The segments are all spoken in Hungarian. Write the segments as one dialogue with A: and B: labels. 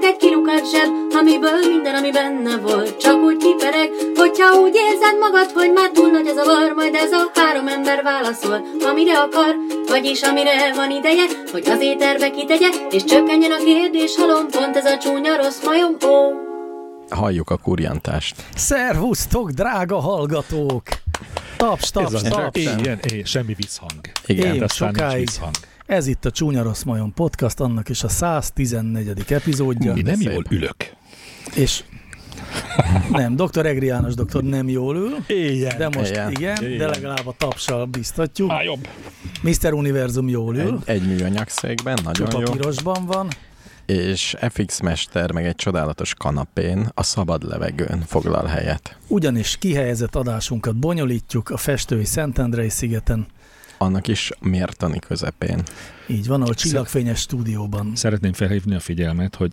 A: egy kilukat zseb, amiből minden, ami benne volt, csak úgy kipereg, hogyha úgy érzed magad, hogy már túl nagy az a var, majd ez a három ember válaszol, amire akar, vagyis amire van ideje, hogy az éterbe kitegye, és csökkenjen a kérdés halom, pont ez a csúnya rossz majom, ó.
B: Halljuk a kurjantást.
C: Szervusztok, drága hallgatók! Taps, taps,
D: ez a
C: taps!
D: ilyen, é, semmi visszhang.
B: Igen.
C: Én
D: De aztán nincs
C: sokáig.
D: visszhang.
C: Ez itt a Csúnya Rossz Majom Podcast, annak is a 114. epizódja.
D: Én nem
B: szép.
D: jól ülök.
C: És nem, dr. Egri János doktor nem jól ül,
D: Éjjel.
C: de most
B: Igen.
C: igen, de
D: Igen.
C: legalább a tapsal biztatjuk.
D: Á, jobb.
C: Mr. Univerzum jól ül,
B: Egy, egy műanyag székben, nagyon
C: csupa
B: jó.
C: pirosban van,
B: És FX Mester meg egy csodálatos kanapén a szabad levegőn foglal helyet.
C: ugyanis kihelyezett adásunkat bonyolítjuk a festői Szentendrei szigeten.
B: Annak is mértani közepén.
C: Így van, ahol csillagfényes stúdióban
D: Szeretném felhívni a figyelmet, hogy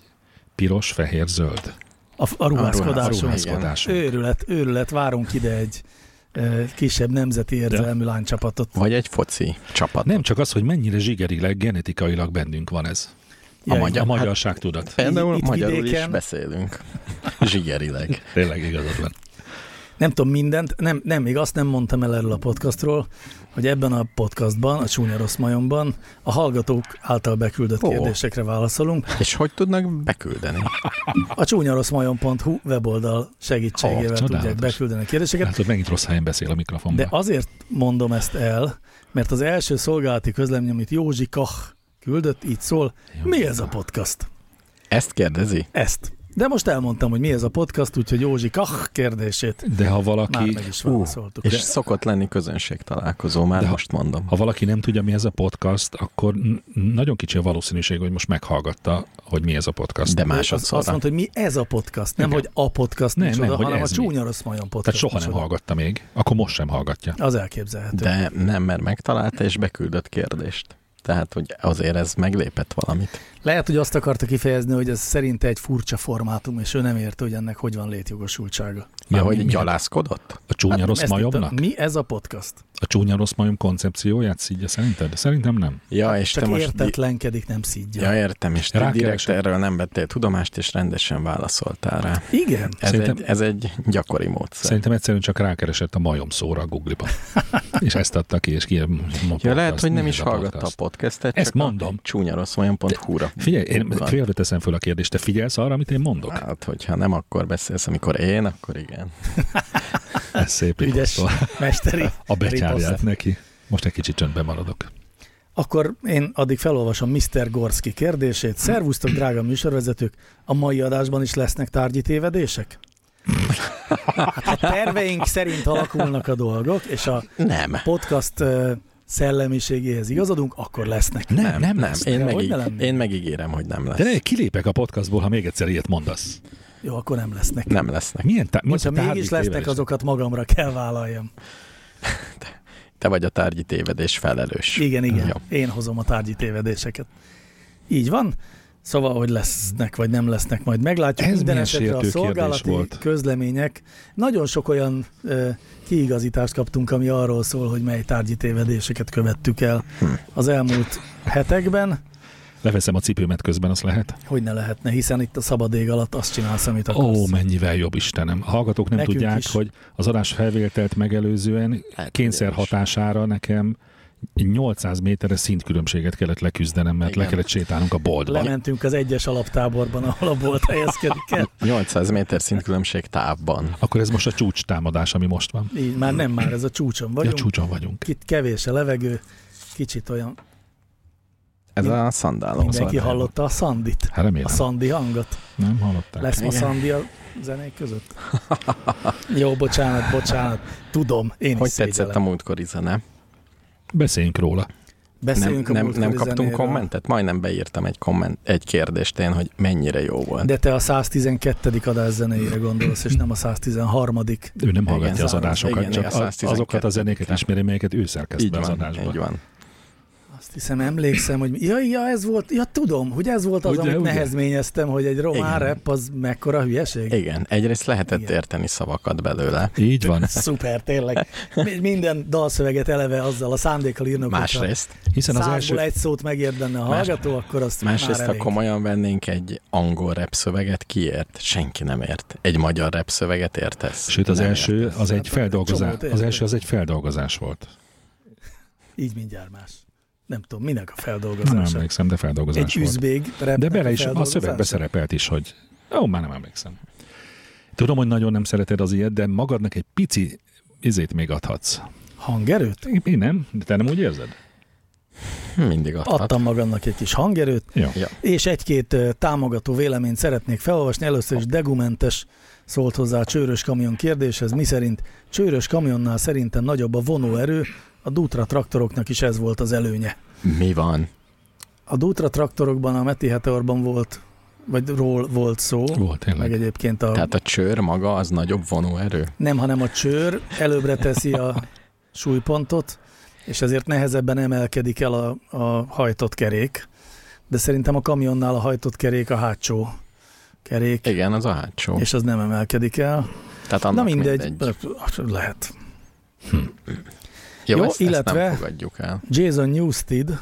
D: piros, fehér, zöld.
C: a, a ruházkodásunk.
B: ruház-
D: Ruházkodásunk.
C: Őrület, őrület, várunk ide egy e, kisebb nemzeti érzelmű lánycsapatot.
B: Vagy egy foci csapat.
D: Nem csak az, hogy mennyire zsigerileg, genetikailag bennünk van ez.
C: Ja,
B: a magyar,
D: A
B: hát
D: magyarság tudat.
B: például
C: itt
B: magyarul is
C: vidéken-
B: beszélünk. Zsigerileg.
D: Tényleg igazad van.
C: Nem tudom mindent, nem, nem, még azt nem mondtam el erről a podcastról, hogy ebben a podcastban, a Csúnya Rossz Majomban a hallgatók által beküldött
B: Ó.
C: oh. kérdésekre válaszolunk.
B: És hogy tudnak beküldeni?
C: A csúnyaroszmajon.hu weboldal segítségével
D: Ó,
C: oh,
D: csodálatos.
C: tudják beküldeni a kérdéseket.
D: Látod, megint rossz helyen beszél a mikrofonba.
C: De azért mondom ezt el, mert az első szolgálati közlemény, amit Józsi Kach küldött, így szól,
D: Jó.
C: mi ez a podcast?
B: Ezt kérdezi?
C: Ezt. De most elmondtam, hogy mi ez a podcast, úgyhogy Józsi Kach kérdését
D: De ha
C: már
D: valaki,
C: meg is
B: Ú,
C: válaszoltuk.
B: és szokott lenni közönség találkozó, már
D: De ha-
B: most mondom.
D: ha valaki nem tudja, mi ez a podcast, akkor n- nagyon kicsi a valószínűség, hogy most meghallgatta, hogy mi ez a podcast.
B: De
C: Másodszor. Azt
B: másodszorra.
C: mondta, hogy mi ez a podcast, nem,
D: Igen.
C: hogy a podcast
D: Nem,
C: nem, micsoda,
D: nem, hogy
C: hanem a
D: ez mi.
C: csúnya rossz majom podcast.
D: Tehát soha nem
C: micsoda.
D: hallgatta még, akkor most sem hallgatja.
C: Az elképzelhető. De.
B: De nem, mert megtalálta és beküldött kérdést. Tehát, hogy azért ez meglépett valamit.
C: Lehet, hogy azt akarta kifejezni, hogy ez szerinte egy furcsa formátum, és ő nem érte, hogy ennek hogy van létjogosultsága.
B: Ja,
D: Már
B: hogy
D: mi- mi-
B: gyalászkodott?
D: A csúnya rossz
C: Hát ezt itt
D: majomnak?
C: A, mi ez a podcast?
D: A csúnya rossz majom koncepcióját szidja szerinted? Szerintem nem.
B: Ja, és
C: Csak
B: te most... di-
C: értetlenkedik, nem szidja.
B: Ja, értem, és te
D: Rákelek
B: direkt
D: sem.
B: erről nem vettél tudomást, és rendesen válaszoltál rá.
C: Igen.
B: Ez,
D: Szerintem-
B: egy, ez egy gyakori módszer.
D: Szerintem egyszerűen csak rákeresett a majom szóra a Google-ba. és ezt adta ki, és ki. Ja,
B: Ja, lehet, hogy nem is hallgatta a podcastet,
D: Ezt
B: csak
D: mondom.
B: a csúnya rossz húra.
D: Figyelj, én
B: Van.
D: félre teszem föl a kérdést. Te figyelsz arra, amit én mondok?
B: Hát, hogyha nem akkor beszélsz, amikor én, akkor igen.
D: Ez szép
C: Ügyes
D: riposztol.
C: mesteri.
D: A betyárját
C: riposztát.
D: neki. Most egy kicsit csöndben maradok.
C: Akkor én addig felolvasom Mr. Gorski kérdését. Szervusztok, drága műsorvezetők! A mai adásban is lesznek tárgyi tévedések? Hát a terveink szerint alakulnak a dolgok, és a
B: Nem.
C: podcast ö, szellemiségéhez igazodunk, akkor lesznek.
D: Nem, nem,
B: nem.
D: nem.
B: Én,
C: De hogy
B: megíg...
C: ne lennének?
B: én megígérem, hogy nem lesz.
D: De ne, kilépek a podcastból, ha még egyszer ilyet mondasz.
C: Jó, akkor nem lesznek.
B: Nem lesznek.
D: Milyen tá- milyen
C: Hogyha
D: tárgyi
C: mégis lesznek,
D: tévedés?
C: azokat magamra kell vállaljam.
B: Te vagy a tárgyi tévedés felelős.
C: Igen, igen.
B: Ja.
C: Én hozom a tárgyi tévedéseket. Így van. Szóval, hogy lesznek vagy nem lesznek, majd meglátjuk.
D: Ez
C: Minden
D: milyen
C: esetre a
D: sértő
C: szolgálati
D: kérdés volt.
C: közlemények. Nagyon sok olyan ö, kiigazítást kaptunk, ami arról szól, hogy mely tárgyi tévedéseket követtük el
D: Hm.
C: az elmúlt hetekben.
D: Leveszem a cipőmet közben, azt lehet?
C: Hogy ne lehetne, hiszen itt a szabad ég alatt azt csinálsz, amit
D: Ó,
C: akarsz.
D: mennyivel jobb Istenem. A hallgatók nem
C: Nekünk
D: tudják,
C: is.
D: hogy az adás felvételt megelőzően
B: Hát,
D: kényszer
B: igen is.
D: hatására nekem 800 méteres szintkülönbséget kellett leküzdenem, mert
B: Igen.
D: le kellett sétálnunk a boltba.
C: Lementünk az egyes alaptáborban, ahol a bolt helyezkedik el.
B: 800 méter szintkülönbség távban.
D: Akkor ez most a csúcs támadás, ami most van.
C: Így már nem, már ez a csúcson
D: Vagyunk.
C: vagyunk.
D: Ja, csúcson vagyunk.
C: Itt kevés a levegő, kicsit olyan.
B: Ez
C: Mind-
B: a szandálom.
C: Mindenki
D: szóval-
C: hallotta a Szandit,
D: Hát remélem.
C: a Szandi hangot.
D: Nem hallották.
C: Lesz ma
B: Igen.
C: Szandi a zenék között? Jó, bocsánat, bocsánat. Tudom, én
B: Hogy
C: is
B: tetszett
C: szégyellem.
B: a múltkori zene?
D: Beszéljünk róla.
B: Nem,
C: Beszéljünk a
B: nem,
C: múltkori
B: nem kaptunk
C: zenéről.
B: kommentet? Majdnem beírtam egy, komment, egy kérdést én, hogy mennyire jó volt.
C: De te a 112. adás zenéjére gondolsz, és nem a 113.
D: Ő nem hallgatja az
B: száraz.
D: adásokat,
B: Igen,
D: csak
B: igen,
D: a- azokat a zenéket
B: 112-re.
D: ismeri, melyeket ő szerkeszt
B: így
D: be az
B: van, így
D: adásba.
B: van.
C: Azt Azt hiszem, emlékszem, hogy ja, ja, ez volt, ja tudom, hogy ez volt az,
D: Ugye,
C: ugye, amit
D: ugye?
C: ugye? nehezményeztem, hogy egy román
B: Igen.
C: rep az mekkora hülyeség.
B: Igen, egyrészt lehetett
C: Igen.
B: érteni szavakat belőle,
D: Így van.
C: Szuper, tényleg. Mi- Minden dalszöveget eleve azzal a szándékkal írnak.
B: másrészt.
D: Hiszen
C: Ha
D: az
C: százból
D: első...
C: egy szót megérdemne a
B: Más-
C: hallgató, akkor azt
B: Másrészt,
C: már
B: ha
C: elég.
B: komolyan vennénk egy angol rap szöveget, kiért? Senki nem ért. Egy magyar rap szöveget értesz.
D: Sőt, az
B: Nem Hát,
D: első
B: értesz.
D: az egy
C: Csomót
D: feldolgozás.
C: értek.
D: Az első az egy feldolgozás volt.
C: Így mindjárt más. Nem tudom, minek a
D: Na, nem
C: feldolgozása.
D: emlékszem, de feldolgozás
C: egy
D: volt.
C: üzbég repnek
D: De bele is, a
C: feldolgozása?
D: szövegbe szerepelt is, hogy ó, már nem emlékszem. Tudom, hogy nagyon nem szereted az ilyet, de magadnak egy pici izét még adhatsz.
C: Hangerőt?
D: Én nem, de te nem úgy érzed?
B: Hm, Mindig adhat.
C: Adtam magamnak egy kis hangerőt,
D: Jó.
B: Ja.
C: és egy-két ö, támogató véleményt szeretnék felolvasni. Először is degumentes szólt hozzá a csőrös kamion kérdéshez, mi szerint csőrös kamionnál szerintem nagyobb a vonóerő, a Dutra traktoroknak is ez volt az előnye.
B: Mi van?
C: A Dutra traktorokban, a Meti Heteorban volt, vagy ról volt szó,
D: Volt
C: meg
D: tényleg.
C: egyébként a
B: Tehát a csőr maga az nagyobb vonóerő?
C: Nem, hanem a csőr előbbre teszi a súlypontot, és ezért nehezebben emelkedik el a, a hajtott kerék. De szerintem a kamionnál a hajtott kerék a hátsó kerék,
B: Igen, az a hátsó.
C: és az nem emelkedik el.
B: Tehát annak
C: Na mindegy,
B: mindegy.
C: lehet.
B: Jó,
C: Jó,
B: ezt, illetve... ezt
C: illetve-
B: nem fogadjuk el.
C: Jason Newsted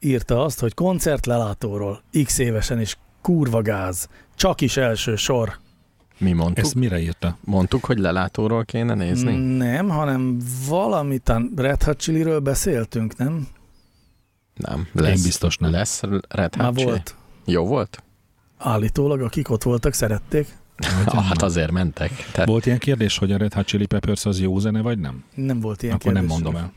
C: írta azt, hogy koncertlelátóról x évesen is kurva gáz, csak is első sor.
B: Mi mondtuk?
D: Ezt mire írta?
B: Mondtuk, hogy lelátóról kéne nézni?
D: Hmm.
C: Nem, hanem valamit, a Red Hot Chiliről beszéltünk, nem?
B: Nem.
D: Én
B: Lesz,
D: biztos nem.
B: lesz Red
C: Már
B: Hot Chili?
C: volt.
B: Jó volt?
C: Állítólag, akik ott voltak, szerették.
D: Vagy
B: Hát
D: nem.
B: azért mentek. Tehát
D: Volt ilyen kérdés, hogy a Red Hot Chili Peppers az jó zene, vagy nem?
C: Nem volt ilyen
D: Akkor nem
C: kérdés.
D: mondom el.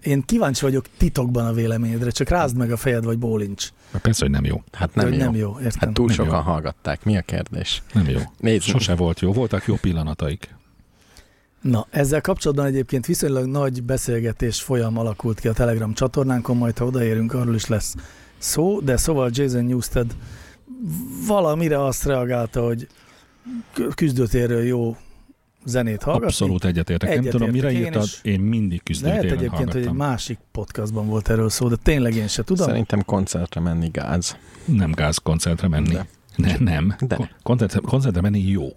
C: Én kíváncsi vagyok titokban a véleményedre, csak rázd meg a fejed, vagy bólincs.
D: Mert Persze, hogy nem jó.
B: hát
C: Nem
B: nem
C: hogy
B: jó.
C: nem jó, értem.
B: Hát túl
D: Nem jó.
B: sokan hallgatták. Mi a kérdés?
D: Nem jó.
B: Nézd,
D: Sose volt jó. Voltak jó pillanataik.
C: Na, ezzel kapcsolatban egyébként viszonylag nagy beszélgetés folyam alakult ki a Telegram csatornánkon, majd ha odaérünk, arról is lesz szó, de szóval Jason Newsted valamire azt reagálta, hogy k- küzdőtérről jó zenét hallgatni.
D: Abszolút egyetértek. Nem tudom,
C: Egyetértek
D: mire
C: én
D: írtad.
C: is.
D: Én mindig küzdőtéren
C: Lehet
D: hallgattam.
C: egyébként, hogy egy másik podcastban volt erről szó, de tényleg én se tudom.
B: szerintem koncertre menni gáz.
D: Nem gáz koncertre menni.
B: De.
D: Ne, nem.
B: De.
D: Kon- Koncertre, koncertre menni jó,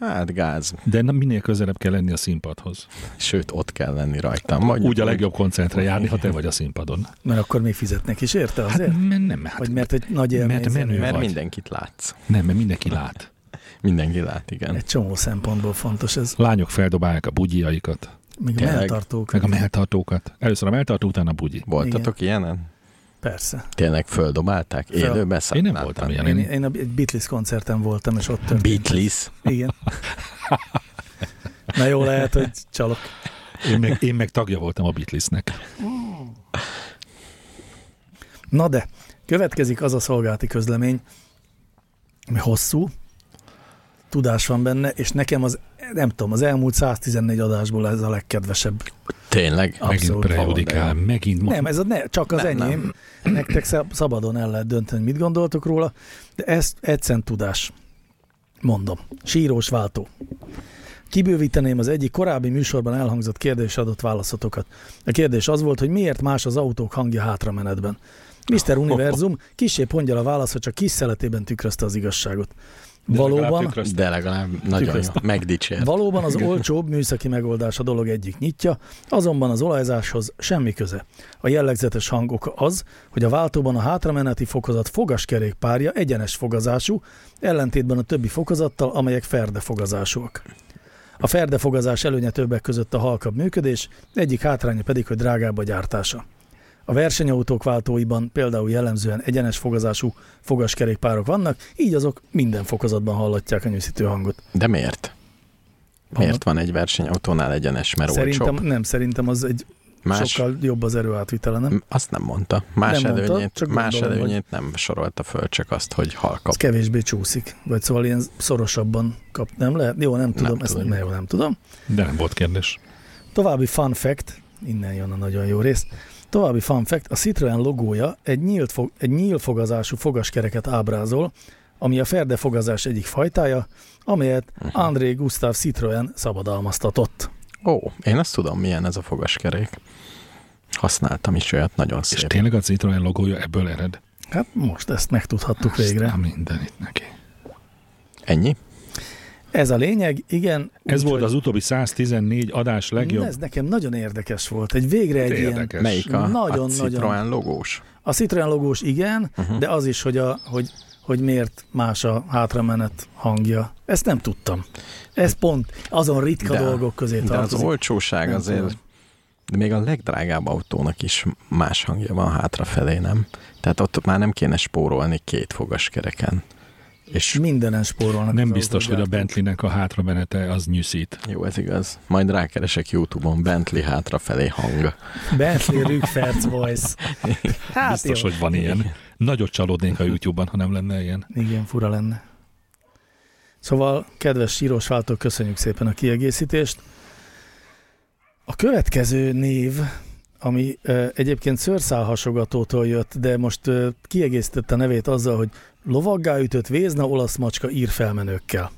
B: Hát gáz.
D: de nem minél közelebb kell lenni a színpadhoz.
B: Sőt, ott kell lenni rajtam. Vagy
D: Úgy a legjobb koncertre járni, ha te vagy a színpadon.
C: Mert akkor még fizetnek is érte Hát azért?
D: Hát, mert nem, hát,
C: Vagy mert egy nagy
D: mert
C: élmény.
D: menő.
B: Mert
D: vagy.
B: mindenkit látsz.
D: nem, mert mindenki lát.
B: Mindenki lát, igen.
C: Egy csomó szempontból fontos ez.
D: Lányok feldobálják a bugyjaikat,
C: Még a
B: Tényleg.
C: melltartók.
D: meg a melltartókat. Először a melltartó, utána a bugyi.
B: Voltatok ilyenen?
C: Persze.
B: Tényleg földobálták?
C: Föl-
B: Élőben
D: Én nem
B: láttam.
D: voltam ilyen.
C: Én,
D: Én,
C: én a, egy Beatles koncerten voltam, és ott történt.
B: Beatles.
C: Igen. Na jó lehet, hogy csalok.
D: én, meg, én meg tagja voltam a Beatlesnek.
C: Na de, következik az a szolgálati közlemény, ami hosszú, tudás van benne, és nekem az, nem tudom, az elmúlt 114 adásból ez a legkedvesebb.
B: Tényleg?
C: Abszolút.
D: Megint prejudikál,
B: valóban.
D: megint ma-
C: Nem, ez a ne, csak az
B: Nem,
C: nem, enyém. Nem. Nektek szab- szabadon el lehet dönteni, hogy mit gondoltok róla, de ez egyszerűen tudás. Mondom. Sírós váltó. Kibővíteném az egyik korábbi műsorban elhangzott kérdés adott válaszotokat. A kérdés az volt, hogy miért más az autók hangja hátramenetben. Mr. Univerzum kisé pongyal a válasz, hogy csak kis szeletében tükrözte az igazságot.
D: de legalább
C: Valóban,
D: tükrözte.
B: De legalább nagyon jó.
C: Tükrözte.
B: Megdicsért.
C: Valóban az olcsóbb műszaki megoldás a dolog egyik nyitja, azonban az olajzáshoz semmi köze. A jellegzetes hangok az, hogy a váltóban a hátrameneti fokozat fogaskerék párja egyenes fogazású, ellentétben a többi fokozattal, amelyek ferdefogazásúak. A ferdefogazás előnye többek között a halkabb működés, egyik hátránya pedig, hogy drágább a gyártása. A versenyautók váltóiban például jellemzően egyenes fogazású fogaskerékpárok vannak, így azok minden fokozatban hallatják a nyűszítő hangot.
B: De miért? Miért van egy versenyautónál egyenes, mert
C: Szerintem
B: olcsóbb?
C: nem, szerintem az egy
B: Más,
C: Más... sokkal jobb az erőátvitele, nem?
B: M- Azt nem mondta. Más
C: Nem mondta,
B: előnyét,
C: csak
B: más
C: gondolom, hogy-
B: előnyét nem sorolta föl, csak azt, hogy
C: Ez
B: halkabb.
C: kevésbé csúszik, vagy szóval ilyen szorosabban kap, nem lehet? Jó, nem tudom, ezt
B: tudom.
C: ne, jó, nem tudom.
D: de nem volt kérdés.
C: További fun fact, innen jön a nagyon jó rész. További fun fact, a Citroen logója egy, nyílt fog, egy nyílfogazású fogaskereket ábrázol, ami a ferdefogazás egyik fajtája, amelyet André Gustav Citroen szabadalmaztatott.
B: Ó, én azt tudom, milyen ez a fogaskerék. Használtam is olyat, nagyon
D: És
B: szép.
D: tényleg a Citroen logója ebből ered?
C: Hát most ezt megtudhattuk végre.
D: Aztán minden itt neki.
B: Ennyi?
C: Ez a lényeg, igen.
D: Ez
C: úgy,
D: volt
C: hogy-
D: az utóbbi 114 adás legjobb. Hát
C: Ez nekem nagyon érdekes volt. Egy végre egy ilyen...
D: Érdekes.
B: Melyik a,
C: Nagyon,
B: a Citroen logós? Mhm.
C: A Citroen logós igen,
D: Hm.
C: uh-huh. de az is, hogy, a, hogy, hogy miért más a hátramenet hangja. Ezt nem tudtam. Ez pont azon ritka
B: De-
C: de, dolgok közé
B: De az
C: tartozik.
B: olcsóság
C: Nem
B: azért,
C: tudom.
B: de még a legdrágább autónak is más hangja van hátrafelé, nem? Tehát ott már nem kéne spórolni két fogas kereken. És
C: Mindenen spórolnak.
D: Nem
C: az
D: biztos, hogy a
C: autógyártók.
D: Bentleynek a hátramenete az nyűszít.
B: jó, ez igaz. Majd rákeresek YouTube-on Bentley hátrafelé hang.
C: Bentley Rückferz voice. Hát
D: Biztos,
C: jó.
D: hogy van ilyen. Nagyot csalódnénk
B: Mhm.
D: a YouTube-ban, ha nem lenne ilyen.
C: Igen, fura lenne. Szóval, kedves sírós váltók, köszönjük szépen a kiegészítést. A következő név, ami ö, egyébként szőrszálhasogatótól jött, de most ö, kiegészítette a nevét azzal, hogy lovaggá ütött vézna olasz macska ír felmenőkkel.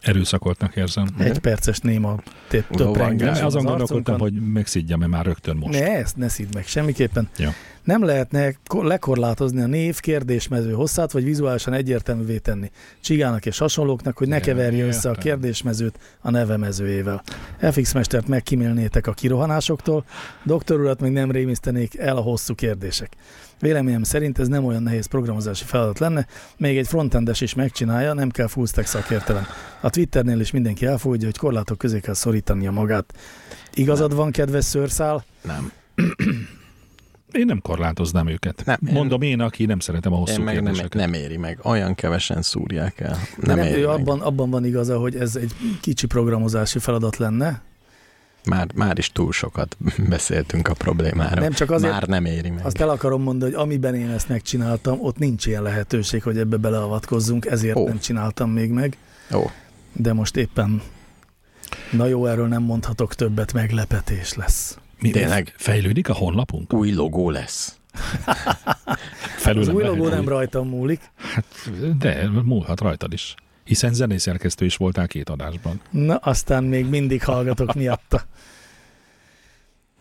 D: Erőszakoltnak érzem.
C: Egy perces néma tép- több
B: Lovaggá.
D: Nem,
C: rengés.
B: az
D: azon gondolkodtam, hogy megszidjam-e már rögtön most.
C: Ne, ezt ne szidd meg semmiképpen.
D: Jó.
C: Nem lehetne ko- lekorlátozni a név, kérdésmező hosszát, vagy vizuálisan egyértelművé tenni csigának és hasonlóknak, hogy ne
D: Ja,
C: keverje össze a
D: értem.
C: kérdésmezőt a nevemezőjével. FX mestert megkímélnétek a kirohanásoktól, doktor urat még nem rémisztenék el a hosszú kérdések. Véleményem szerint ez nem olyan nehéz programozási feladat lenne, még egy frontendes is megcsinálja, nem kell full stack szakértelem. A Twitternél is mindenki elfogadja, hogy korlátok közé kell szorítania magát. Igazad van, kedves szőrszál,
B: Nem.
D: Én nem korlátoznám őket.
B: Nem, én-
D: Mondom én, aki nem szeretem a
B: Én
D: hosszú
B: meg nem,
D: kérdéseket.
B: nem éri meg. Olyan kevesen szúrják el.
C: De
B: Nem,
C: nem,
B: éri
C: ő
B: meg.
C: abban, abban van igaza, hogy ez egy kicsi programozási feladat lenne.
B: Már, már is túl sokat beszéltünk a problémáról.
C: Nem csak azért,
B: Már nem éri meg.
C: azt el akarom mondani, hogy amiben én ezt megcsináltam, ott nincs ilyen lehetőség, hogy ebbe beleavatkozzunk, ezért
B: Ó.
C: oh. nem csináltam még meg,
B: Ó,
C: de most éppen Na jó, erről nem mondhatok többet, meglepetés lesz.
D: Mi,
B: Tényleg.
D: Fejlődik a honlapunk?
B: új logó lesz.
C: Az
D: Felül
C: új logó nem rajtam múlik.
D: De múlhat rajtad is. Hiszen zenészerkesztő is voltál két adásban.
C: Na, aztán még mindig hallgatok miatta.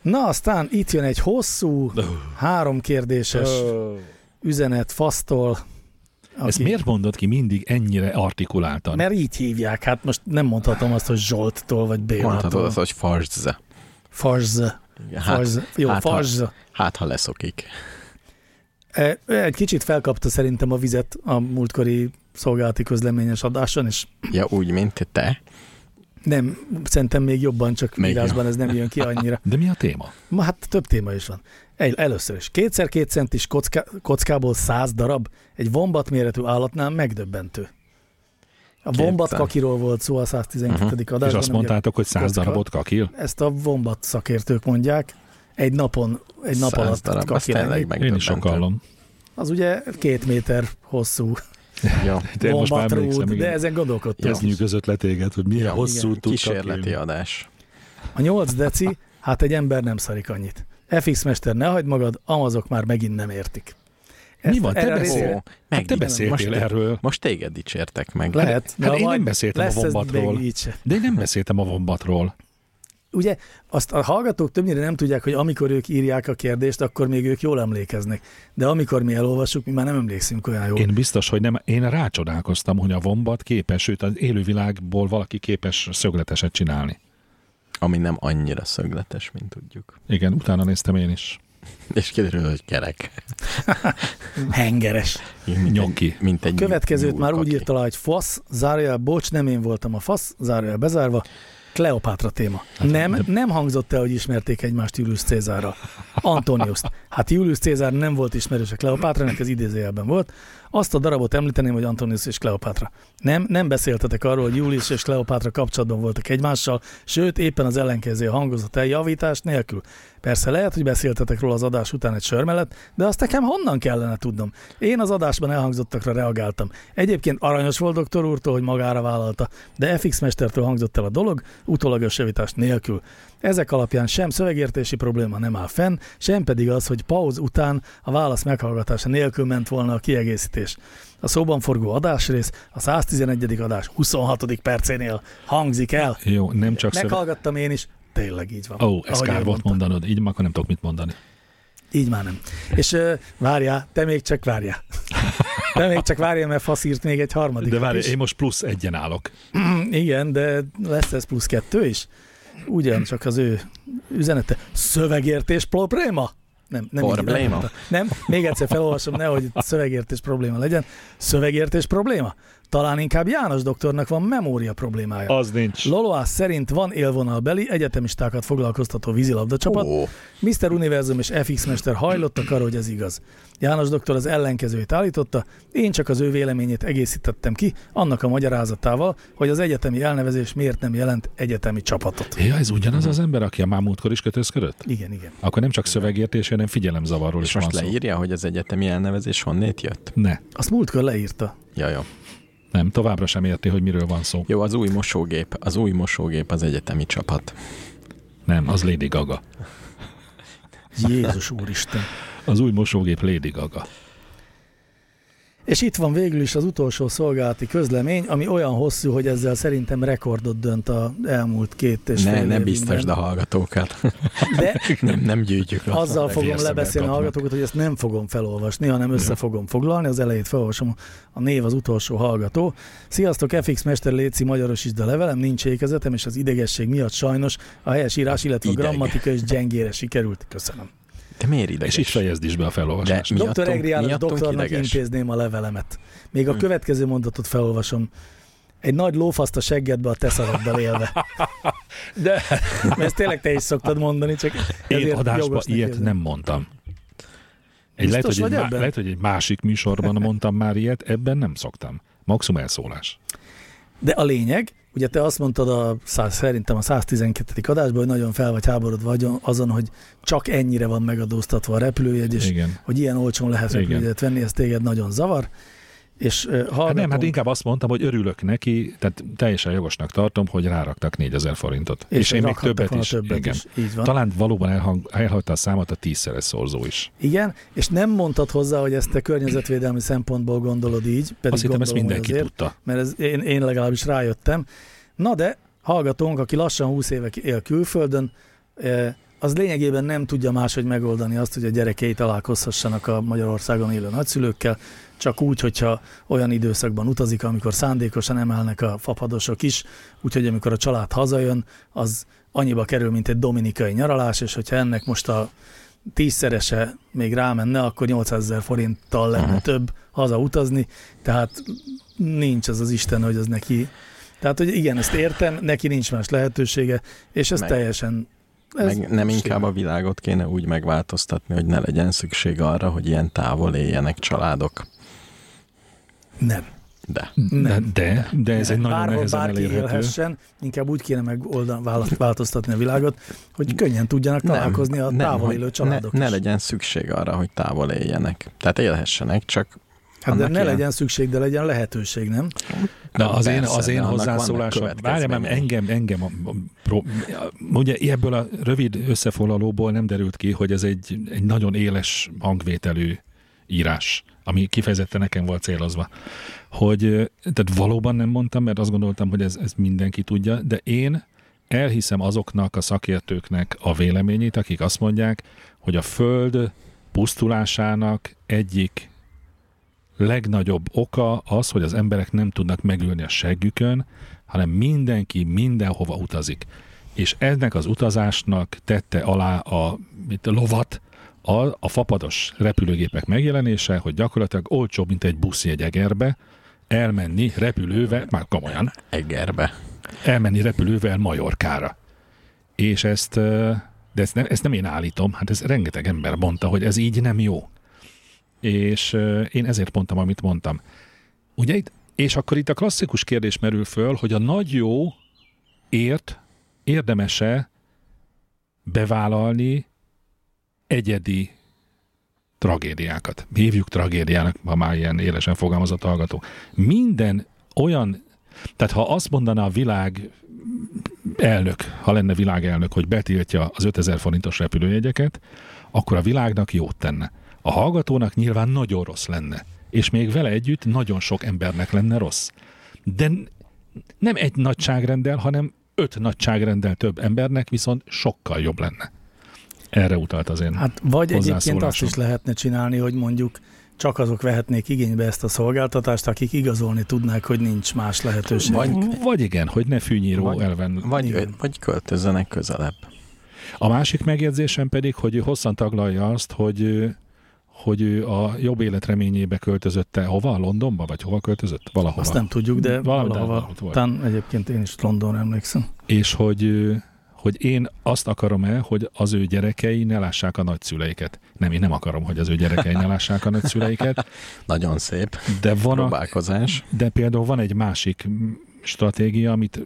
C: Na, aztán itt jön egy hosszú,
B: Öh.
C: három kérdéses üzenet fasztól.
D: Ezt
C: aki-
D: miért mondod ki mindig ennyire artikuláltan?
C: Mert így hívják, hát most nem mondhatom azt, hogy Zsolttól vagy
B: Mondhatod
C: Bélától.
B: azt, hogy farzze.
C: Farz,
B: Igen, Hát,
C: farz, jó,
B: hát, ha-
C: farz.
B: hát, ha leszokik.
C: E, Egy kicsit felkapta szerintem a vizet a múltkori szolgálati közleményes adáson, és
B: Ja, úgy, mint te.
C: nem, szerintem még jobban, csak
B: Még
C: még írásban ez nem jön ki annyira.
D: De mi a téma?
C: Ma hát több téma is van. Egy, először is. Kétszer két centis kocka, kockából száz darab egy vombat méretű állatnál megdöbbentő. A
B: Kétszer.
C: vombat kakiról volt szó a 112.
B: Mhm.
C: adásban.
D: És azt
C: ugye-
D: mondtátok, hogy száz
C: kocka.
D: darabot kakil?
C: Ezt a vombat szakértők mondják. Egy napon, egy nap
B: Száz
C: alatt
B: darab, azt tényleg
C: kakilányi.
B: meg
D: Én is sokallom.
C: Az ugye két méter hosszú
B: Jó.
D: De most már emlékszem,
C: vombatrúd,
D: igen.
C: de ezen gondolkodtam.
D: Ez nyűgözött le téged, hogy milyen
B: Ja,
D: hosszú
B: igen,
D: tud
B: Kísérleti
D: kakilni.
B: adás.
C: A 8 deci, hát egy ember nem szarik annyit. FX mester, ne hagyd magad, amazok már megint nem értik.
D: Mi van? Te
C: erre
D: beszél-
C: részére-
B: Ó, meg
D: Hát Te beszéltél
B: most,
D: erről.
B: most téged dicsértek meg.
C: Lehet.
D: Hát én nem
C: majd
D: beszéltem a
C: lesz ez
D: vombatról.
C: még így se.
D: De én nem beszéltem a vombatról.
C: Ugye azt a hallgatók többnyire nem tudják, hogy amikor ők írják a kérdést, akkor még ők jól emlékeznek. De amikor mi elolvassuk, mi már nem emlékszünk olyan jól.
D: Én biztos, hogy nem. Én rácsodálkoztam, hogy a vombat képes, sőt az élővilágból valaki képes szögleteset csinálni.
B: Ami nem annyira szögletes, mint tudjuk.
D: Igen, utána néztem én is.
B: És kiderül, hogy kerek.
C: Hengeres.
B: Mint
D: Nyoki.
B: egy, mint egy
C: Következőt
B: nyúl
C: már úgy
B: kaki.
C: írta le, hogy fasz, zárójel, bocs, nem én voltam a fasz, zárójel bezárva, Kleopátra téma. Nem, nem hangzott el, hogy ismerték egymást Julius Cézárral. Antoniuszt. Hát Julius Cézár nem volt ismerős a Kleopátrának, ez idézőjelben volt. Azt a darabot említeném, hogy Antonius és Kleopátra. Nem, nem beszéltetek arról, hogy Julius és Kleopátra kapcsolatban voltak egymással, sőt, éppen az ellenkező hangozott el javítás nélkül. Persze lehet, hogy beszéltetek róla az adás után egy sör mellett, de azt nekem honnan kellene tudnom? Én az adásban elhangzottakra reagáltam. Egyébként aranyos volt doktor úrtól, hogy magára vállalta, de FX mestertől hangzott el a dolog, utólagos javítás nélkül. Ezek alapján sem szövegértési probléma nem áll fenn, sem pedig az, hogy pauz után a válasz meghallgatása nélkül ment volna a kiegészítés. A szóban forgó adásrész a 111. adás 26. percénél hangzik el.
D: Jó, nem csak szöve...
C: Meghallgattam én is, Tényleg így van.
D: Ó, oh, ez
C: Ahogy
D: kár
C: én
D: volt
C: mondtam.
D: mondanod, így már akkor nem tudok mit mondani.
C: Így már nem. És ö, várjál, te még csak várjál. Te még csak várjál, mert fasz írt még egy harmadik.
D: De várj, én most plusz egyen állok.
C: Igen, de lesz ez plusz kettő is? Ugyancsak az ő üzenete. Szövegértés probléma? Nem, nem így, nem
B: Probléma?
C: mondta. Nem, még egyszer felolvasom, nehogy itt szövegértés probléma legyen. Szövegértés probléma? Talán inkább János doktornak van memória problémája.
D: Az nincs.
C: Loloász szerint van élvonalbeli, egyetemistákat foglalkoztató vízilabda csapat.
B: Ó,
C: Mr. Univerzum és FX Mester hajlottak arra, hogy ez igaz. János doktor az ellenkezőjét állította, én csak az ő véleményét egészítettem ki, annak a magyarázatával, hogy az egyetemi elnevezés miért nem jelent egyetemi csapatot.
D: Ja, ez ugyanaz az ember, aki a már múltkor is kötözködött?
C: Igen, igen.
D: Akkor nem csak szövegértés, hanem figyelemzavarról is
B: és
D: van
B: most
D: szó.
B: leírja, hogy az egyetemi elnevezés honnét jött?
D: Ne,
C: Azt múltkor leírta.
B: Ja, jó.
D: nem, továbbra sem érti, hogy miről van szó.
B: Jó, az új mosógép, az új mosógép az egyetemi csapat.
D: Nem, az Lady Gaga.
C: Jézus úristen.
D: Az új mosógép Lady Gaga.
C: És itt van végül is az utolsó szolgálati közlemény, ami olyan hosszú, hogy ezzel szerintem rekordot dönt a elmúlt két és
B: Ne,
C: fél
B: ne
C: év
B: biztasd a
C: minden.
B: hallgatókat.
C: De
B: nem, nem gyűjtjük. lassan,
C: Azzal
B: de
C: fogom
B: félszemben
C: lebeszélni a
B: kapnak.
C: hallgatókat, hogy ezt nem fogom felolvasni, hanem össze fogom foglalni. Az elejét felolvasom, a név az utolsó hallgató. Sziasztok, FX Mester Léci, magyarosítsd a levelem, nincs ékezetem, és az idegesség miatt sajnos a helyes írás, illetve a
B: Ideg.
C: grammatika is gyengére sikerült. Köszönöm.
B: De miért
D: És
B: ideges?
D: itt fejezd is be a
B: De
D: felolvasást.
B: miattunk,
C: Dr. Egri János
B: miattunk
C: doktornak
B: ideges. Hm.
C: intézném a levelemet. Még a következő mondatot felolvasom. Egy nagy lófaszt a seggedbe a te szavaddal élve.
D: De
C: Mert ezt tényleg te is szoktad mondani, csak
D: én
C: ezért
D: adásban
C: jogosnak
D: ilyet
C: érzem.
D: nem mondtam. Egy
C: Biztos
D: lehet, hogy egy
C: vagy
D: má-
C: ebben?
D: lehet, hogy egy másik műsorban mondtam már ilyet, ebben nem szoktam. Maximum elszólás.
C: De a lényeg, ugye te azt mondtad a, száz- szerintem a 112. adásban, hogy nagyon fel vagy háborodva agyon- azon, hogy csak ennyire van megadóztatva a repülőjegy, és Igen.
D: Igen. Hát
C: hogy ilyen olcsón lehet
D: Igen.
C: repülőjegyet venni, ez téged nagyon zavar. És ö, hallgatom,
D: Hát nem, hát inkább azt mondtam, hogy örülök neki, tehát teljesen jogosnak tartom, hogy ráraktak 4000 forintot.
C: és, és én még
D: többet is.
C: többet
D: igen.
C: is. Így van.
D: Talán valóban elhang, elhagyta a számot a tízszeres szorzó is.
C: Igen, és nem mondtad hozzá, hogy ezt te környezetvédelmi szempontból gondolod így, pedig
D: Azt hittem, ezt
C: gondolom, hogy
D: mindenki
C: azért.
D: tudta.
C: mert ez, én, én legalábbis rájöttem. Na de hallgatónk, aki lassan 20 éve él külföldön, eh, az lényegében nem tudja máshogy megoldani azt, hogy a gyerekei találkozhassanak a Magyarországon élő nagyszülőkkel, csak úgy, hogyha olyan időszakban utazik, amikor szándékosan emelnek a fapadosok is, úgyhogy amikor a család hazajön, az annyiba kerül, mint egy dominikai nyaralás, és hogyha ennek most a tízszerese még rámenne, akkor 800 ezer forinttal lenne
B: Aha.
C: több haza utazni, tehát nincs az az Isten, hogy az neki... Tehát, hogy igen, ezt értem, neki nincs más lehetősége, és ez
B: Meg-
C: teljesen... Ez
B: Meg nem inkább a világot kéne úgy megváltoztatni, hogy ne legyen szükség arra, hogy ilyen távol éljenek családok.
C: Nem.
B: De
D: De,
C: Nem.
D: de, de ez egy nagyon
C: Bárhol
D: nehezen
C: bárki
D: elérhető.
C: élhessen, inkább úgy kéne megváltoztatni a világot, hogy könnyen tudjanak
B: Nem,
C: találkozni a
B: nem,
C: távol
B: hogy
C: élő családok
B: ne, ne
C: is.
B: legyen szükség arra, hogy távol éljenek. Tehát élhessenek, csak
C: Hát de
B: annak
C: ne
B: ilyen-
C: legyen szükség, de legyen lehetőség, nem?
D: Na, az, én,
B: Hát Persze,
D: az én
B: de annak
D: hozzászólásom,
B: vannak
D: várjam, nem,
B: következményei.
D: engem, engem a, a, pro, ugye ebből a rövid összefoglalóból nem derült ki, hogy ez egy, egy nagyon éles hangvételű írás, ami kifejezetten nekem volt célozva. Hogy, ö, tehát valóban nem mondtam, mert azt gondoltam, hogy ez, ez mindenki tudja, de én elhiszem azoknak a szakértőknek a véleményét, akik azt mondják, hogy a Föld pusztulásának egyik legnagyobb oka az, hogy az emberek nem tudnak megülni a seggükön, hanem mindenki mindenhova utazik. És ennek az utazásnak tette alá a, mit, a lovat a, a fapados repülőgépek megjelenése, hogy gyakorlatilag olcsóbb, mint egy buszjegy egerbe, elmenni repülővel, már komolyan,
B: egerbe.
D: elmenni repülővel Majorkára. És ezt, ö, de ezt nem, ezt nem én állítom, hát ez rengeteg ember mondta, hogy ez így nem jó. És ö, én ezért mondtam, amit mondtam. Ugye itt, és akkor itt a klasszikus kérdés merül föl, hogy a nagy jó ért érdemese bevállalni egyedi tragédiákat. Hívjuk tragédiának, ha már ilyen élesen fogalmazott hallgató. Minden olyan tehát ha azt mondaná a világ elnök, ha lenne világelnök, hogy betiltja az 5000 forintos repülőjegyeket, akkor a világnak jót tenne. A hallgatónak nyilván nagyon rossz lenne, és még vele együtt nagyon sok embernek lenne rossz. De n- nem egy nagyságrendel, hanem öt nagyságrendel több embernek viszont sokkal jobb lenne. Erre utalt az én
C: Hát vagy egyébként azt
D: Hozzászólásom.
C: is lehetne csinálni, hogy mondjuk csak azok vehetnék igénybe ezt a szolgáltatást, akik igazolni tudnák, hogy nincs más lehetőség.
D: Vagy, vagy igen, hogy ne fűnyíró
B: Vagy-
D: elven.
B: Vagy,
C: Igen.
B: vagy költözzenek közelebb.
D: A másik megjegyzésem pedig, hogy ő hosszan taglalja azt, hogy ő- hogy ő a jobb életreményébe költözötte hova? Londonba? Vagy hova költözött? Valahova.
C: Azt nem tudjuk, de
D: Valami
C: valahova.
D: ott volt.
C: Tán egyébként én is Londonra emlékszem.
D: És hogy, ő- hogy én azt akarom-e, hogy az ő gyerekei ne lássák a nagyszüleiket. Nem, én nem akarom, hogy az ő gyerekei ne lássák a nagyszüleiket,
B: Nagyon szép
D: de van, a,
B: próbálkozás.
D: De például van egy másik mm, stratégia, amit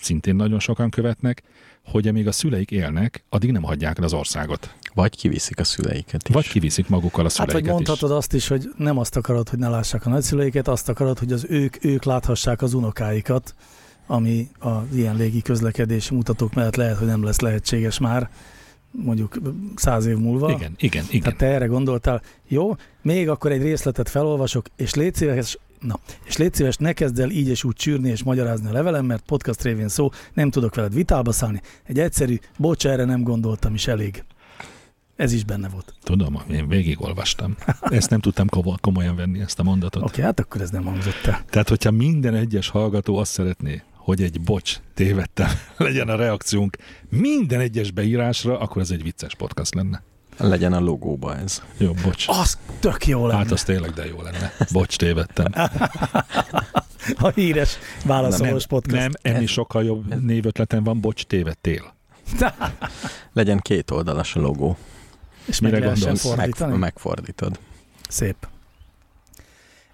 D: szintén nagyon sokan követnek, hogy amíg a szüleik élnek, addig nem hagyják el az országot.
B: Vagy kiviszik a szüleiket is.
D: Vagy kiviszik magukkal a
C: Hát vagy
D: szüleiket is.
C: mondhatod azt is, hogy nem azt akarod, hogy ne lássák a nagyszüleiket, azt akarod, hogy az ők, ők láthassák az unokáikat, ami az ilyen légi közlekedési mutatók mellett lehet, hogy nem lesz lehetséges már, mondjuk száz év múlva.
D: Igen, igen, igen.
C: Tehát Hát te erre gondoltál. Jó, még akkor egy részletet felolvasok, és légy szíves, na, és légy szíves, ne kezd el így és úgy csűrni és magyarázni a levelem, mert podcast révén szó, nem tudok veled vitába szállni. Egy egyszerű, bocs, erre nem gondoltam is elég. Ez is benne volt.
D: Tudom, én végigolvastam. Ezt nem tudtam kovo- komolyan venni, ezt a mondatot.
C: Oké, okay, hát akkor ez nem hangzott el.
D: Tehát, hogyha minden egyes hallgató azt szeretné, hogy egy bocs, tévedtem, legyen a reakciónk minden egyes beírásra, akkor ez egy vicces podcast lenne.
B: Legyen a logóba ez.
D: Jó, bocs.
C: Az tök jó Ah, lenne,
D: Hát az tényleg de jó lenne. Bocs, tévedtem.
C: a híres válaszolós podcast.
D: Nem, ennél sokkal jobb névötletem van, bocs, tévedtél.
B: Legyen két oldalas a logó.
C: És
D: Mire
C: meg lehessen
D: gondolsz?
C: fordítani.
B: Meg, megfordítod.
C: Szép.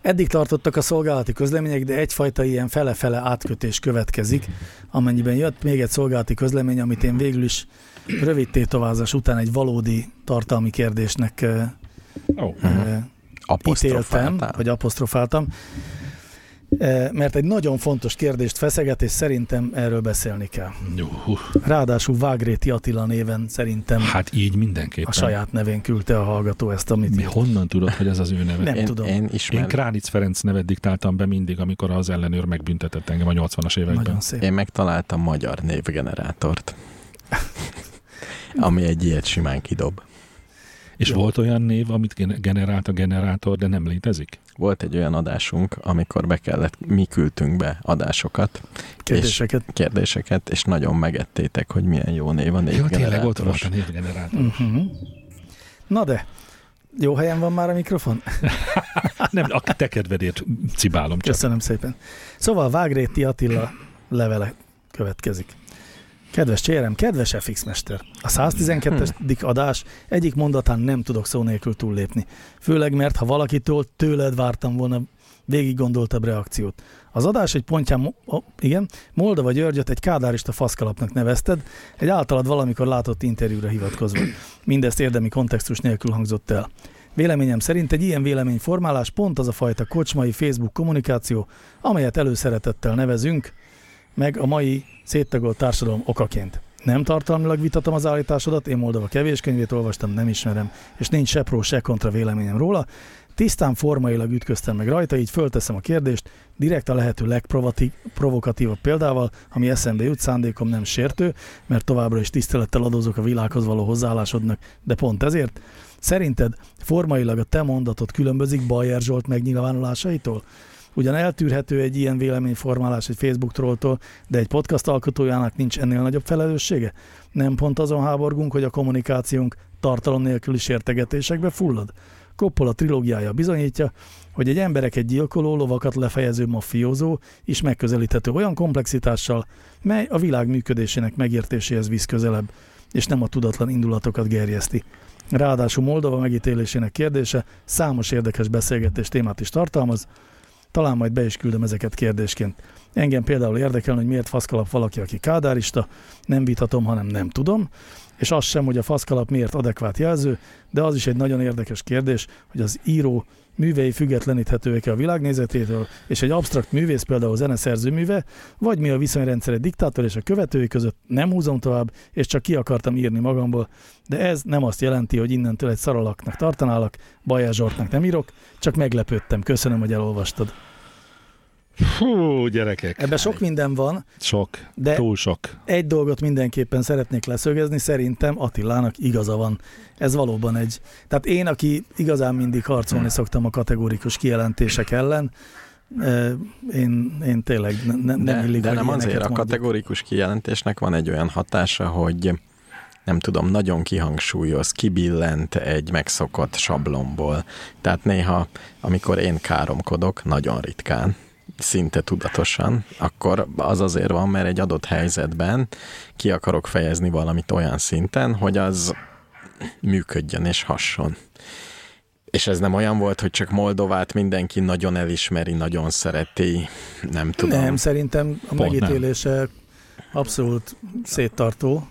C: Eddig tartottak a szolgálati közlemények, de egyfajta ilyen fele-fele átkötés következik, amennyiben jött még egy szolgálati közlemény, amit én végül is rövid tétovázás után egy valódi tartalmi kérdésnek eh, ö,
D: Oh.
C: ö, ítéltem,
B: Apostrofáltál.
C: vagy apostrofáltam, ö, mert egy nagyon fontos kérdést feszeget, és szerintem erről beszélni kell. Ráadásul Vágréti Attila néven szerintem
D: Hát így mindenképpen.
C: a saját nevén küldte a hallgató ezt, amit
D: Mi honnan tudod, hogy ez az ő neve?
C: Nem.
B: én,
C: tudom.
B: Én
D: Én
B: ismerem. Én,
D: Kránic Ferenc nevet diktáltam be mindig, amikor az ellenőr megbüntetett engem a 80-as években.
C: nagyon szép.
B: én megtaláltam magyar névgenerátort. ami egy ilyet simán kidob.
D: És
C: Jó.
D: volt olyan név, amit gen- generált a generátor, de nem létezik?
B: Volt egy olyan adásunk, amikor be kellett, mi küldtünk be adásokat,
C: Kérdéseket.
B: kérdéseket, és nagyon megettétek, hogy milyen jó név a
D: Ja, tényleg ott volt
B: névgenerátoros.
D: a névgenerátor.
C: Uh-huh. Na de, jó helyen van már a mikrofon?
D: Nem, a te kedvedért cibálom csak.
C: Köszönöm szépen. Szóval Vágréti Attila levele következik. Kedves Csérem, kedves FX Mester, a 112. adás egyik mondatán nem tudok szó nélkül túllépni. Főleg, mert ha valakitől tőled vártam volna végig gondoltabb reakciót. Az adás egy pontján, mo- oh, igen, Moldova Györgyöt egy kádárista faszkalapnak nevezted, egy általad valamikor látott interjúra hivatkozva. Mindezt érdemi kontextus nélkül hangzott el. Véleményem szerint egy ilyen véleményformálás pont az a fajta kocsmai Facebook kommunikáció, amelyet előszeretettel nevezünk, meg a mai széttagolt társadalom okaként. Nem tartalmilag vitatom az állításodat, én Moldova kevés könyvét olvastam, nem ismerem, és nincs se pró, se kontra véleményem róla. Tisztán formailag ütköztem meg rajta, így fölteszem a kérdést, direkt a lehető legprovokatívabb példával, ami eszembe jut, szándékom nem sértő, mert továbbra is tisztelettel adózok a világhoz való hozzáállásodnak, de pont ezért. Szerinted formailag a te mondatod különbözik Bajer Zsolt megnyilvánulásaitól? Ugyan eltűrhető egy ilyen véleményformálás egy Facebook trolltól, de egy podcast alkotójának nincs ennél nagyobb felelőssége? Nem pont azon háborgunk, hogy a kommunikációnk tartalom nélküli sértegetésekbe fullad? Coppola trilógiája bizonyítja, hogy egy embereket gyilkoló, lovakat lefejező mafiózó is megközelíthető olyan komplexitással, mely a világ működésének megértéséhez visz közelebb, és nem a tudatlan indulatokat gerjeszti. Ráadásul Moldova megítélésének kérdése számos érdekes beszélgetés témát is tartalmaz, talán majd be is küldöm ezeket kérdésként. Engem például érdekelne, hogy miért faszkalap valaki, aki kádárista, nem vitatom, hanem nem tudom, és az sem, hogy a faszkalap miért adekvát jelző, de az is egy nagyon érdekes kérdés, hogy az író művei függetleníthetőek a világnézetétől, és egy absztrakt művész például zeneszerző műve, vagy mi a viszonyrendszer egy diktátor és a követői között, nem húzom tovább, és csak ki akartam írni magamból, de ez nem azt jelenti, hogy innentől egy szaralaknak tartanálak, Bajázsortnak nem írok, csak meglepődtem, köszönöm, hogy elolvastad.
D: Hú, gyerekek.
C: Ebben sok minden van,
D: Sok.
C: de
D: Túl sok.
C: egy dolgot mindenképpen szeretnék leszögezni, szerintem Attilának igaza van. Ez valóban egy... Tehát én, aki igazán mindig harcolni szoktam a kategórikus kijelentések ellen, ö, én, én tényleg ne, ne, nem
B: De,
C: illik,
B: de
C: hogy
B: nem
C: ilyeneket
B: azért a
C: mondjak.
B: kategorikus kijelentésnek van egy olyan hatása, hogy nem tudom, nagyon kihangsúlyoz, kibillent egy megszokott sablomból. Tehát néha, amikor én káromkodok, nagyon ritkán, szinte tudatosan, akkor az azért van, mert egy adott helyzetben ki akarok fejezni valamit olyan szinten, hogy az működjön és hasson. És ez nem olyan volt, hogy csak Moldovát mindenki nagyon elismeri, nagyon szereti, nem tudom.
C: Nem, szerintem a
D: Pont nem.
C: megítélése abszolút széttartó.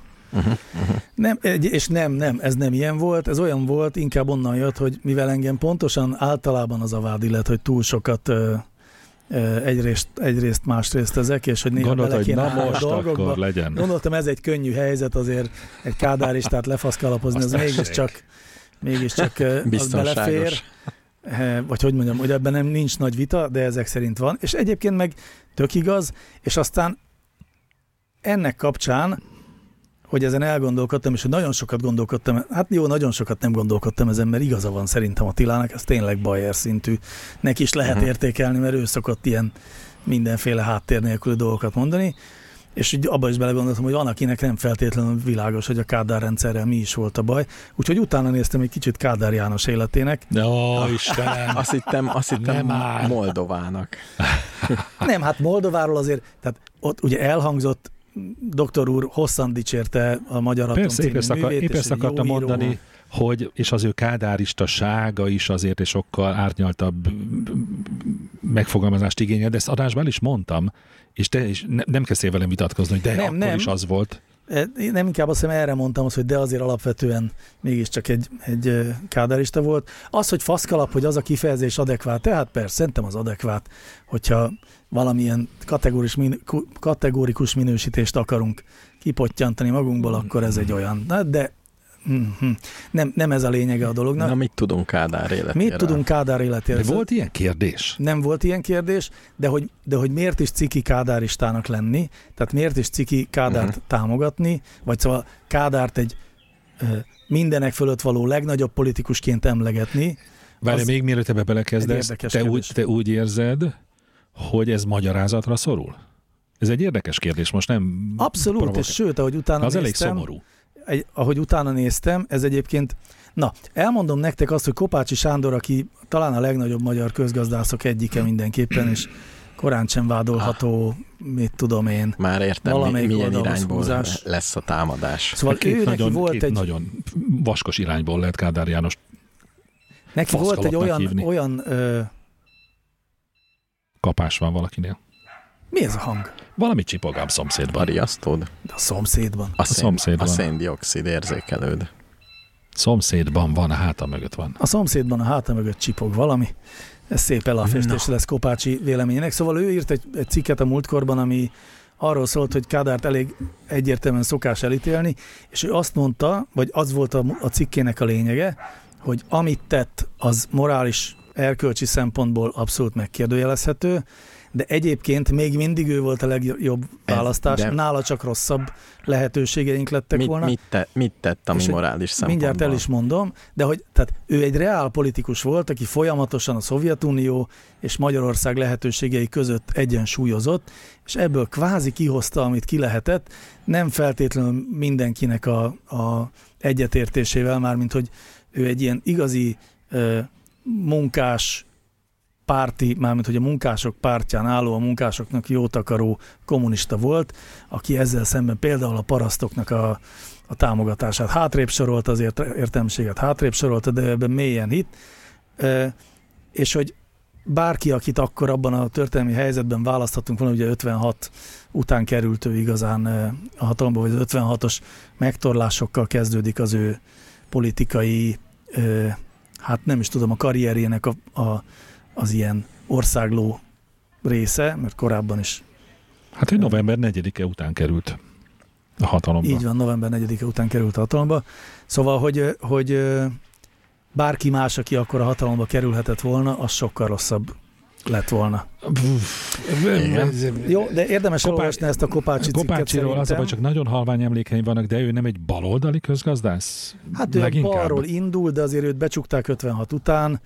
C: Nem, egy- és nem, nem, ez nem ilyen volt, ez olyan volt, inkább onnan jött, hogy mivel engem pontosan általában az a vád illet, hogy túl sokat ö, ö, egyrészt, egyrészt másrészt ezek, és hogy néha
D: Gondolod,
C: bele
D: hogy
C: kéne
D: na
C: állni a
D: most akkor
C: dolgokba.
D: legyen.
C: Gondoltam, ez egy könnyű helyzet, azért egy kádáristát lefaszkalapozni,
D: Azt
C: az
D: tessék.
C: mégiscsak, mégiscsak ö, az belefér.
B: Biztonságos.
C: Eh, vagy hogy mondjam, hogy ebben nem nincs nagy vita, de ezek szerint van, és egyébként meg tök igaz, és aztán ennek kapcsán, hogy ezen elgondolkodtam, és hogy nagyon sokat gondolkodtam, hát jó, nagyon sokat nem gondolkodtam ezen, mert igaza van szerintem Attilának, ez tényleg Bayer szintű. Neki is lehet
B: Mhm.
C: értékelni, mert ő szokott ilyen mindenféle háttér nélküli dolgokat mondani, és így abba is belegondoltam, hogy van, akinek nem feltétlenül világos, hogy a Kádár rendszerrel mi is volt a baj. Úgyhogy utána néztem egy kicsit Kádár János életének,
D: Ó, Istenem.
B: Azt hittem, azt hittem
D: Nem áll.
B: Moldovának.
C: Nem, hát Moldováról azért, tehát ott ugye elhangzott, doktor úr hosszan dicsérte a Magyar Atom
D: Persze, épp
C: című
D: ezt, akar,
C: művét,
D: épp
C: és
D: ezt
C: egy jó
D: akartam
C: író.
D: mondani, hogy, és az ő kádáristasága is azért és sokkal árnyaltabb megfogalmazást igényel, de ezt adásban el is mondtam, és te is ne, nem kezdtél velem vitatkozni, hogy de
C: Nem,
D: nem, akkor
C: nem.
D: nem. is az volt.
C: E, Én nem inkább azt hiszem erre mondtam azt, hogy de azért alapvetően mégiscsak egy, egy ö, kádárista volt. Az, hogy faszkalap, hogy az a kifejezés adekvát, tehát persze, szerintem az adekvát, hogyha valamilyen kategóris, min, ku- kategórikus minősítést akarunk kipottyantani magunkból, akkor ez egy olyan. Na, de mhm. nem, nem ez a lényege a dolognak.
B: Na, mit tudunk Kádár életéről?
C: Mit tudunk Kádár életéről?
D: De volt ilyen kérdés?
C: Nem volt ilyen kérdés, de hogy, de hogy miért is ciki kádáristának lenni, tehát miért is ciki kádárt
D: Mhm.
C: uh-huh. támogatni, vagy szóval kádárt egy ö, mindenek fölött való legnagyobb politikusként emlegetni.
D: Várj,
C: Az-
D: még mielőtt ebbe
C: Egy
D: belekezdesz,
C: érdekes
D: te úgy,
C: kérdés.
D: te úgy érzed, hogy ez magyarázatra szorul? Ez egy érdekes kérdés, most nem
C: Abszolút,
D: provokál.
C: és sőt, ahogy utána
D: Az elég
C: néztem,
D: szomorú.
C: egy, ahogy utána néztem, ez egyébként, na, elmondom nektek azt, hogy Kopácsi Sándor, aki talán a legnagyobb magyar közgazdászok egyike mindenképpen, és korán sem vádolható, mit tudom én.
B: Már értem, mi,
C: Valamelyik
B: milyen
C: oldalhoz
B: irányból
C: húzás.
B: lesz a támadás.
C: Szóval
D: Két
C: ő neki
D: nagyon,
C: volt
D: két
C: egy...
D: nagyon vaskos irányból lehet Kádár János
C: Neki volt egy
D: Faszkalapnak
C: olyan,
D: hívni.
C: olyan ö,
D: kapás van valakinél.
C: mi ez a hang?
D: Valami csipogám szomszédban.
B: Bariasztód?
C: De a szomszédban.
B: A,
D: szomszédban.
B: A széndiokszid érzékelőd.
D: Szomszédban van, a háta mögött van.
C: A szomszédban a háta mögött csipog valami. Ez szép elafestés lesz Kopácsi véleményének. Szóval ő írt egy, egy cikket a múltkorban, ami arról szólt, hogy Kádárt elég egyértelműen szokás elítélni, és ő azt mondta, vagy az volt a, a cikkének a lényege, hogy amit tett, az morális, erkölcsi szempontból abszolút megkérdőjelezhető, de egyébként még mindig ő volt a legjobb
B: Ez-
C: választás,
B: de-
C: nála csak rosszabb lehetőségeink lettek
B: Mit,
C: volna.
B: mit, te, mit tett, ami
C: És hogy
B: morális szempontból?
C: Mindjárt el is mondom, de hogy tehát ő egy reál politikus volt, aki folyamatosan a Szovjetunió és Magyarország lehetőségei között egyensúlyozott, és ebből kvázi kihozta, amit ki lehetett, nem feltétlenül mindenkinek a, a egyetértésével, mármint hogy ő egy ilyen igazi ö, munkás párti, mármint hogy a munkások pártján álló, a munkásoknak jótakaró kommunista volt, aki ezzel szemben például a parasztoknak a, a támogatását hátrébb sorolta, az ért- értelmiséget hátrébb sorolta, de ő ebben mélyen hit. Ö, és hogy bárki, akit akkor abban a történelmi helyzetben választhatunk volna, ugye 56 után került ő igazán ö, a hatalomba, vagy az 56-os megtorlásokkal kezdődik az ő politikai, ö, hát nem is tudom, a karrierjének a, a, az ilyen országló része, mert korábban is
D: Hát, hogy november 4-e után került a hatalomba.
C: Így van, november 4-e után került a hatalomba. Szóval, hogy, hogy ö, bárki más, aki akkor a hatalomba kerülhetett volna, az sokkal rosszabb lett volna. Jó, de érdemes Kopá... olvasni ezt a Kopácsi cikket
D: Kopácsiról az, hogy csak nagyon halvány emlékeim vannak, de ő nem egy baloldali közgazdász?
C: Hát ő Leginkább. balról indul, de azért őt becsukták 56 után.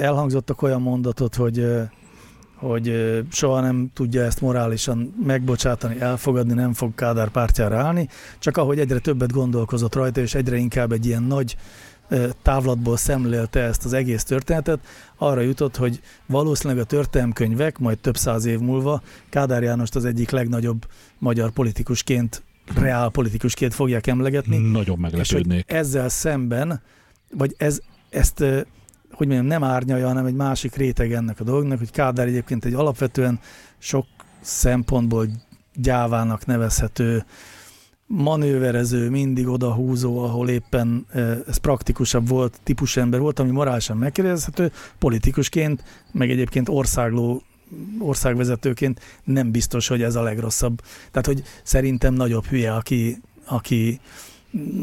C: Elhangzottak olyan mondatot, hogy hogy soha nem tudja ezt morálisan megbocsátani, elfogadni, nem fog Kádár pártjára állni, csak ahogy egyre többet gondolkozott rajta, és egyre inkább egy ilyen nagy távlatból szemlélte ezt az egész történetet, arra jutott, hogy valószínűleg a történelmkönyvek majd több száz év múlva Kádár Jánost az egyik legnagyobb magyar politikusként, reál politikusként fogják emlegetni.
D: Nagyon meglepődnék.
C: És ezzel szemben, vagy ez, ezt hogy mondjam, nem árnyalja, hanem egy másik réteg ennek a dolognak, hogy Kádár egyébként egy alapvetően sok szempontból gyávának nevezhető manőverező, mindig odahúzó, ahol éppen ez praktikusabb volt, típusember volt, ami morálisan megkérdezhető, politikusként, meg egyébként országló országvezetőként nem biztos, hogy ez a legrosszabb. Tehát, hogy szerintem nagyobb hülye, aki, aki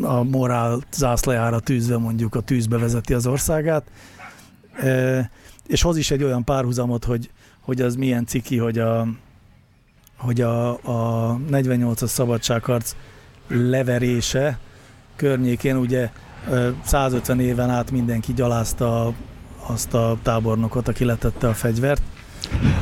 C: a morál zászlajára tűzve mondjuk a tűzbe vezeti az országát, és hoz is egy olyan párhuzamot, hogy, hogy az milyen ciki, hogy a, hogy a, a 48-as szabadságharc leverése környékén ugye 150 éven át mindenki gyalázta azt a tábornokot, aki letette a fegyvert.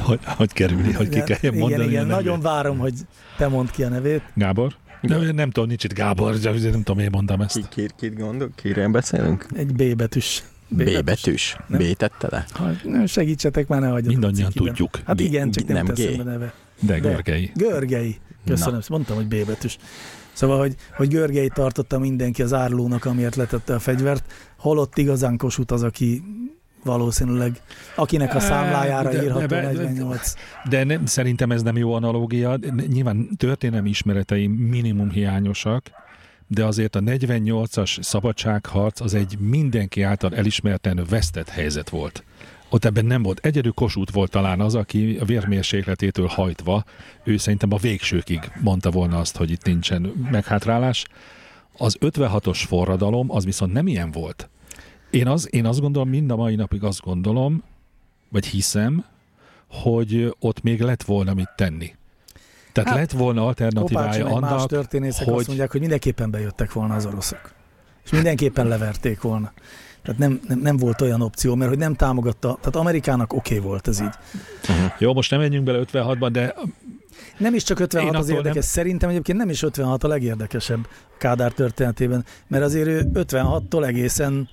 D: Hogy, hogy kerüli, hogy ki kell
C: igen,
D: mondani.
C: Igen, igen. nagyon várom, hogy te mondd ki a nevét.
D: Gábor? De nem, nem tudom, nincs itt Gábor, de nem tudom, miért mondtam ezt.
B: Ki, ki, kit gondol? Kire beszélünk?
C: Egy B betűs.
B: B betűs? B, B tette le?
C: Ha, segítsetek már, Hát, ne hagyjatok.
D: Mindannyian tudjuk.
C: Hát igen, csak nem, nem teszem a neve.
D: De Görgei.
C: Görgei. Köszönöm, Na. mondtam, hogy B betűs. Szóval, hogy, hogy Görgei tartotta mindenki az árlónak, amiért letette a fegyvert, holott igazán Kossuth az, aki valószínűleg, akinek a számlájára Eh, de, írható de, 48.
D: De nem, szerintem ez nem jó analógia. Nyilván történelmi ismereteim minimum hiányosak, de azért a 48-as szabadságharc az egy mindenki által elismerten vesztett helyzet volt. Ott ebben nem volt. Egyedül Kossuth volt talán az, aki a vérmérsékletétől hajtva, ő szerintem a végsőkig mondta volna azt, hogy itt nincsen meghátrálás. Az 56-os forradalom az viszont nem ilyen volt. Én, az, én azt gondolom, mind a mai napig azt gondolom, vagy hiszem, hogy ott még lett volna mit tenni. Tehát hát, lett volna alternatívája annak,
C: más történészek hogy... azt mondják, hogy mindenképpen bejöttek volna az oroszok. És mindenképpen leverték volna. Tehát nem, nem, nem volt olyan opció, mert hogy nem támogatta, tehát Amerikának oké okay volt ez így.
D: Uh-huh. Jó, most nem menjünk bele 56-ban, de
C: nem is csak 56 Én az érdekes, nem... szerintem egyébként nem is 56 a legérdekesebb Kádár történetében, mert azért ő 56-tól egészen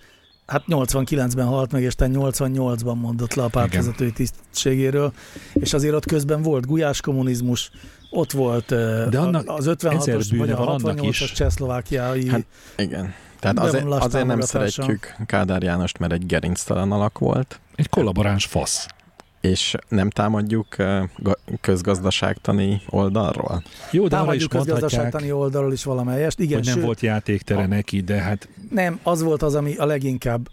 C: hát 89-ben halt meg, és te 88-ban mondott le a pártvezetői tisztségéről, és azért ott közben volt gulyás kommunizmus, ott volt De annak az 56-os vagy a 68-as csehszlovákiai hát,
B: igen. Tehát azért, azért nem szeretjük Kádár Jánost, mert egy gerinctelen alak volt.
D: Egy kollaboráns fasz.
B: És nem támadjuk közgazdaságtani oldalról?
C: Jó, de támadjuk közgazdaságtani oldalról is valamelyest. Igen,
D: hogy nem
C: sőt,
D: volt játéktere a... neki, de hát...
C: Nem, az volt az, ami a leginkább...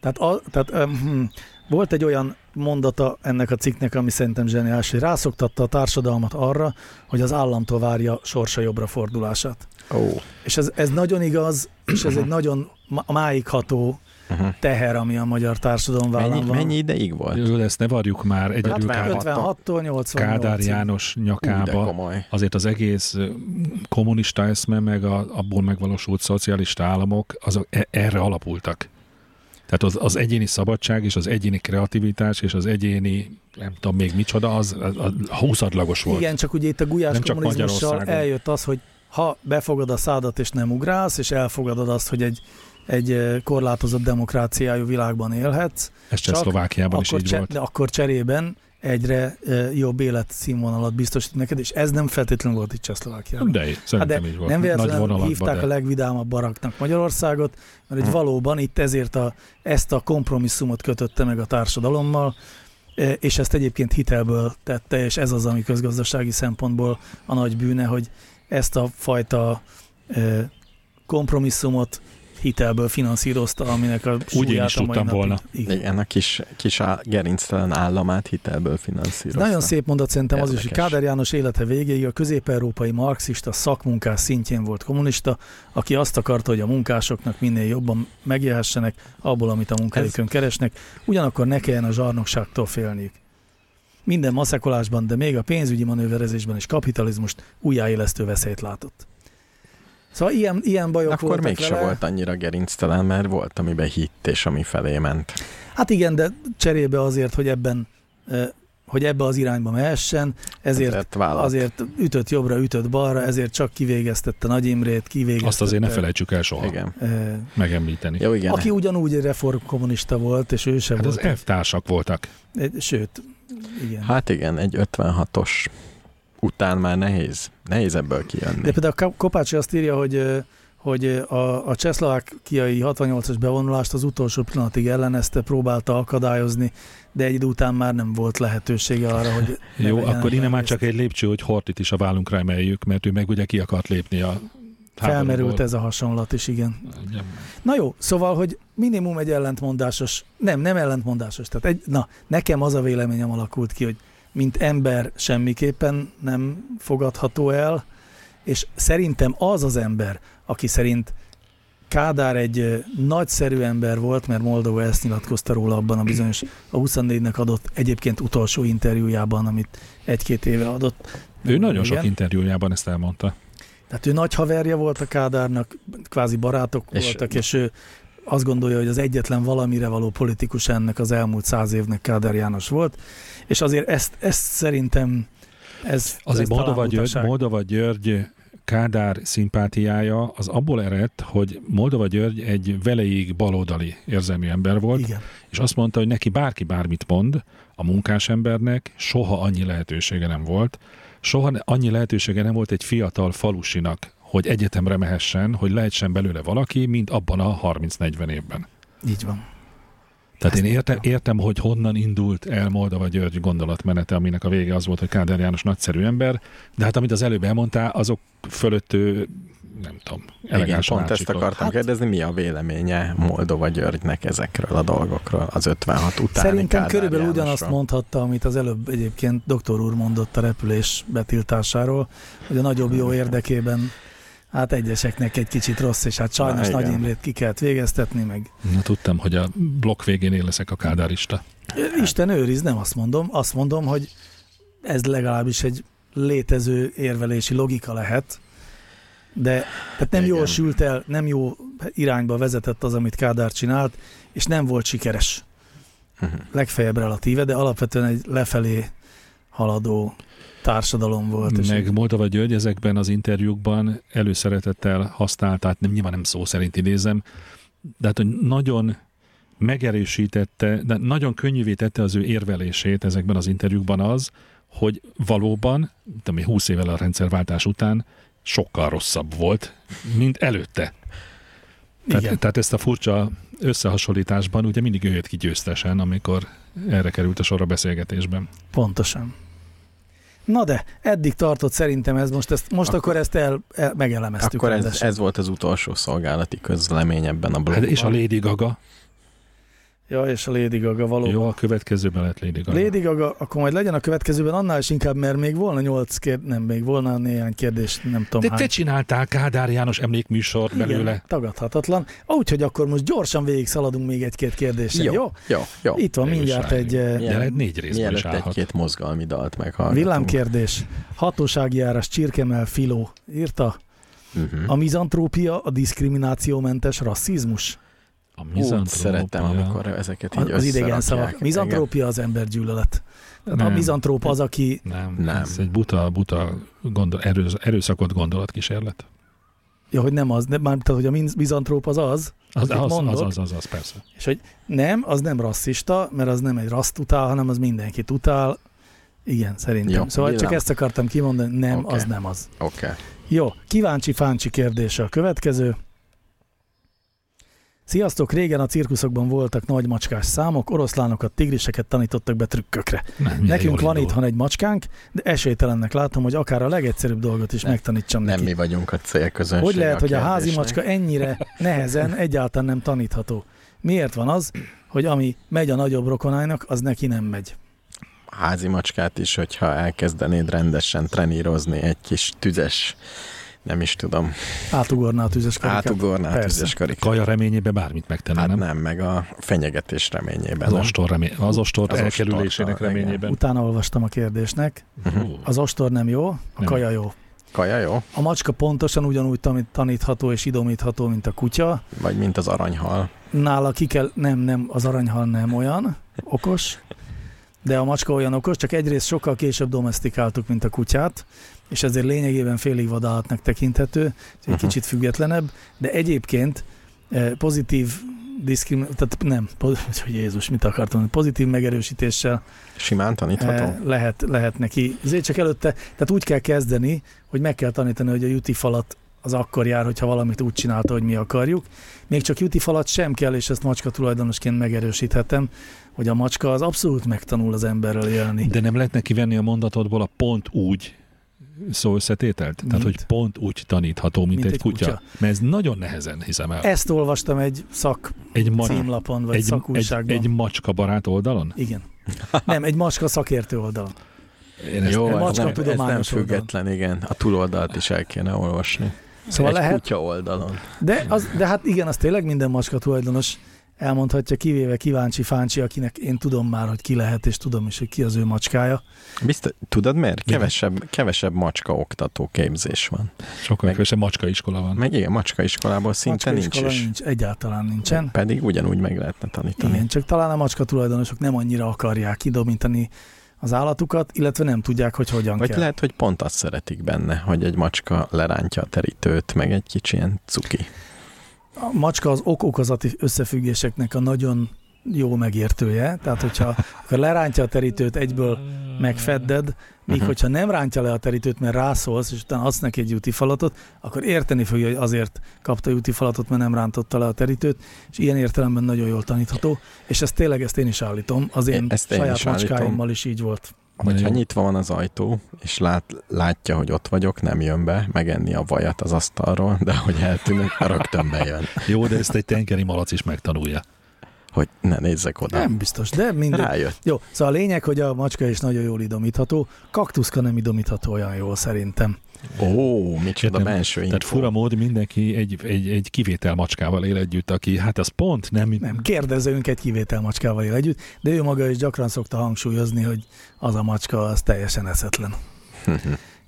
C: Tehát, a, tehát um, volt egy olyan mondata ennek a cikknek, ami szerintem zseniális, hogy rászoktatta a társadalmat arra, hogy az államtól várja sorsa jobbra fordulását.
B: Oh.
C: És ez, ez nagyon igaz, és ez egy nagyon máig ható uh-huh. teher, ami a magyar társadalom vállán
B: mennyi,
C: van.
B: Mennyi ideig
C: Hát-
B: volt?
D: Jó, ezt ne varjuk már egyedül
C: 56-tól 88
D: Hát Kádár János nyakába. Ú, azért az egész kommunista eszme, meg a, abból megvalósult szocialista államok, azok e- erre alapultak. Tehát az, az egyéni szabadság és az egyéni kreativitás és az egyéni nem tudom még micsoda, az, az, az húszadlagos volt.
C: Igen, csak ugye itt a gulyás nem kommunizmussal eljött az, hogy ha befogad a szádat és nem ugrálsz, és elfogadod azt, hogy egy egy korlátozott demokráciájú világban élhetsz.
D: Ez csak Szlovákiában is így
C: cse-
D: volt.
C: De akkor cserében egyre jobb életszínvonalat biztosít neked, és ez nem feltétlenül volt itt Csehszlovákiában.
D: De szerintem hát de így volt.
C: Nem véletlenül hívták de. a legvidámabb baraknak Magyarországot, mert
D: Hm.
C: hogy valóban itt ezért a, ezt a kompromisszumot kötötte meg a társadalommal, e, és ezt egyébként hitelből tette, és ez az, ami közgazdasági szempontból a nagy bűne, hogy ezt a fajta e, kompromisszumot hitelből finanszírozta, aminek a
D: Úgy én is tudtam volna.
B: Igen. Igen, a kis, kis á, gerinctelen államát hitelből finanszírozta.
C: Nagyon szép mondat szerintem Érdekes. az is, hogy Kádár János élete végéig a közép-európai marxista szakmunkás szintjén volt kommunista, aki azt akarta, hogy a munkásoknak minél jobban megjelhessenek abból, amit a munkájukon Ez... keresnek, ugyanakkor ne kelljen a zsarnokságtól félniük. Minden maszakolásban, de még a pénzügyi manőverezésben is kapitalizmust újjáélesztő veszélyt látott. Szóval ilyen, ilyen bajok
B: Akkor
C: voltak
B: mégse
C: vele.
B: volt annyira gerinctelen, mert volt, amiben hitt és ami felé ment.
C: Hát igen, de cserébe azért, hogy ebben ö, hogy ebbe az irányba mehessen, ezért
B: Ezért vállalt.
C: azért ütött jobbra, ütött balra, ezért csak kivégeztette Nagy Imrét, kivégeztette.
D: Azt azért ne felejtsük el soha
B: Igen.
C: ö,
D: megemlíteni.
B: Jó, igen.
C: Aki ugyanúgy egy reformkommunista volt, és ő sem
D: Hát
C: volt.
D: az F-társak voltak.
C: Egy- Sőt, igen. Hát,
B: Hát igen, egy 56-os után már nehéz. Nehéz ebből kijönni.
C: De például Ka- Kopácsi azt írja, hogy ö, hogy ö, a, a csehszlovákiai 68-as bevonulást az utolsó pillanatig ellenezte, próbálta akadályozni, de egy idő után már nem volt lehetősége arra, hogy ne
D: Jó,
C: vegyenek
D: akkor innen már
C: részt.
D: csak egy lépcső, hogy Hortit is a vállunkra emeljük, mert ő meg ugye ki akart lépni a
C: Felmerült
D: háborúból.
C: ez a hasonlat is, igen.
D: Igen.
C: Na jó, szóval, hogy minimum egy ellentmondásos, nem, nem ellentmondásos, tehát egy, na, nekem az a véleményem alakult ki, hogy mint ember semmiképpen nem fogadható el, és szerintem az az ember, aki szerint Kádár egy ö, nagyszerű ember volt, mert Moldova ezt nyilatkozta róla abban a bizonyos, a 24-nek adott egyébként utolsó interjújában, amit egy-két éve adott.
D: Ő nagyon sok
C: Igen.
D: interjújában ezt elmondta.
C: Tehát ő nagy haverja volt a Kádárnak, kvázi barátok és
B: És-
C: voltak, és ő azt gondolja, hogy az egyetlen valamire való politikus ennek az elmúlt száz évnek Kádár János volt, és azért ezt, ezt szerintem ez
D: Azért
C: ez talán
D: Moldova György,
C: butaság.
D: Moldova György Kádár szimpátiája az abból eredt, hogy Moldova György egy veleig baloldali érzelmű ember volt,
C: Igen.
D: és azt mondta, hogy neki bárki bármit mond, a munkás embernek soha annyi lehetősége nem volt, soha ne- annyi lehetősége nem volt egy fiatal falusinak, hogy egyetemre mehessen, hogy lehessen belőle valaki, mint abban a 30-40 évben.
C: Így van.
D: Tehát
C: Ezt
D: én értem, értem, hogy honnan indult el Moldova György gondolatmenete, aminek a vége az volt, hogy Kádár János nagyszerű ember, de hát amit az előbb elmondtál, azok fölött ő, nem tudom,
B: Igen,
D: elegáns
B: pont ezt akartam
C: Hát-
B: kérdezni, mi a véleménye Moldova Györgynek ezekről a dolgokról, az 56 utáni
C: Szerintem
B: Kádár
C: körülbelül
B: Jánosról?
C: ugyanazt mondhatta, amit az előbb egyébként doktor úr mondott a repülés betiltásáról, hogy a nagyobb jó érdekében hát egyeseknek egy kicsit rossz, és hát sajnos
B: Na,
C: Nagy
B: igen.
C: Imrét ki kellett végeztetni, meg
D: Na tudtam, hogy a blokk végén én leszek a kádárista.
C: Isten őriz, nem azt mondom. Azt mondom, hogy ez legalábbis egy létező érvelési logika lehet, de tehát nem
B: Igen.
C: jól sült el, nem jó irányba vezetett az, amit Kádár csinált, és nem volt sikeres.
B: Mhm.
C: Legfeljebb relatíve, de alapvetően egy lefelé haladó társadalom volt. és
D: Meg Moldova György ezekben az interjúkban előszeretettel használt, tehát nem, nyilván nem szó szerint idézem, de hát, hogy nagyon megerősítette, de nagyon könnyűvé tette az ő érvelését ezekben az interjúkban az, hogy valóban, nem tudom, én, 20 évvel a rendszerváltás után sokkal rosszabb volt, mint előtte. Tehát,
C: Igen.
D: tehát ezt a furcsa összehasonlításban ugye mindig ő jött ki győztesen, amikor erre került a sor a beszélgetésben.
C: Pontosan. Na de, eddig tartott szerintem ez most, ezt, most akkor,
B: Akkor-
C: ezt el, el, megelemeztük.
B: Akkor ez,
C: rendesen.
B: ez volt az utolsó szolgálati közlemény ebben a
D: Hát
B: blogban.
D: és a Lady Gaga,
C: Ja, és a Lady Gaga valóban.
D: jó, a következőben lett Lady Gaga.
C: Lady Gaga, akkor majd legyen a következőben, annál is inkább, mert még volna nyolc kérdés, nem, még volna néhány kérdés, nem tudom
D: De
C: hány.
D: te csináltál Kádár János emlékműsort
C: Igen,
D: belőle.
C: tagadhatatlan. Ó, Úgyhogy akkor most gyorsan végig szaladunk még egy-két kérdéssel, jó?
B: Jó, jó, jó.
C: Itt van
D: Jó,
C: mindjárt
D: srácok.
C: egy eh,
D: De lehet négy részből is
B: Mielőtt
D: állhat.
B: egy-két mozgalmi dalt meghallgatunk.
C: villámkérdés. Hatósági járás Csirkemel Filó írta.
B: Uh-huh.
D: Hm.
C: A mizantrópia a diszkriminációmentes rasszizmus?
D: A
B: Úgy
D: mizantrópia.
B: szeretem, amikor ezeket így
C: Az, az idegen
B: összerakják.
C: szavak. Mizantrópia az embergyűlölet. Tehát a
D: Nem.
C: mizantróp az, aki
D: Nem,
B: Nem.
D: ez egy buta, buta gondol, erőz, erőszakot gondolatkísérlet.
C: ja, hogy nem az, de már, tehát hogy a miz- mizantróp az az,
D: Az
C: Amit
D: az, az,
C: mondok.
D: az, az, az, persze.
C: És hogy nem, az nem rasszista, mert az nem egy raszt utál, hanem az mindenkit utál. Igen, szerintem. Jó,
B: Jó,
C: szóval csak
B: villám.
C: ezt akartam kimondani, nem, okay.
B: Oké.
C: az nem az.
B: Oké. Okay.
C: Jó, kíváncsi-fáncsi kérdése a következő. Sziasztok, régen a cirkuszokban voltak nagy macskás számok, oroszlánokat, tigriseket tanítottak be trükkökre.
D: Nem, milyen
C: Nekünk
D: jól
C: van
D: indul.
C: itthon egy macskánk, de esélytelennek látom, hogy akár a legegyszerűbb dolgot is
B: Nem,
C: megtanítsam
B: Nem
C: neki.
B: mi vagyunk a célközönség.
C: Hogy lehet, hogy a házi
B: kérdésnek.
C: macska ennyire nehezen egyáltalán nem tanítható? Miért van az, hogy ami megy a nagyobb rokonának, az neki nem megy?
B: házi macskát is, hogyha elkezdenéd rendesen trenírozni egy kis tüzes nem is tudom,
C: Átugorná a tüzes karikát.
B: átugorná a
C: Persze.
B: tüzes karikát.
D: Kaja reményében bármit megtenne,
B: Hát
D: nem?
B: nem, meg a fenyegetés reményében.
D: Az
B: nem?
D: ostor, remé- az ostor
B: Az
D: az elkerülésének
B: ostortal,
D: reményében.
C: Utána olvastam a kérdésnek.
D: Hú.
C: Az ostor nem jó, a
D: Nem.
C: kaja jó.
B: Kaja, jó?
C: A macska pontosan ugyanúgy tanít- tanítható és idomítható, mint a kutya.
B: Vagy mint az aranyhal.
C: Nála ki kell, nem, nem, az aranyhal nem olyan okos, de a macska olyan okos, csak egyrészt sokkal később domestikáltuk, mint a kutyát, és ezért lényegében félig vadállatnak tekinthető, egy
B: Mhm.
C: kicsit függetlenebb, de egyébként eh, pozitív diszkrimin... tehát nem, poz- hogy Jézus, mit akartam, mondani? pozitív megerősítéssel
B: Simán tanítható?
C: Eh, Lehet, lehet neki. Ezért csak előtte, tehát úgy kell kezdeni, hogy meg kell tanítani, hogy a juti falat az akkor jár, hogyha valamit úgy csinálta, hogy mi akarjuk. Még csak juti falat sem kell, és ezt macska tulajdonosként megerősíthetem, hogy a macska az abszolút megtanul az emberrel élni.
D: De nem lehetne kivenni a mondatodból a pont úgy szó összetételt? Tehát,
C: Mint?
D: hogy pont úgy tanítható, mint, mint egy, kutya. kutya. Mert ez nagyon nehezen hiszem el.
C: Ezt olvastam egy szak
D: Egy, ma-
C: címlapon, vagy
D: egy, egy,
C: szakújságban.
D: egy macska barát oldalon?
C: Igen. Nem, egy macska szakértő oldalon.
D: Én ezt,
B: Jó,
C: a
B: ez
C: macska
B: nem, ez nem
C: tudományos
B: független, igen. A túloldalt is el kéne olvasni.
C: Szóval
B: Egy
C: lehet,
B: kutya oldalon.
C: De, az, de hát igen, az tényleg minden macska tulajdonos elmondhatja, kivéve kíváncsi fáncsi, akinek én tudom már, hogy ki lehet, és tudom is, hogy ki az ő macskája.
B: Biztos, tudod miért?
D: Igen.
B: Kevesebb, kevesebb macska oktató képzés van.
D: Sokkal
B: Meg-
D: kevesebb macska iskola van.
B: Meg igen, macska iskolából szinte nincs
C: Macskaiskola
B: is.
C: nincs, egyáltalán nincsen.
B: Pedig ugyanúgy meg lehetne tanítani.
C: Igen, csak talán a macska tulajdonosok nem annyira akarják kidomítani az állatukat, illetve nem tudják, hogy hogyan
B: Vagy
C: kell.
B: lehet, hogy pont azt szeretik benne, hogy egy macska lerántja a terítőt, meg egy kicsi ilyen cuki.
C: A macska az ok-okozati összefüggéseknek a nagyon jó megértője, tehát hogyha akkor lerántja a terítőt, egyből megfedded, míg
B: Mhm.
C: hogyha nem rántja le a terítőt, mert rászólsz, és utána adsz neki egy jutifalatot, akkor érteni fogja, hogy azért kapta jutifalatot, mert nem rántotta le a terítőt, és ilyen értelemben nagyon jól tanítható, és ezt tényleg ezt én is állítom, az én,
B: É, ezt én
C: saját
B: is állítom.
C: macskáimmal is így volt.
B: Hogyha
D: Jó.
B: nyitva van az ajtó, és lát, látja, hogy ott vagyok, nem jön be, megenni a vajat az asztalról, de hogy eltűnök, rögtön bejön,
D: Jó, de ezt egy tengeri malac is megtanulja.
B: hogy ne nézzek oda.
C: Nem biztos, de mindegy.
B: Rájött.
C: Jó, szóval a lényeg, hogy a macska is nagyon jól idomítható, kaktuszka nem idomítható olyan jól szerintem.
B: Ó, micsoda
D: Értem.
B: benső
D: Tehát
B: info.
D: fura mód mindenki egy, egy, egy kivétel macskával él együtt, aki hát az pont nem...
C: Nem, kérdezőnk egy kivétel macskával él együtt, de ő maga is gyakran szokta hangsúlyozni, hogy az a macska az teljesen eszetlen.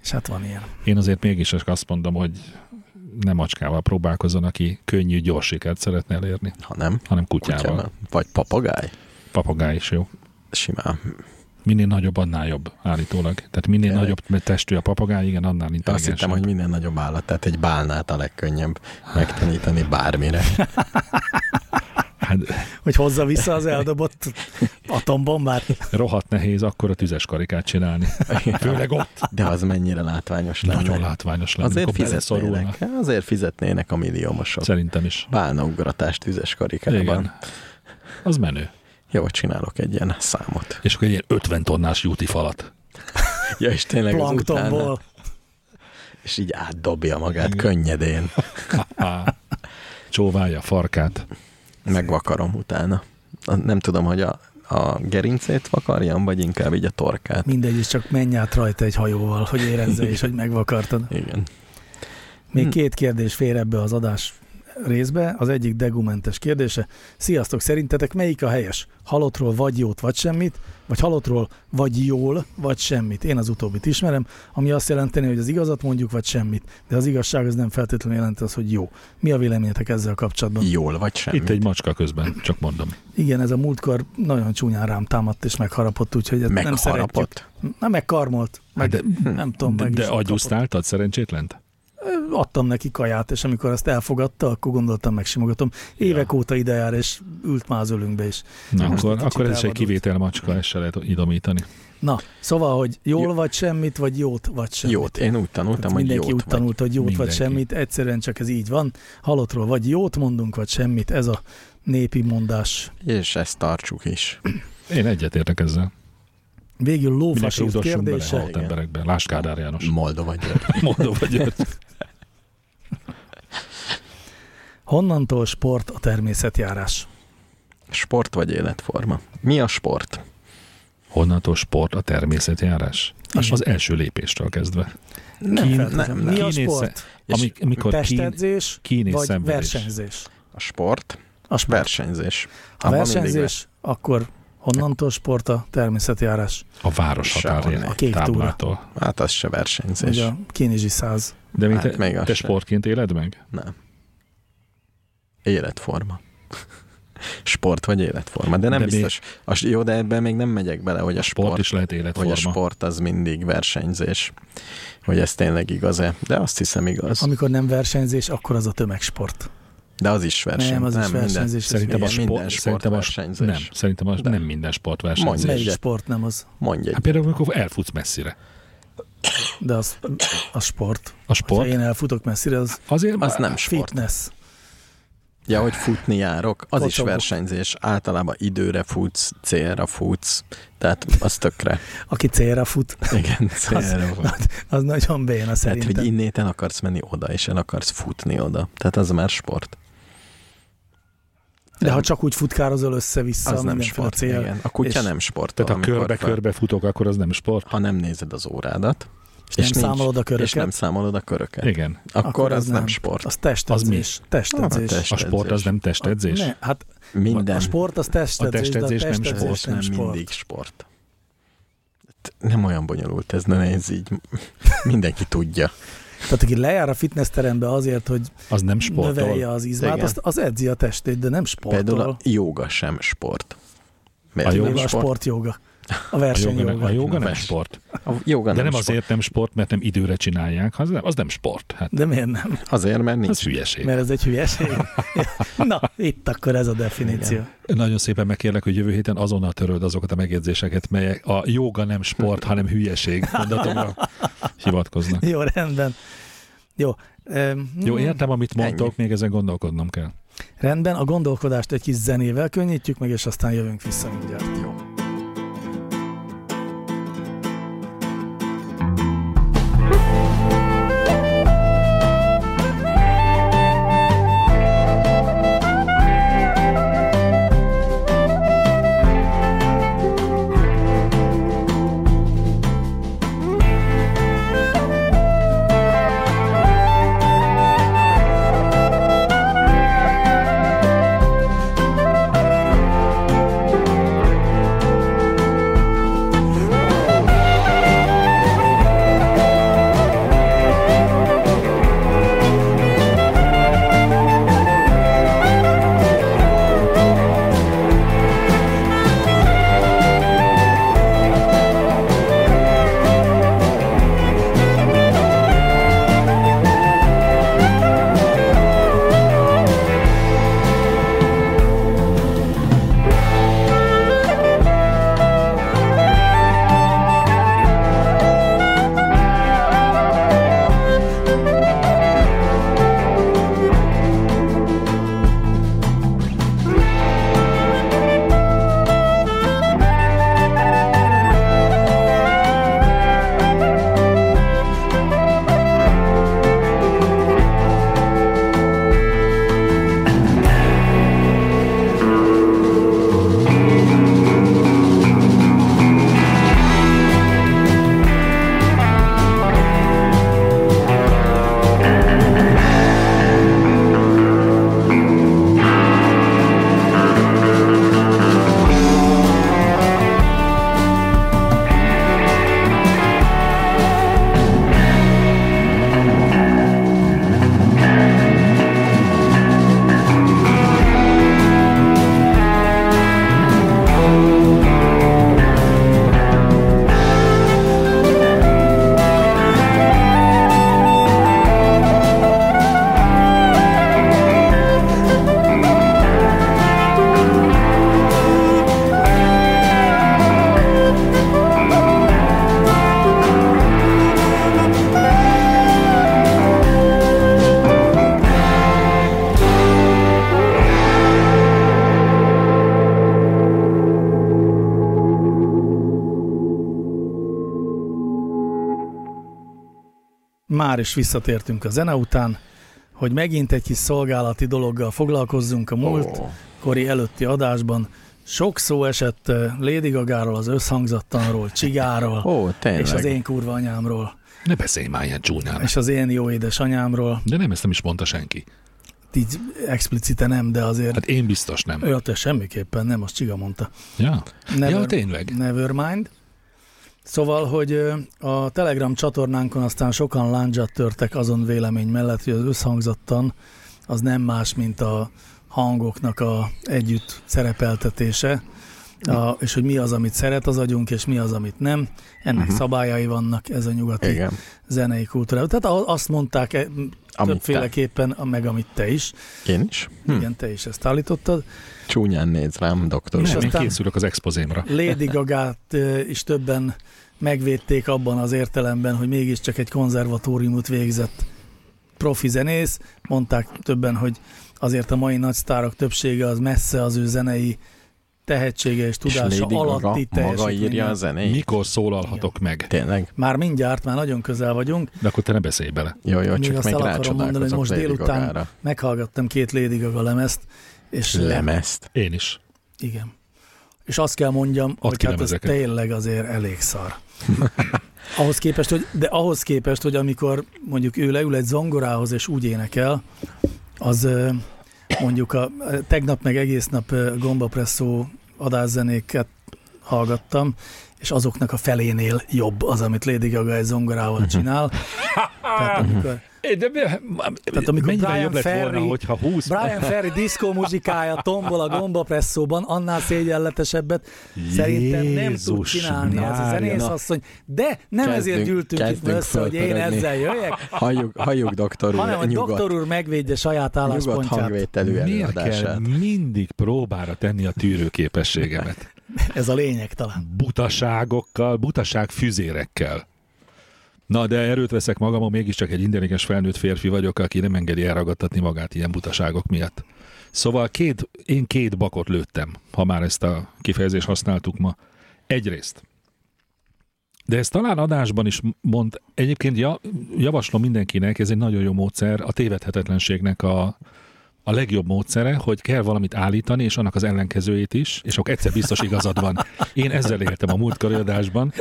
C: És hát van ilyen.
D: Én azért mégis azt mondom, hogy nem macskával próbálkozzon, aki könnyű, gyors sikert szeretne elérni,
B: Ha nem,
D: hanem kutyával.
B: kutyával. Vagy papagáj?
D: Papagáj is jó.
B: Simán.
D: Minél nagyobb, annál jobb, állítólag. Tehát minél
B: Tényleg?
D: nagyobb testű a papagáj, igen, annál
B: De azt hittem,
D: intelligensebb.
B: hogy minden nagyobb állat, tehát egy bálnát a legkönnyebb megtanítani bármire.
D: Hát,
C: Hogy hozza vissza az eldobott atombombát.
D: rohadt nehéz akkor a tüzes karikát csinálni. Főleg ott.
B: De az mennyire látványos lenne.
D: Nagyon látványos lenne,
B: Azért
D: amikor beleszorulnak.
B: fizetnének, azért fizetnének a milliómosok.
D: Szerintem is.
B: Bálnaugratás tüzes karikában.
D: Igen. Az menő.
B: Jó, csinálok egy ilyen számot.
D: És akkor egy ilyen 50 tonnás júti falat.
B: Ja, és tényleg az utána,
C: Planktonból.
B: és így átdobja magát könnyedén.
D: Á, csóválja a farkát.
B: Megvakarom utána. A- Nem tudom, hogy a, a gerincét vakarjam, vagy inkább így a torkát.
C: Mindegy, és csak menj át rajta egy hajóval, hogy érezze és hogy megvakartad.
B: Igen.
C: Még
B: Hmm.
D: Mhm.
C: két kérdés fér ebbe az adás részbe. Az egyik degumentes kérdése. Sziasztok, szerintetek melyik a helyes? Halottról vagy jót, vagy semmit? Vagy halottról vagy jól, vagy semmit? Én az utóbbit ismerem, ami azt jelenteni, hogy az igazat mondjuk, vagy semmit. De az igazság az nem feltétlenül jelenti az, hogy jó. Mi a véleményetek ezzel kapcsolatban?
B: Jól vagy semmi.
D: Itt egy macska közben, csak mondom.
C: Igen, ez a múltkor nagyon csúnyán rám támadt és megharapott, úgyhogy ezt nem szeretjük.
B: megharapott. Hm.
C: Na, megkarmolt. Meg,
D: Hát de,
C: nem tudom,
D: de,
C: meg is
D: de
C: kapott.
D: agyusztáltad szerencsétlent?
C: adtam neki kaját, és amikor ezt elfogadta, akkor gondoltam, megsimogatom. Évek óta ide jár, és ült már az ölünkbe is.
D: Na,
C: Most egy
D: akkor,
C: kicsit
D: akkor ez is egy
C: elvadult.
D: kivétel macska, ezt se lehet idomítani.
C: Na, szóval, hogy jól vagy semmit, vagy jót vagy semmit.
B: Jót, én úgy tanultam,
C: Tehát
B: hogy
C: Hát mindenki
B: jót
C: úgy
B: vagy.
C: tanult, hogy jót
D: Mindenki.
C: vagy semmit, egyszerűen csak ez így van. Halottról vagy jót mondunk, vagy semmit, ez a népi mondás.
B: És ezt tartsuk is.
D: Én egyetértek ezzel.
C: Végül
D: Mindenki
C: lófasút
D: utasson bele
C: kérdése.
D: halott
B: Igen.
D: emberekbe. Lásd Kádár János.
B: Moldova gyerek.
D: Mondom, hogy őt.
C: Honnantól sport a természetjárás?
B: Sport vagy életforma? Mi a sport?
D: Onnantól sport a természetjárás. Az, az első lépéstől kezdve.
B: Nem,
D: Kín-
B: nem, nem,
C: Mi
B: nem.
C: a
D: Kínésze-
C: sport?
B: És
D: Amik, amikor kín,
C: Testedzés
D: kín és
C: vagy
D: szenvedés.
C: versenyzés?
B: A sport,
C: A sport.
B: versenyzés.
C: Ha
B: Abban mindig
C: versenyzés, akkor onnantól sport a természetjárás.
D: a város
B: Sehol
D: határján,
B: ne.
D: a
C: Kék túra.
D: táblától.
B: ver- Hát az se versenyzés.
C: Ugye a kínizsi száz.
D: De mint
B: Hát
D: te,
B: még az
D: te
B: se.
D: sportként éled meg?
B: Nem. Életforma. Sport vagy életforma, de nem
D: De
B: de
D: mi-
B: biztos. A, jó, de ebben még nem megyek bele, hogy a
D: Sport,
B: sport,
D: is lehet
B: hogy
D: életforma.
B: a sport az mindig versenyzés. Hogy ez tényleg igaz-e, de azt hiszem igaz.
C: Amikor nem versenyzés, akkor az a tömegsport.
B: De az is verseny.
C: nem, az
B: nem
C: is
B: Minden.
C: versenyzés.
D: Szerintem a
B: Igen,
D: sport,
B: minden
D: szerintem a,
B: sportversenyzés.
D: nem, szerintem a,
B: De.
D: nem minden
C: Ez
D: sportversenyzés.
C: melyik
B: Egyet.
C: sport nem az,
B: Mondj egy.
D: Hát például, amikor elfutsz messzire.
C: de az a sport.
D: A
C: Ha
D: sport
C: én elfutok messzire, az
D: azért
B: Az nem Hát, sport.
C: fitness.
B: Ja, hogy futni járok, az is
C: Kocogok.
B: versenyzés. Általában időre futsz, célra futsz, tehát az tökre.
C: Aki célra fut,
B: Igen, célra futsz.
C: az nagyon béna
B: Tehát, Hát, hogy
C: szerintem.
B: innét el akarsz menni oda, és el akarsz futni oda. Tehát az már sport.
C: De ha csak úgy futkározol össze-vissza,
B: az nem
C: mindenféle
B: sport.
C: cél.
B: Igen. A kutya
C: és-
B: nem sport.
D: Tehát ha
B: amikor fel-
D: körbe-körbe futok, akkor az nem sport?
B: Ha nem nézed az órádat,
C: És,
B: és
C: nem
B: nincs-
C: számolod a köröket,
B: és nem számolod a köröket, Igen.
D: Igen.
B: Akkor, az, nem, sport.
C: az testedzés. testedzés.
B: Ah, a test-
D: A sport az nem testedzés?
C: A, ne, hát
B: Minden
C: a sport az testedzés,
D: testedzés
C: de a
D: nem
B: ez
C: testedzés
B: nem,
C: nem sport.
B: mindig sport. Hát Nem olyan bonyolult ez, de nehéz így. Mindenki tudja.
C: Tehát aki lejár a fitnessterembe azért, hogy
D: Az nem
C: növelje
D: sportol.
C: az izmát,
B: Igen.
C: azt, az edzi a testét, de nem sportol.
B: Például a joga sem sport. Miért
D: A
B: nem
C: Joga,
D: joga
C: a sportjoga. A
D: A joga, nem,
C: versenyjoga.
D: a joga nem
B: Vers-
D: sport.
B: A joga
D: De
B: nem,
D: nem
B: sport.
D: azért nem sport, mert nem időre csinálják, az nem, az nem sport. Hát
C: De miért nem?
B: Azért, mert nincs.
D: az hülyeség.
C: Mert ez egy hülyeség. Na, itt akkor ez a definíció.
D: Nagyon szépen megkérlek, hogy jövő héten azonnal töröld azokat a megjegyzéseket, melyek a joga nem sport, hanem hülyeség mondatomra hivatkoznak.
C: Jó, rendben. Jó. Öm,
D: Jó,
C: mm,
D: értem, amit mondtok,
B: Ennyi.
D: még ezen gondolkodnom kell.
C: Rendben, a gondolkodást egy kis zenével könnyítjük meg, és aztán jövünk vissza mindjárt.
B: Jó.
C: Már is visszatértünk a zene után, hogy megint egy kis szolgálati dologgal foglalkozzunk a múlt
B: Ó,
C: kori előtti adásban Sok szó esett ö, Lady Gagáról, az összhangzattanról, Csigáról,
B: Ó, tényleg.
C: és az én kurva anyámról,
D: Ne beszélj már ilyen csúnyán.
C: és az én jó édesanyámról.
D: De nem, ezt nem is mondta senki.
C: Így explicite nem, de azért...
D: Hát én biztos nem.
C: Ő hát semmiképpen nem, azt Csiga mondta.
D: Ja,
C: Never,
D: ja tényleg.
C: Nevermind. Szóval, hogy ö, a Telegram csatornánkon aztán sokan láncsat törtek azon vélemény mellett, hogy az összhangzattan az nem más, mint a hangoknak a együtt szerepeltetése, a, és hogy mi az, amit szeret az agyunk, és mi az, amit nem. Ennek
B: Mhm.
C: uh-huh. szabályai vannak, ez a nyugati Igen.
B: Igen.
C: zenei kultúra. Tehát a- azt mondták e,
B: Amit te.
C: többféleképpen, a- meg amit te is.
B: Én is? Hm.
C: Hm. Igen, te is ezt állítottad.
B: Csúnyán néz rám, doktor.
D: Nem,
C: És
B: úr.
D: én
C: aztán-
D: készülök az expozémra.
C: Lady Gagát ö, is többen megvédték abban az értelemben, hogy mégiscsak egy konzervatóriumot végzett profi zenész. Mondták többen, hogy azért a mai nagy sztárok többsége az messze az ő zenei tehetsége és
B: És
C: tudása
B: Lady Gaga
C: alatti
B: maga írja a
C: teljesítménye.
B: zenét?
D: Mikor szólalhatok meg?
B: Tényleg?
C: Már mindjárt, már nagyon közel vagyunk.
D: De akkor te ne beszélj bele.
B: Jó, jó,
C: Még
B: csak
C: azt
B: még
C: el akarom mondani, hogy
B: rácsodálkozok
C: most
B: Lady
C: délután-
B: Gagára.
C: Meghallgattam két Lady Gaga lemezt, és
B: Lemezt.
D: Én is.
C: igen. És azt kell mondjam,
D: Add
C: hogy
D: ki
C: hát ez
D: lemezeket.
C: tényleg azért elég szar. Ahhoz képest, hogy, de ahhoz képest, hogy amikor mondjuk ő leül egy zongorához és úgy énekel, az ö, mondjuk a ö, tegnap meg egész nap ö, gombapresszó adászenéket hallgattam, és azoknak a felénél jobb az, amit Lady Gaga egy
D: Mhm.
C: zongorával csinál. Tehát amikor
D: É, de, de,
C: Tehát amikor
D: mennyivel
C: Brian
D: jobb lett volna,
C: Ferry-
D: hogyha 20...
C: Brian Ferry diszkó muzsikája tombol a gombapresszóban, annál szégyenletesebbet szerintem nem tud
D: Jézus
C: csinálni ez a
D: Mária.
C: zenész de nem
B: Kezdünk-
C: ezért gyűltünk itt
B: kezdünk
C: össze, hogy én
B: fölpörögni.
C: ezzel jöjjek,
B: Halljuk, halljuk doktor
C: hanem
B: úr,
C: hogy doktor
B: nyugodt,
C: úr megvédje saját
B: nyugodt
C: álláspontját.
B: hangvételű
D: Miért kell
B: előadását.
D: mindig próbára tenni a tűrőképességemet?
C: Ez a lényeg talán.
D: Butaságokkal, butaság füzérekkel. Na, de erőt veszek magamon, mégiscsak egy indianiges felnőtt férfi vagyok, aki nem engedi elragadtatni magát ilyen butaságok miatt. Szóval két, én két bakot lőttem, ha már ezt a kifejezést használtuk ma. Egyrészt. De ezt talán adásban is mond, egyébként ja, javaslom mindenkinek, ez egy nagyon jó módszer, a tévedhetetlenségnek a, a legjobb módszere, hogy kell valamit állítani, és annak az ellenkezőjét is, és akkor egyszer biztos igazad van. Én ezzel éltem a múltkori adásban,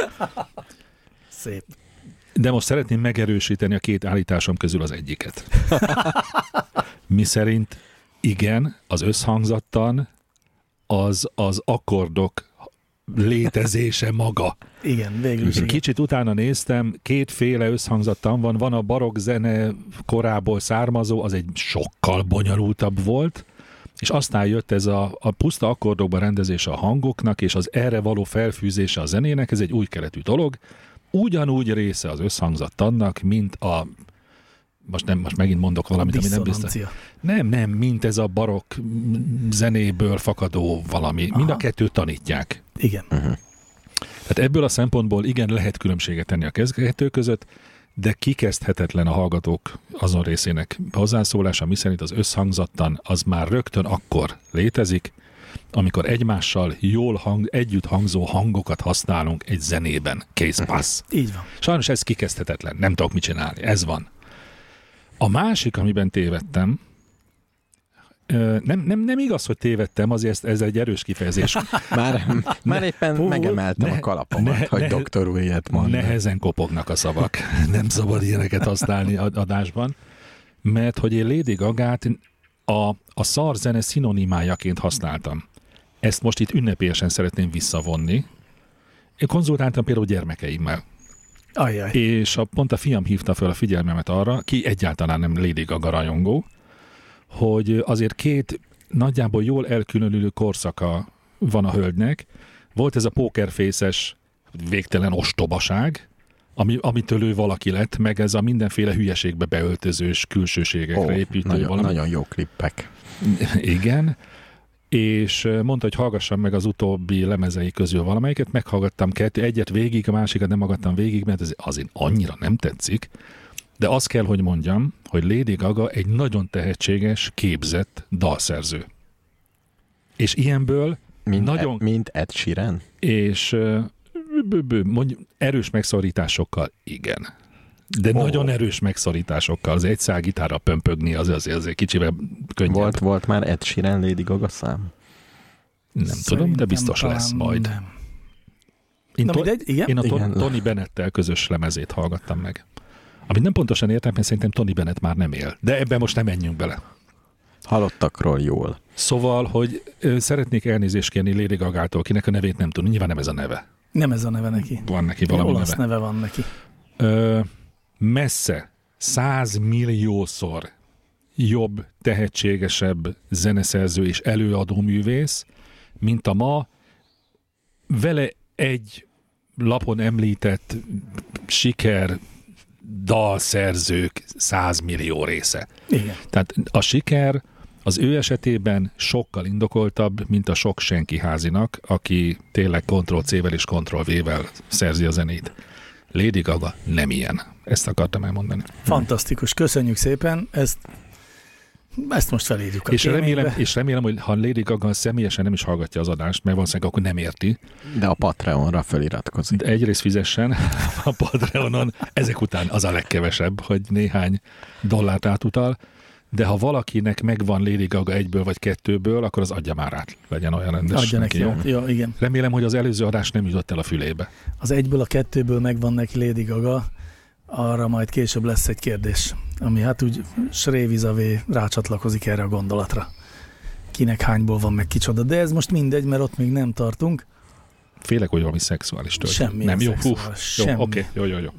C: Szép.
D: de most szeretném megerősíteni a két állításom közül az egyiket. Mi szerint igen, az összhangzattan az az akkordok létezése maga.
C: Igen, végül is.
D: Én
C: igen.
D: kicsit utána néztem, kétféle összhangzattan van, van a barokk zene korából származó, az egy sokkal bonyolultabb volt, és aztán jött ez a, a puszta akkordokban rendezése a hangoknak, és az erre való felfűzése a zenének, ez egy új keletű dolog, ugyanúgy része az összhangzattannak, mint a most nem, most megint mondok
C: A
D: valamit, ami nem biztos.
C: diszonancia.
D: Nem, nem, mint ez a barokk mm, zenéből fakadó valami. Aha. Mind a
C: Aha.
D: kettőt tanítják.
C: Igen.
D: Tehát Hát ebből a szempontból igen, lehet különbséget tenni a kettő között, de kikezdhetetlen a hallgatók azon részének hozzászólása, miszerint az összhangzattan az már rögtön akkor létezik, amikor egymással jól hang, együtt hangzó hangokat használunk egy zenében. Kész, passz.
C: Így van.
D: Sajnos ez kikezdhetetlen, nem tudok mit csinálni, ez van. A másik, amiben tévedtem, ö, nem, nem, nem igaz, hogy tévedtem, azért ezt, ez egy erős kifejezés.
B: Már, már éppen
D: Pú,
B: megemeltem
D: ne-
B: a kalapomat,
D: ne-
B: hogy
D: ne-
B: doktor úr ilyet mond.
D: Nehezen kopognak a szavak. Nem szabad ilyeneket használni ad- adásban. Mert hogy én Lady Gagát a, a szar zene szinonimájaként használtam. Ezt most itt ünnepélyesen szeretném visszavonni. Én konzultáltam például gyermekeimmel,
C: Ajjaj.
D: és a, pont a fiam hívta fel a figyelmemet arra, ki egyáltalán nem Lady Gaga rajongó, hogy azért két nagyjából jól elkülönülő korszaka van a hölgynek. Volt ez a pókerfészes végtelen ostobaság, ami, amitől ő valaki lett, meg ez a mindenféle hülyeségbe beöltözős külsőségekre
B: Ó,
D: építő
B: nagyon,
D: valami.
B: nagyon jó klippek.
D: Igen, és ö, mondta, hogy hallgassam meg az utóbbi lemezei közül valamelyiket, meghallgattam kettő, egyet végig, a másikat nem hallgattam végig, mert ez azért annyira nem tetszik, de azt kell, hogy mondjam, hogy Lady Gaga egy nagyon tehetséges, képzett dalszerző. És ilyenből,
B: Mint,
D: Nagyon-
B: Ed, mint Ed Sheeran?
D: és ö, bő- bő- mondjuk erős megszorításokkal, igen. De oh. nagyon erős megszorításokkal. Az egy szál gitárra pömpögni, az azért, azért kicsivel könnyebb.
B: Volt, volt már Ed Sheeran Lady Gaga szám?
D: Nem Szerintem tudom, de biztos
C: talán
D: lesz majd.
C: Nem.
D: Én,
C: Na
D: to-
C: mindegy, igen.
D: én a
B: Igen.
D: Ton- Tony Bennettel közös lemezét hallgattam meg. Amit nem pontosan értem, mert szerintem Tony Bennett már nem él. De ebben most nem menjünk bele.
B: Halottakról jól.
D: Szóval, hogy ö, szeretnék elnézést kérni Lady Gagától, akinek a nevét nem tudom. Nyilván nem ez a neve.
C: Nem ez a neve neki.
D: Van neki
C: Valami
D: valami
C: olasz
D: neve.
C: neve. van neki.
D: Ö, messze, százmilliószor jobb, tehetségesebb zeneszerző és előadó művész, mint a ma vele egy lapon említett siker dalszerzők százmillió része.
C: Igen.
D: Tehát a siker az ő esetében sokkal indokoltabb, mint a sok senki házinak, aki tényleg Ctrl-C-vel és Ctrl-V-vel szerzi a zenét. Lady Gaga nem ilyen. Ezt akartam elmondani.
C: Fantasztikus, köszönjük szépen. Ezt, ezt most felírjuk a
D: És
C: kéménybe.
D: remélem, és remélem, hogy ha Lady Gaga személyesen nem is hallgatja az adást, mert valószínűleg akkor nem érti,
B: De a Patreonra föliratkozik.
D: de egyrészt fizessen a Patreonon, ezek után az a legkevesebb, hogy néhány dollárt átutal, de ha valakinek megvan Lady Gaga egyből vagy kettőből, akkor az adja már át, legyen olyan rendes.
C: Adja neki.
D: jó?
C: jó. Ja, igen.
D: Remélem, hogy az előző adás nem jutott el a fülébe.
C: Az egyből a kettőből megvan neki Lady Gaga, arra majd később lesz egy kérdés, ami hát úgy srévizavé rácsatlakozik erre a gondolatra. Kinek hányból van meg kicsoda, de ez most mindegy, mert ott még nem tartunk.
D: Félek, hogy valami szexuális történet.
C: Semmi
D: nem, jó, hú,
C: szexuális,
D: jó,
C: semmi.
D: oké, jó, jó, jó.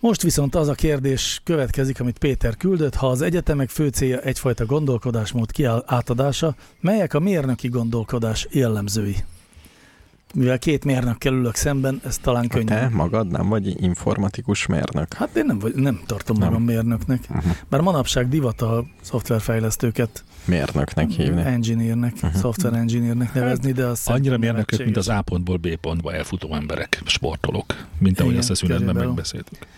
C: Most viszont az a kérdés következik, amit Péter küldött, ha az egyetemek fő célja egyfajta gondolkodásmód kiáll- átadása, melyek a mérnöki gondolkodás jellemzői? Mivel két mérnökkel ülök szemben, ez talán
D: Hát
B: A
C: könnyű.
B: te magad nem vagy informatikus mérnök?
C: Hát én nem, vagy, nem tartom nem.
B: Nem.
C: magam mérnöknek.
B: Mhm.
C: Bár manapság divat a szoftverfejlesztőket
B: Mérnöknek hívni.
C: engineernek,
B: Mhm.
C: uh-huh. software engineernek nevezni, de
B: Hát,
C: az
D: Annyira
C: szerintem
D: mérnökök, mint
C: nevetséges.
D: az A pontból B pontba elfutó emberek, sportolók, mint ahogy
C: Igen,
D: azt a szünetben
C: körülbelül.
D: megbeszéltük. Hát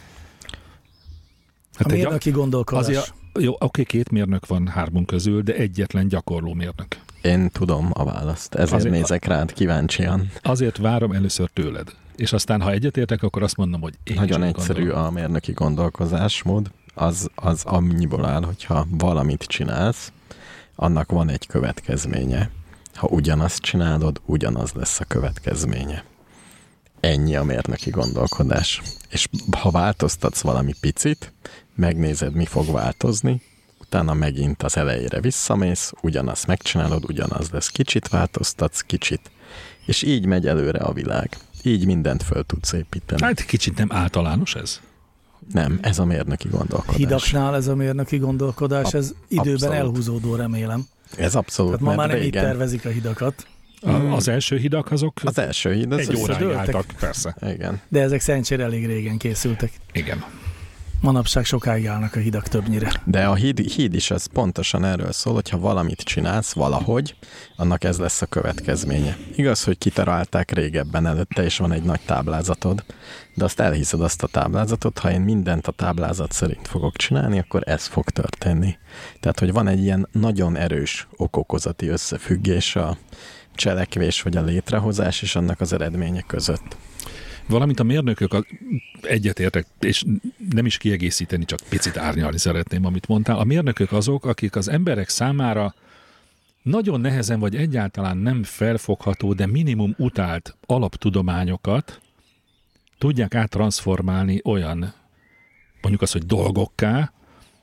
B: hát
C: A
D: egy-
C: mérnöki gondolkodás.
D: azért- jó, oké, két mérnök van hármunk közül, de egyetlen gyakorló mérnök.
B: Én tudom a választ, ezért
D: Azért-
B: nézek rád kíváncsian.
D: Azért várom először tőled. És aztán, ha egyetértek, akkor azt mondom, hogy én
B: Nagyon
D: is úgy
B: egyszerű
D: gondolom.
B: a mérnöki gondolkozásmód, az, az annyiból áll, hogyha valamit csinálsz, annak van egy következménye. Ha ugyanazt csinálod, ugyanaz lesz a következménye. Ennyi a mérnöki gondolkodás. És ha változtatsz valami picit, megnézed, mi fog változni, utána megint az elejére visszamész, ugyanazt megcsinálod, ugyanaz lesz. Kicsit változtatsz, kicsit. És így megy előre a világ. Így mindent föl tudsz építeni.
D: Hát kicsit nem általános ez.
B: Nem, ez a mérnöki gondolkodás.
C: Hidaknál ez a mérnöki gondolkodás,
B: Ab-
C: ez időben
B: abszolút.
C: elhúzódó, remélem.
B: Ez abszolút,
C: Tehát ma már
B: mert
C: nem így
B: régen
C: tervezik a hidakat,
D: A,
C: Hmm.
D: az első hidak azok
B: az első híd, az
D: egy óráig
C: összedőltek.
D: álltak, persze.
B: Igen.
C: de ezek szerencsére elég régen készültek.
D: Igen.
C: Manapság sokáig állnak a hidak többnyire.
B: De a híd, híd is az pontosan erről szól, hogyha valamit csinálsz valahogy, annak ez lesz a következménye. Igaz, hogy kitalálták régebben előtte, és van egy nagy táblázatod, de azt elhiszed azt a táblázatot, ha én mindent a táblázat szerint fogok csinálni, akkor ez fog történni. Tehát, hogy van egy ilyen nagyon erős okokozati összefüggés a cselekvés vagy a létrehozás és annak az eredménye között.
D: Valamint a mérnökök a- egyetértek, és nem is kiegészíteni, csak picit árnyalni szeretném, amit mondtál. A mérnökök azok, akik az emberek számára nagyon nehezen vagy egyáltalán nem felfogható, de minimum utált alaptudományokat tudják áttransformálni olyan, mondjuk azt, hogy dolgokká,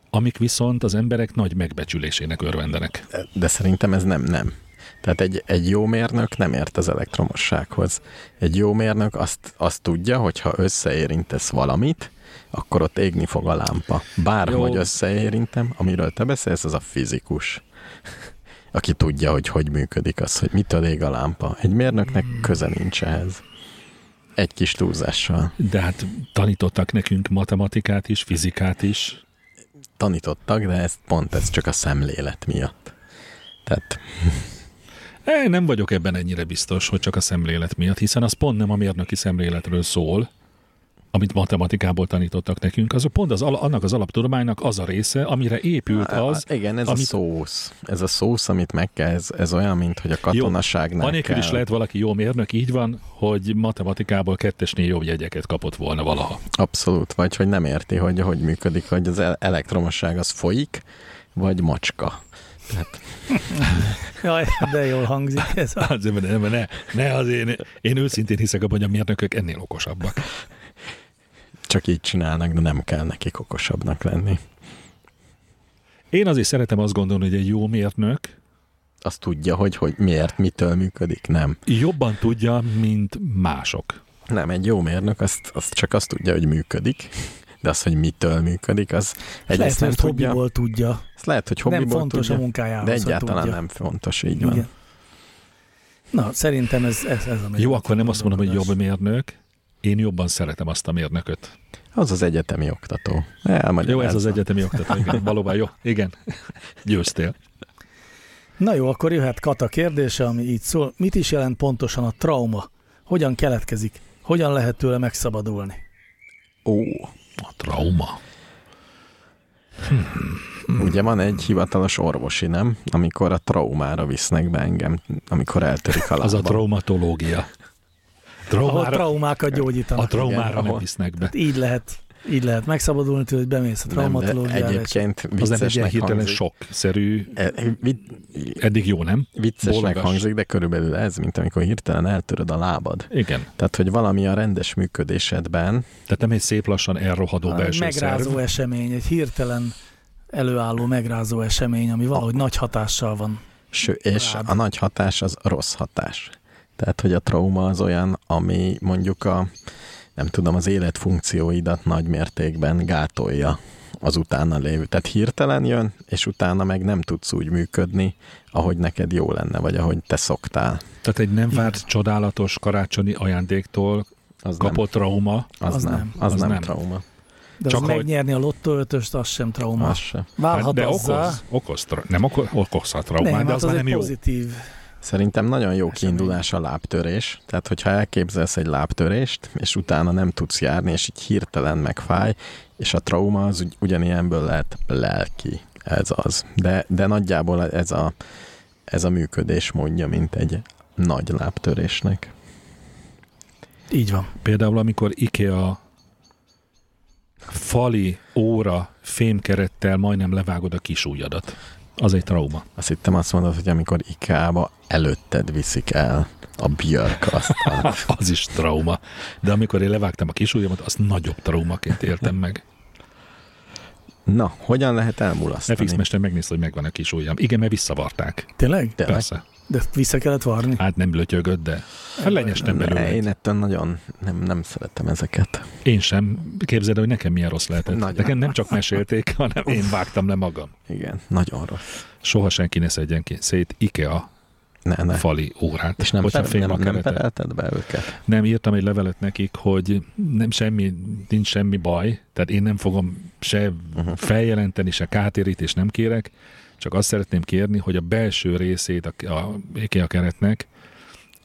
D: amik viszont az emberek nagy megbecsülésének örvendenek.
B: De szerintem ez nem nem. Tehát egy, egy jó mérnök nem ért az elektromossághoz. Egy jó mérnök azt, azt tudja, hogy ha összeérintesz valamit, akkor ott égni fog a lámpa. Bárhogy
D: Jó.
B: összeérintem, amiről te beszélsz, az a fizikus. Aki tudja, hogy hogy működik az, hogy mitől ég a lámpa. Egy mérnöknek köze nincs ehhez. Egy kis túlzással.
D: De hát tanítottak nekünk matematikát is, fizikát is.
B: Tanítottak, de ez pont ez csak a szemlélet miatt. Tehát
D: E, nem vagyok ebben ennyire biztos, hogy csak a szemlélet miatt, hiszen az pont nem a mérnöki szemléletről szól, amit matematikából tanítottak nekünk, az a pont az, ala- annak az alaptudománynak az a része, amire épült az,
B: A- Igen, ez
D: amit-
B: a szósz. Ez a szósz, amit meg kell, ez, ez olyan, mint hogy a katonaságnál
D: anélkül
B: kell.
D: is lehet valaki jó mérnök, így van, hogy matematikából kettesnél jobb jegyeket kapott volna valaha.
B: Abszolút, vagy hogy nem érti, hogy hogy működik, hogy az el- elektromosság az folyik, vagy macska. Hát, Tehát
C: Jaj, de jól hangzik ez. A...
D: Azért, ne, ne, ne azért, én, én őszintén hiszek abban, hogy a mérnökök ennél okosabbak.
B: csak így csinálnak, de nem kell nekik okosabbnak lenni.
D: Én azért szeretem azt gondolni, hogy egy jó mérnök
B: Azt tudja, hogy, hogy miért, mitől működik, nem.
D: jobban tudja, mint mások.
B: Nem, egy jó mérnök azt, azt csak azt tudja, hogy működik, de az, hogy mitől működik, az
C: Lehet,
B: egyrészt nem
C: mert
B: tudja.
C: hobbiból tudja.
B: Ezt lehet, hogy
C: Hobbiból nem
B: hobbiból
C: fontos
B: tudja,
C: a munkájához,
B: de
C: hogy
B: egyáltalán
C: tudja.
B: nem fontos, így van.
C: Igen. Na, szerintem ez, ez, ez a
D: Jó, akkor nem azt mondom, hogy jobb mérnök, én jobban szeretem azt a mérnököt.
B: Az az egyetemi oktató.
D: Jó, ez az
B: Elmagyarázza.
D: egyetemi oktató, igen, valóban jó, igen, győztél.
C: Na jó, akkor jöhet Kata kérdése, ami így szól. Mit is jelent pontosan a trauma? Hogyan keletkezik? Hogyan lehet tőle megszabadulni?
B: Ó,
D: A trauma.
B: Ugye van egy hivatalos orvosi, nem? Amikor a traumára visznek be engem, amikor eltörik a lábam.
D: Az a traumatológia.
C: Ahol
D: Traumára,
C: traumákat gyógyítanak.
D: a traumára
B: Igen,
D: nem
B: ahol-
D: visznek be.
C: Így lehet, így lehet megszabadulni tőle, hogy bemész a
B: Nem, de
C: traumatológiára. és...
B: Egyébként
D: Az nem egy ilyen
B: viccesnek
D: hirtelen
B: hangzik.
D: sokszerű,
B: E, vi-
D: eddig jó, nem?
B: Viccesnek
D: Bólogass.
B: hangzik, de körülbelül ez, mint amikor hirtelen eltöröd a lábad.
D: Igen.
B: Tehát, hogy valami a rendes működésedben,
D: Tehát nem egy szép lassan elrohadó belső
C: megrázó
D: szerv.
C: esemény, egy hirtelen előálló megrázó esemény, ami valahogy nagy hatással van.
B: ső, és
C: Rád.
B: a nagy hatás az rossz hatás. Tehát, hogy a trauma az olyan, ami mondjuk a, nem tudom, az életfunkcióidat nagy mértékben gátolja az utána lévő. Tehát hirtelen jön, és utána meg nem tudsz úgy működni, ahogy neked jó lenne, vagy ahogy te szoktál.
D: Tehát egy nem várt csodálatos karácsonyi ajándéktól
B: Az
D: kapott trauma,
B: nem. Az, az nem. nem. Az, az nem, nem trauma.
C: De Csak
D: Csak
C: az
D: hogy-
C: megnyerni a lottó ötöst, az sem trauma.
B: Az se.
D: hát
C: Válhat
D: de
C: azzá.
D: okoz, okoz, tra- nem okoz, okozhat traumát,
C: Nem,
D: nem, de
C: hát
D: az,
C: az
D: már
C: egy
D: nem jó.
C: pozitív.
B: Szerintem nagyon jó
C: Esemény.
B: kiindulás a lábtörés, tehát hogyha elképzelsz egy lábtörést, és utána nem tudsz járni, és így hirtelen megfáj, és a trauma az ugy- ugyanilyenből lehet lelki, ez az. De, de nagyjából ez a, ez a működés módja, mint egy nagy lábtörésnek.
C: Így van.
D: Például amikor IKEA fali óra fémkerettel majdnem levágod a kis ujjadat. Az egy trauma.
B: Azt hittem azt mondod, hogy amikor IKEA-ba előtted viszik el a Björk asztalt.
D: Az is trauma. De amikor én levágtam a kis ujjamat, azt nagyobb traumaként éltem meg.
B: Na, hogyan lehet
D: Ne
B: elmulasztani?
D: fix mester megnézte, hogy megvan a kis ujjam. Igen, mert visszavarták.
C: Tényleg?
B: Tényleg?
D: Persze.
C: De vissza kellett varni.
D: Hát nem lötyögött, de lenyestem
B: Ne,
D: belőle.
B: én ettől nagyon nem, nem szeretem ezeket.
D: Én sem. Képzeld, el, hogy nekem milyen rossz lehetett.
B: Nagyon.
D: Nekem nem csak mesélték, hanem én vágtam le magam.
B: Igen, nagyon rossz.
D: Soha senki ne szedjen ki szét IKEA
B: Ne, ne.
D: fali órát.
B: És nem,
D: Ott
B: sem,
D: nem fém
B: nem,
D: a
B: nem
D: kerete.
B: perelted be őket?
D: Nem, írtam egy levelet nekik, hogy nem semmi, nincs semmi baj, tehát én nem fogom se
B: Uh-huh.
D: feljelenteni, se kártérítést nem kérek, csak azt szeretném kérni, hogy a belső részét a, a IKEA keretnek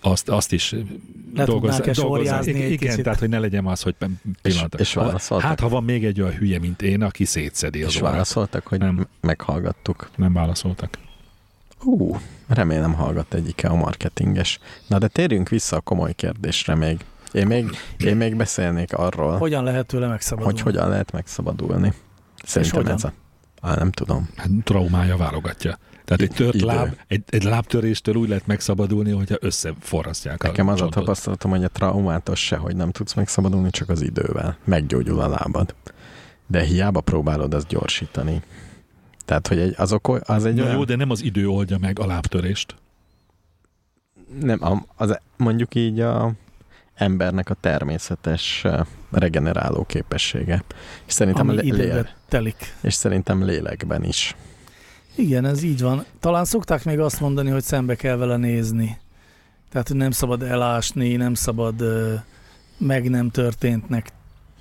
D: azt, azt is dolgozzák.
C: tudnák-e
D: dolgozzák.
C: sorjázni egy
D: Igen,
C: kicsit?
D: tehát hogy ne legyen az, hogy pillanat.
B: és válaszoltak?
D: hát, ha van még egy olyan hülye, mint én, aki szétszedi az
B: És
D: órát.
B: válaszoltak, hogy
D: Nem.
B: nem. meghallgattuk.
D: Nem válaszoltak.
B: Hú, remélem hallgat egyike a marketinges. Na de térjünk vissza a komoly kérdésre még. Én még, én még beszélnék arról, hogy,
C: Hogyan lehet tőle megszabadulni?
B: hogy hogyan lehet megszabadulni. Szerintem
C: hogyan?
B: ez a... Á, nem tudom.
D: Hát traumája válogatja. Tehát egy tört
B: Idő.
D: láb, egy, egy lábtöréstől úgy lehet megszabadulni, hogyha összeforrasztják
B: Nekem
D: a
B: az a
D: csontot.
B: tapasztalatom, hogy a traumától sehogy nem tudsz megszabadulni, csak az idővel. Meggyógyul a lábad. De hiába próbálod azt gyorsítani. Tehát, hogy egy, az, okoly, az egy
D: Na
B: olyan...
D: jó, de nem az idő oldja meg a lábtörést.
B: nem, a- az mondjuk így a embernek a természetes eh, regeneráló képessége. És szerintem,
C: Ami
B: lé- lé-
C: időbe telik.
B: és szerintem lélekben is.
C: Igen, ez így van. Talán szokták még azt mondani, hogy szembe kell vele nézni. Tehát, hogy nem szabad elásni, nem szabad ö, meg nem történtnek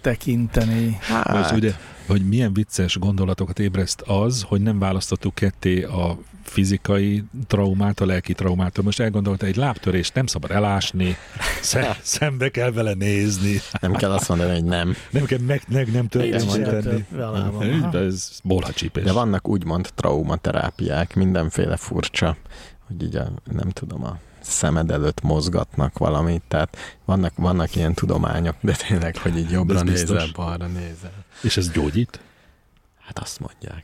C: tekinteni.
D: Hát. Ugye, hogy milyen vicces gondolatokat ébreszt az, hogy nem választottuk ketté a fizikai traumát, a lelki traumától. Most elgondolta, egy lábtörést nem szabad elásni, szem, szembe kell vele nézni,
B: nem kell azt mondani, hogy nem.
D: nem kell meg, meg nem történni.
C: Tört vele van.
D: Így,
C: Aha.
D: Ez bolhacsípés.
B: De vannak úgymond traumaterápiák, mindenféle furcsa, hogy így a, nem tudom, a szemed előtt mozgatnak valamit, tehát vannak, vannak ilyen tudományok, de tényleg, hogy így jobbra
D: biztos.
B: nézel, balra nézel.
D: És ez gyógyít?
B: Hát azt mondják.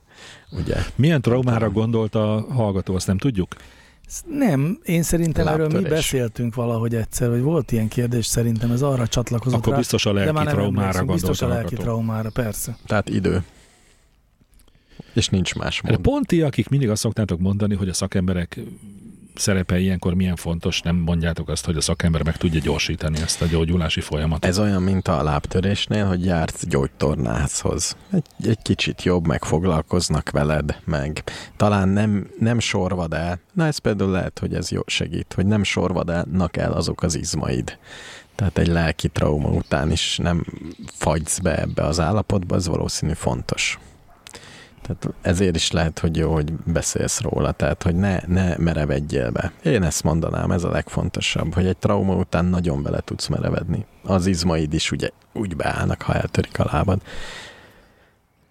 B: ugye?
D: Milyen traumára gondolt a hallgató, azt nem tudjuk?
C: Nem, én szerintem erről mi
B: Lábtörés.
C: beszéltünk valahogy egyszer, hogy volt ilyen kérdés, szerintem ez arra csatlakozott
D: Akkor
C: rá,
D: biztos a
C: de
D: lelki
C: már nem
D: traumára
C: emlékszem,
D: gondolt
C: Biztos a lelki
D: hallgató.
C: traumára, persze.
B: Tehát idő. És nincs más
D: Erre
B: mód.
D: pont ti, akik mindig azt szoktátok mondani, hogy a szakemberek szerepe ilyenkor milyen fontos, nem mondjátok azt, hogy a szakember meg tudja gyorsítani ezt a gyógyulási folyamatot.
B: Ez olyan, mint a lábtörésnél, hogy jársz gyógytornászhoz. Egy, egy kicsit jobb, meg foglalkoznak veled, meg talán nem, nem sorvad el. Na ez például lehet, hogy ez jó segít, hogy nem sorvadnak el azok az izmaid. Tehát egy lelki trauma után is nem fagysz be ebbe az állapotba, ez valószínű fontos. Tehát ezért is lehet, hogy jó, hogy beszélsz róla, tehát hogy ne, ne merevedjél be. Én ezt mondanám, ez a legfontosabb, hogy egy trauma után nagyon bele tudsz merevedni. Az izmaid is ugye úgy beállnak, ha eltörik a lábad.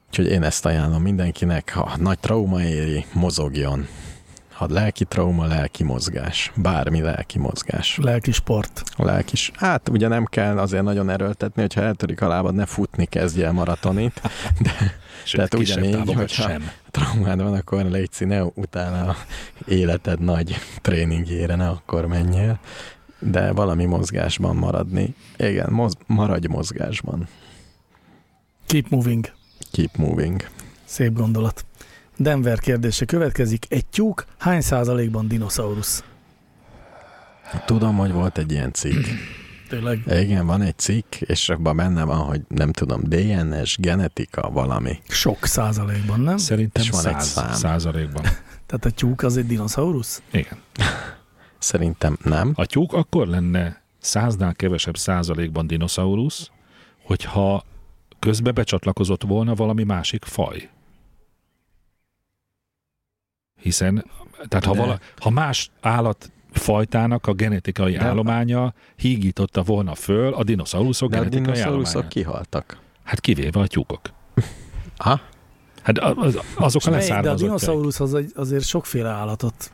B: Úgyhogy én ezt ajánlom mindenkinek, ha nagy trauma éri, mozogjon. Ha lelki trauma, lelki mozgás. Bármi lelki mozgás.
C: Lelki sport.
B: A lelkis. Hát ugye nem kell azért nagyon erőltetni, hogyha eltörik a lábad, ne futni kezdj el maratonit.
D: Sőt,
B: tehát
D: kisebb
B: ugyanígy,
D: távokat
B: hogyha-
D: sem.
B: traumád van, akkor légy színe, utána a életed nagy tréningjére ne akkor menjél, de valami mozgásban maradni. Igen, moz- maradj mozgásban.
C: Keep moving.
B: Keep moving.
C: Szép gondolat. Denver kérdése következik. Egy tyúk hány százalékban dinoszaurusz?
B: Tudom, hogy volt egy ilyen cikk.
C: Tényleg.
B: Igen, van egy cikk, és abban benne van, hogy nem tudom, DNS, genetika, valami.
C: Sok százalékban, nem?
D: Szerintem
B: És van egy
D: száz
B: szám.
D: százalékban.
C: Tehát a tyúk az egy dinoszaurusz?
D: Igen.
B: Szerintem nem.
D: A tyúk akkor lenne száznál kevesebb százalékban dinoszaurusz, hogyha közbe becsatlakozott volna valami másik faj. Hiszen, tehát ha,
B: De-
D: vala, ha más állat fajtának a genetikai
B: De-
D: állománya hígította volna föl a dinoszauruszok
B: De a
D: genetikai
B: dinoszauruszok
D: állományát.
B: kihaltak.
D: Hát kivéve a tyúkok.
B: Aha.
D: Hát a- az- azok
C: Melyik? De
D: a
C: a
D: leszármazottjaik.
C: dinoszaurusz az egy, azért sokféle állatot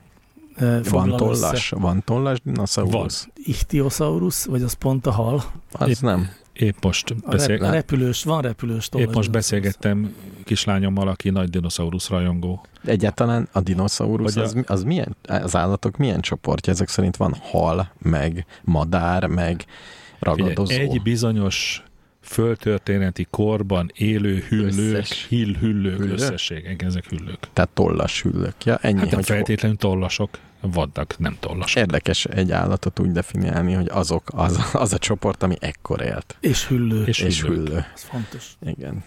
C: eh,
B: Van
C: foglal össze.
B: tollas, van tollas dinoszaurusz?
C: Ichthyosaurus, vagy az pont a hal?
B: Az
D: Épp-
B: nem.
D: Épp most
C: A Beszél...
D: beszél,
C: repülős, van repülős tollas.
D: Épp most
C: dinoszaurusz.
D: beszélgettem kislányommal, aki nagy dinoszaurusz rajongó.
B: Egyáltalán a dinoszaurusz
D: Hogy a-
B: az, az, milyen, az állatok milyen csoportja? Ezek szerint van hal, meg madár, meg ragadozó.
D: Figyelj, egy bizonyos földtörténeti korban élő hüllők,
B: Összes. Hát
D: Összes. hill hüllők
B: Hüllő?
D: Hüllő? összesség. Igen, ezek hüllők.
B: Tehát tollas hüllők. Ja, ennyi,
D: Hát nem
B: hogy ho-
D: feltétlenül tollasok, vannak nem tollasok.
B: érdekes egy állatot úgy definiálni, hogy azok az, az a csoport, ami ekkor élt.
C: És hüllő.
D: És,
B: És
D: hüllők.
B: hüllő.
C: Ez fontos.
B: Igen.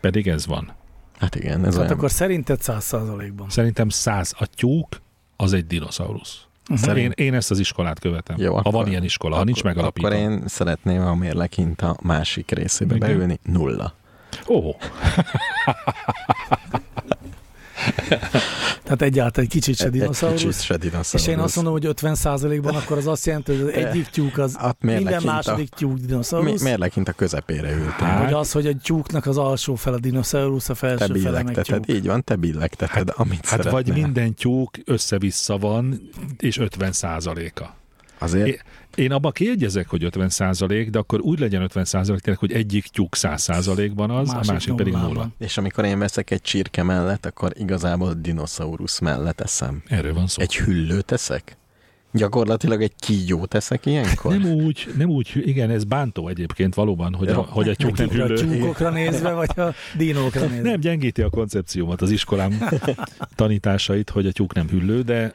D: Pedig ez van.
B: Hát igen, ez
C: Ez
B: olyan.
C: hát akkor szerinted száz százalékban.
D: Szerintem száz a tyúk, az egy dinoszaurusz.
C: Uh-huh.
D: Én, én ezt az iskolát követem.
B: Mhm. Jó,
D: Jó,
B: akkor-
D: ha van ilyen iskola, ha nincs megalapítva.
B: Akkor én szeretném a mérlekint a másik részébe
D: Igen.
B: beülni. Nulla.
D: Ó, hát
C: Tehát egyáltalán egy kicsit se
B: Egy-
C: dinoszaurusz.
B: Egy kicsit se dinoszaurusz.
C: És én azt mondom, hogy 50 százalékban, akkor az azt jelenti, hogy az egyik tyúk az
B: Hát
C: minden
B: mérlekint a,
C: második tyúk
B: mi-
C: dinoszaurusz.
B: mérlekint a közepére ültem.
D: Hát,
C: Vagy az, hogy a tyúknak az alsó fele dinoszaurusz, a
B: Te
C: felső fele meg tyúk.
B: billegteted, így van, te billegteted, amit
D: hát vagy
B: szeretnél.
D: minden tyúk össze-vissza van, és 50 százaléka.
B: Azért
D: É- Én abba kiegyezek, hogy 50 százalék, de akkor úgy legyen 50 százalék, tényleg, hogy egyik tyúk 100 százalékban az, másik a másik pedig
C: nullában.
D: nulla.
B: És amikor én veszek egy csirke mellett, akkor igazából dinoszaurusz mellett eszem.
D: Erről van szó.
B: Egy hüllőt eszek? Gyakorlatilag egy kígyót eszek ilyenkor?
D: Nem úgy, nem úgy, igen, ez bántó egyébként valóban, hogy a,
B: Ja.
D: hogy a tyúk nem
C: Nekik A
D: hüllő.
C: tyúkokra nézve, vagy a dinókra nézve.
D: Nem, gyengíti a koncepciómat az iskolám tanításait, hogy a tyúk nem hüllő, de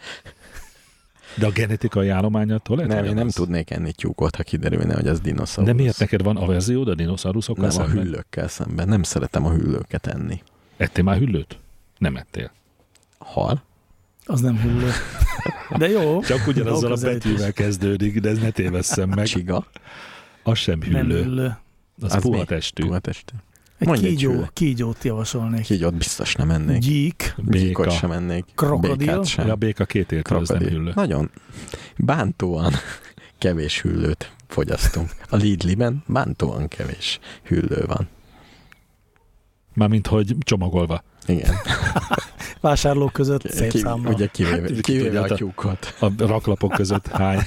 D: de a genetikai állományattól lehet,
B: nem
D: hogy
B: én nem
D: az.
B: tudnék enni tyúkot, ha kiderülne, hogy az dinoszaurusz.
D: De miért neked van averziód a dinoszauruszokkal
B: Nem a
D: szemben?
B: hüllőkkel szemben. Nem szeretem a hüllőket enni.
D: Ettél már hüllőt? Nem ettél.
B: Hal?
C: Az nem hüllő. De jó.
D: Csak ugyanazzal a
C: Okozelítés.
D: betűvel kezdődik, de ez ne tévesszem meg.
B: Csiga?
D: Az sem
C: Nem
D: hüllő,
C: hüllő.
D: az,
B: Az
D: az
B: mi?
D: puha testű.
B: Puha testű.
C: Egy
B: Mondj egy
C: kígyó,
B: hüllő.
C: kígyót javasolnék.
B: Kígyót biztos nem ennék.
C: Gyík.
B: Gyíkot sem ennék.
C: Krokodil?
B: Békát
D: Ja,
B: sem.
D: A béka két értő, az nem hüllő.
B: Nagyon bántóan kevés hüllőt fogyasztunk. A Lidliben bántóan kevés hüllő van.
D: Mármint, hogy csomagolva.
B: Igen.
C: vásárlók között szép
B: Ki,
C: számban.
B: ugye kivéve,
D: Hát, ki
B: hát, kivéve
D: tudja,
B: a
D: te-
B: tyúkot.
D: A raklapok között hány.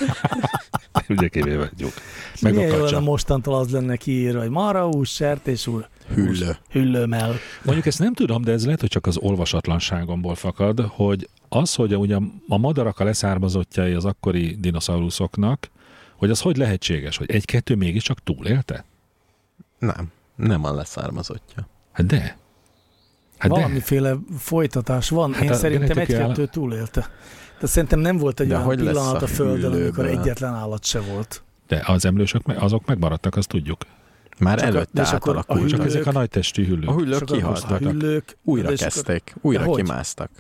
D: Ugye kivéve gyúk. Meg a
C: Milyen jó lenne
D: kacsa.
C: mostantól az lenne kiírva, hogy marahús, sertés úr,
B: Hüllő.
C: hüllőmel.
D: Mondjuk ezt nem tudom, de ez lehet, hogy csak az olvasatlanságomból fakad, hogy az, hogy a- ugye a madarak a leszármazottjai az akkori dinoszauruszoknak, hogy az hogy lehetséges, hogy egy-kettő mégiscsak túlélte?
B: Nem, nem a leszármazottja.
D: Hát de. Hát de.
C: Valamiféle folytatás van. Hát
D: Hát
C: Én
D: a
C: szerintem
D: genetikai
C: egy-kettő túlélte. De szerintem nem volt egy
B: De
C: olyan
B: hogy lesz
C: pillanat
B: a
C: a Földön, amikor
B: hüllőből?
C: egyetlen állat se volt.
D: De az emlősök, me- azok megmaradtak, azt tudjuk.
B: Már
C: Csak a-
B: előtte
C: és akkor a
B: átalakult.
D: Csak
C: hüllők-
D: ezek a nagy testű hüllők.
B: A hüllők
C: Sokan hoztak
B: kihaltak.
C: hüllők.
B: Újra
C: és akkor
B: kezdték, újra
C: De hogy?
B: kimásztak.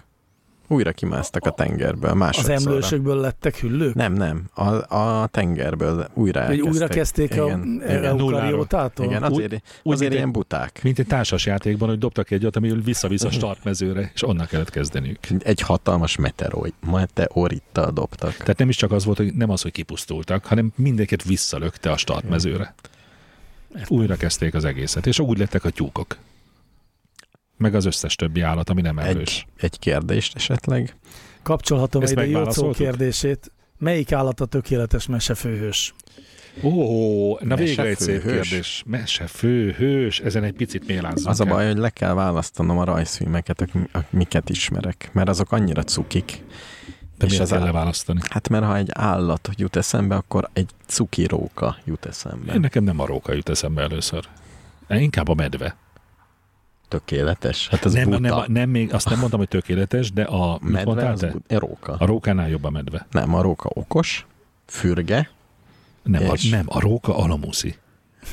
B: Újra kimásztak a tengerből,
C: Az
B: másodszorra.
C: emlősökből lettek hüllők?
B: Nem, nem, a, a tengerből újra
C: Hogy
B: elkezdték.
C: újra kezdték
B: igen,
C: a e-
B: igen,
C: eukariótától?
B: igen,
D: Úgy-
B: azért,
D: úgy,
B: azért
D: mint
B: ilyen buták.
D: Mint egy társas játékban, hogy dobtak egy olyat, ami visszavisz a
B: Mhm.
D: startmezőre, és onnan kellett kezdeniük.
B: Egy hatalmas meteoroid, meteorittal dobtak.
D: Tehát nem is csak az volt, hogy nem az, hogy kipusztultak, hanem mindenkit visszalökte a
B: Mhm.
D: startmezőre. Újra kezdték az egészet, és úgy lettek a tyúkok. Meg az összes többi állat, ami nem erős.
B: Egy, egy kérdést esetleg.
C: Kapcsolhatom
D: Ezt
C: ide Jócó
D: megválaszoltuk?
C: kérdését. Melyik állat a tökéletes mesefőhős?
D: Ó, na végre egy szép
B: Mesefőhős.
D: kérdés. Mese, fő, hős, ezen egy picit mélázzunk
B: Az a
D: el.
B: baj, hogy le kell választanom a rajzfilmeket, ak- ak- miket ismerek, mert azok annyira cukik.
D: De
B: és
D: miért
B: az
D: kell
B: áll-
D: leválasztani?
B: Hát mert ha egy állat jut eszembe, akkor egy cuki róka jut eszembe.
D: Én nekem nem a róka jut eszembe először. Inkább a medve.
B: Tökéletes. Hát az
D: nem,
B: buta.
D: nem, a- nem, még, azt nem mondtam, hogy tökéletes, de a... mit
B: Medve
D: mondtál
B: az
D: te?
B: buta. Róka.
D: A rókánál jobb a medve.
B: Nem, a róka okos, fürge,
D: Nem, a,
B: És-
D: nem, a róka alamuszi.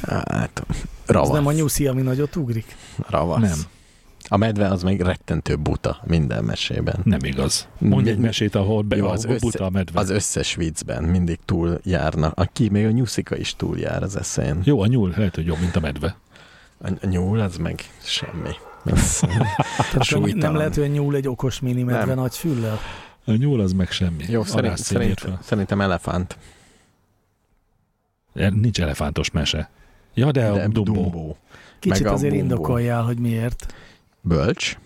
B: hát
C: Az
B: ravasz.
C: nem a nyuszi, ami nagyot ugrik?
B: Hát ravasz.
D: Nem.
B: A medve az még rettentő buta minden mesében.
D: Nem igaz. Mondj egy
B: Mi-
D: mesét, ahol be
B: Jó,
D: az
B: az
D: ahol
B: össze-
D: buta a medve.
B: Az összes viccben mindig túl járna. Aki még a nyuszika is túl jár az eszén.
D: Jó, a nyúl lehet, hogy jobb, mint a medve.
B: A a nyúl az meg semmi. Az-
C: Tehát nem,
B: Súlytalan.
C: nem lehet, hogy a nyúl egy okos minimedve
B: Nem.
C: nagy füllel?
D: A nyúl az meg semmi.
B: Jó,
D: A
B: szerint,
D: rászcín
B: szerint,
D: írtva.
B: szerintem elefánt.
D: E, Nincs elefántos mese. Ja, de,
B: De
D: a Dumbo.
B: Dumbo.
C: Kicsit
B: Meg a
C: azért
B: bumbó.
C: indokoljál, hogy miért.
B: Bölcs.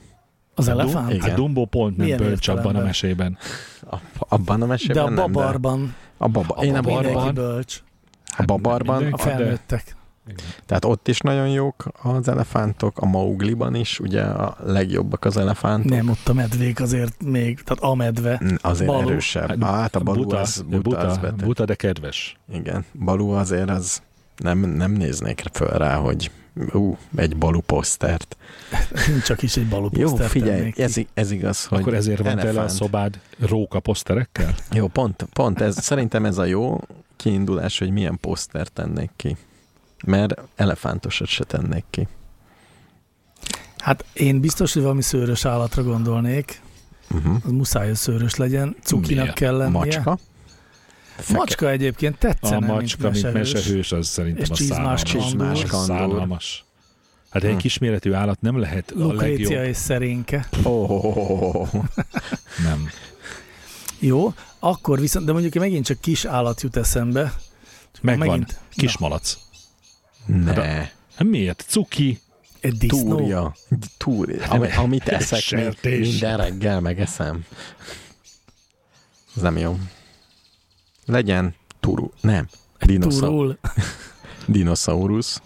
C: Az
D: A
B: Hát
D: dum-
C: elefánt?
D: A
B: Igen.
D: Hát Dumbo pont nem
C: Milyen
D: bölcs abban a
C: értelemben?
D: mesében.
B: A- Abban a
C: De a
B: mesében nem, de
C: babarban
B: a, baba,
D: A
B: én a
D: babarban.
B: babarban.
C: mindenki bölcs.
B: A babarban
C: A
D: mindenki, de-
C: felnőttek.
B: Tehát ott is nagyon jók az elefántok, a Maugliban is, ugye a legjobbak az elefántok.
C: Nem, ott a medvék azért még, tehát a medve.
B: Mm, Azért
C: Balú.
B: Balú. erősebb.
D: Hát,
B: Hát a Balú buta, az buta, az
D: buta,
B: beteg.
D: buta, de kedves.
B: Igen, Balú azért az nem, nem néznék föl rá, hogy ú, egy Balú posztert.
C: Nincs csak is egy
B: Jó,
C: baluposztert.
B: figyelj,
C: tennék ki.
B: ez, i- ez igaz, hogy
D: Akkor ezért van tele a
B: elefánt.
D: szobád róka poszterekkel?
B: Jó, pont, pont ez, szerintem ez a jó kiindulás, hogy milyen posztert tennék ki. Mert elefántosat se tennék ki.
C: Hát én biztos, hogy valami szőrös állatra gondolnék.
D: Mhm.
B: Uh-huh.
C: Az muszáj, hogy szőrös legyen. Cukinak
D: Miért?
C: kell lennie.
B: Macska. Feke-
C: Macska egyébként
D: A
C: tetszene,
D: macska, mint mesehős, az szerintem
C: És
D: a
C: csizmás
D: szánalmas.
B: kandúr.
D: szánalmas. Hát egy
B: Hm.
D: kisméretű állat nem lehet a legjobb.
C: Lukrécia és szerénke.
B: Oh, oh, oh, oh, oh, oh.
D: Nem.
C: Jó, akkor viszont, de mondjuk megint csak kis állat jut eszembe. Csak
D: Megvan.
C: Megint
D: Kismalac.
B: Ne.
D: Hát Miért? Cuki.
C: egy disznó.
B: Túrja. Túrja. Ami, amit eszek, mi-
D: Sertés.
B: minden reggel megeszem. Ez nem jó. Legyen turu. Nem. Dinoszau-
C: Túrul.
B: dinoszaurusz.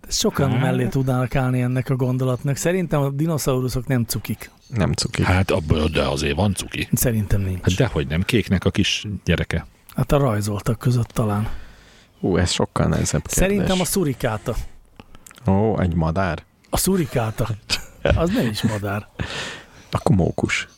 C: De Sokan
D: Hát.
C: mellé tudnának állni ennek a gondolatnak. Szerintem a dinoszauruszok nem cukik.
B: Nem cuki.
D: Hát abból, de azért van cuki.
C: Szerintem nincs.
D: Hát dehogy nem, kéknek a kis gyereke.
C: Hát a rajzoltak között talán.
B: Ú, ez sokkal nehezebb kérdés.
C: Szerintem a szurikáta.
B: Ó, egy madár.
C: A szurikáta. Az nem is madár.
B: Akkor mókus.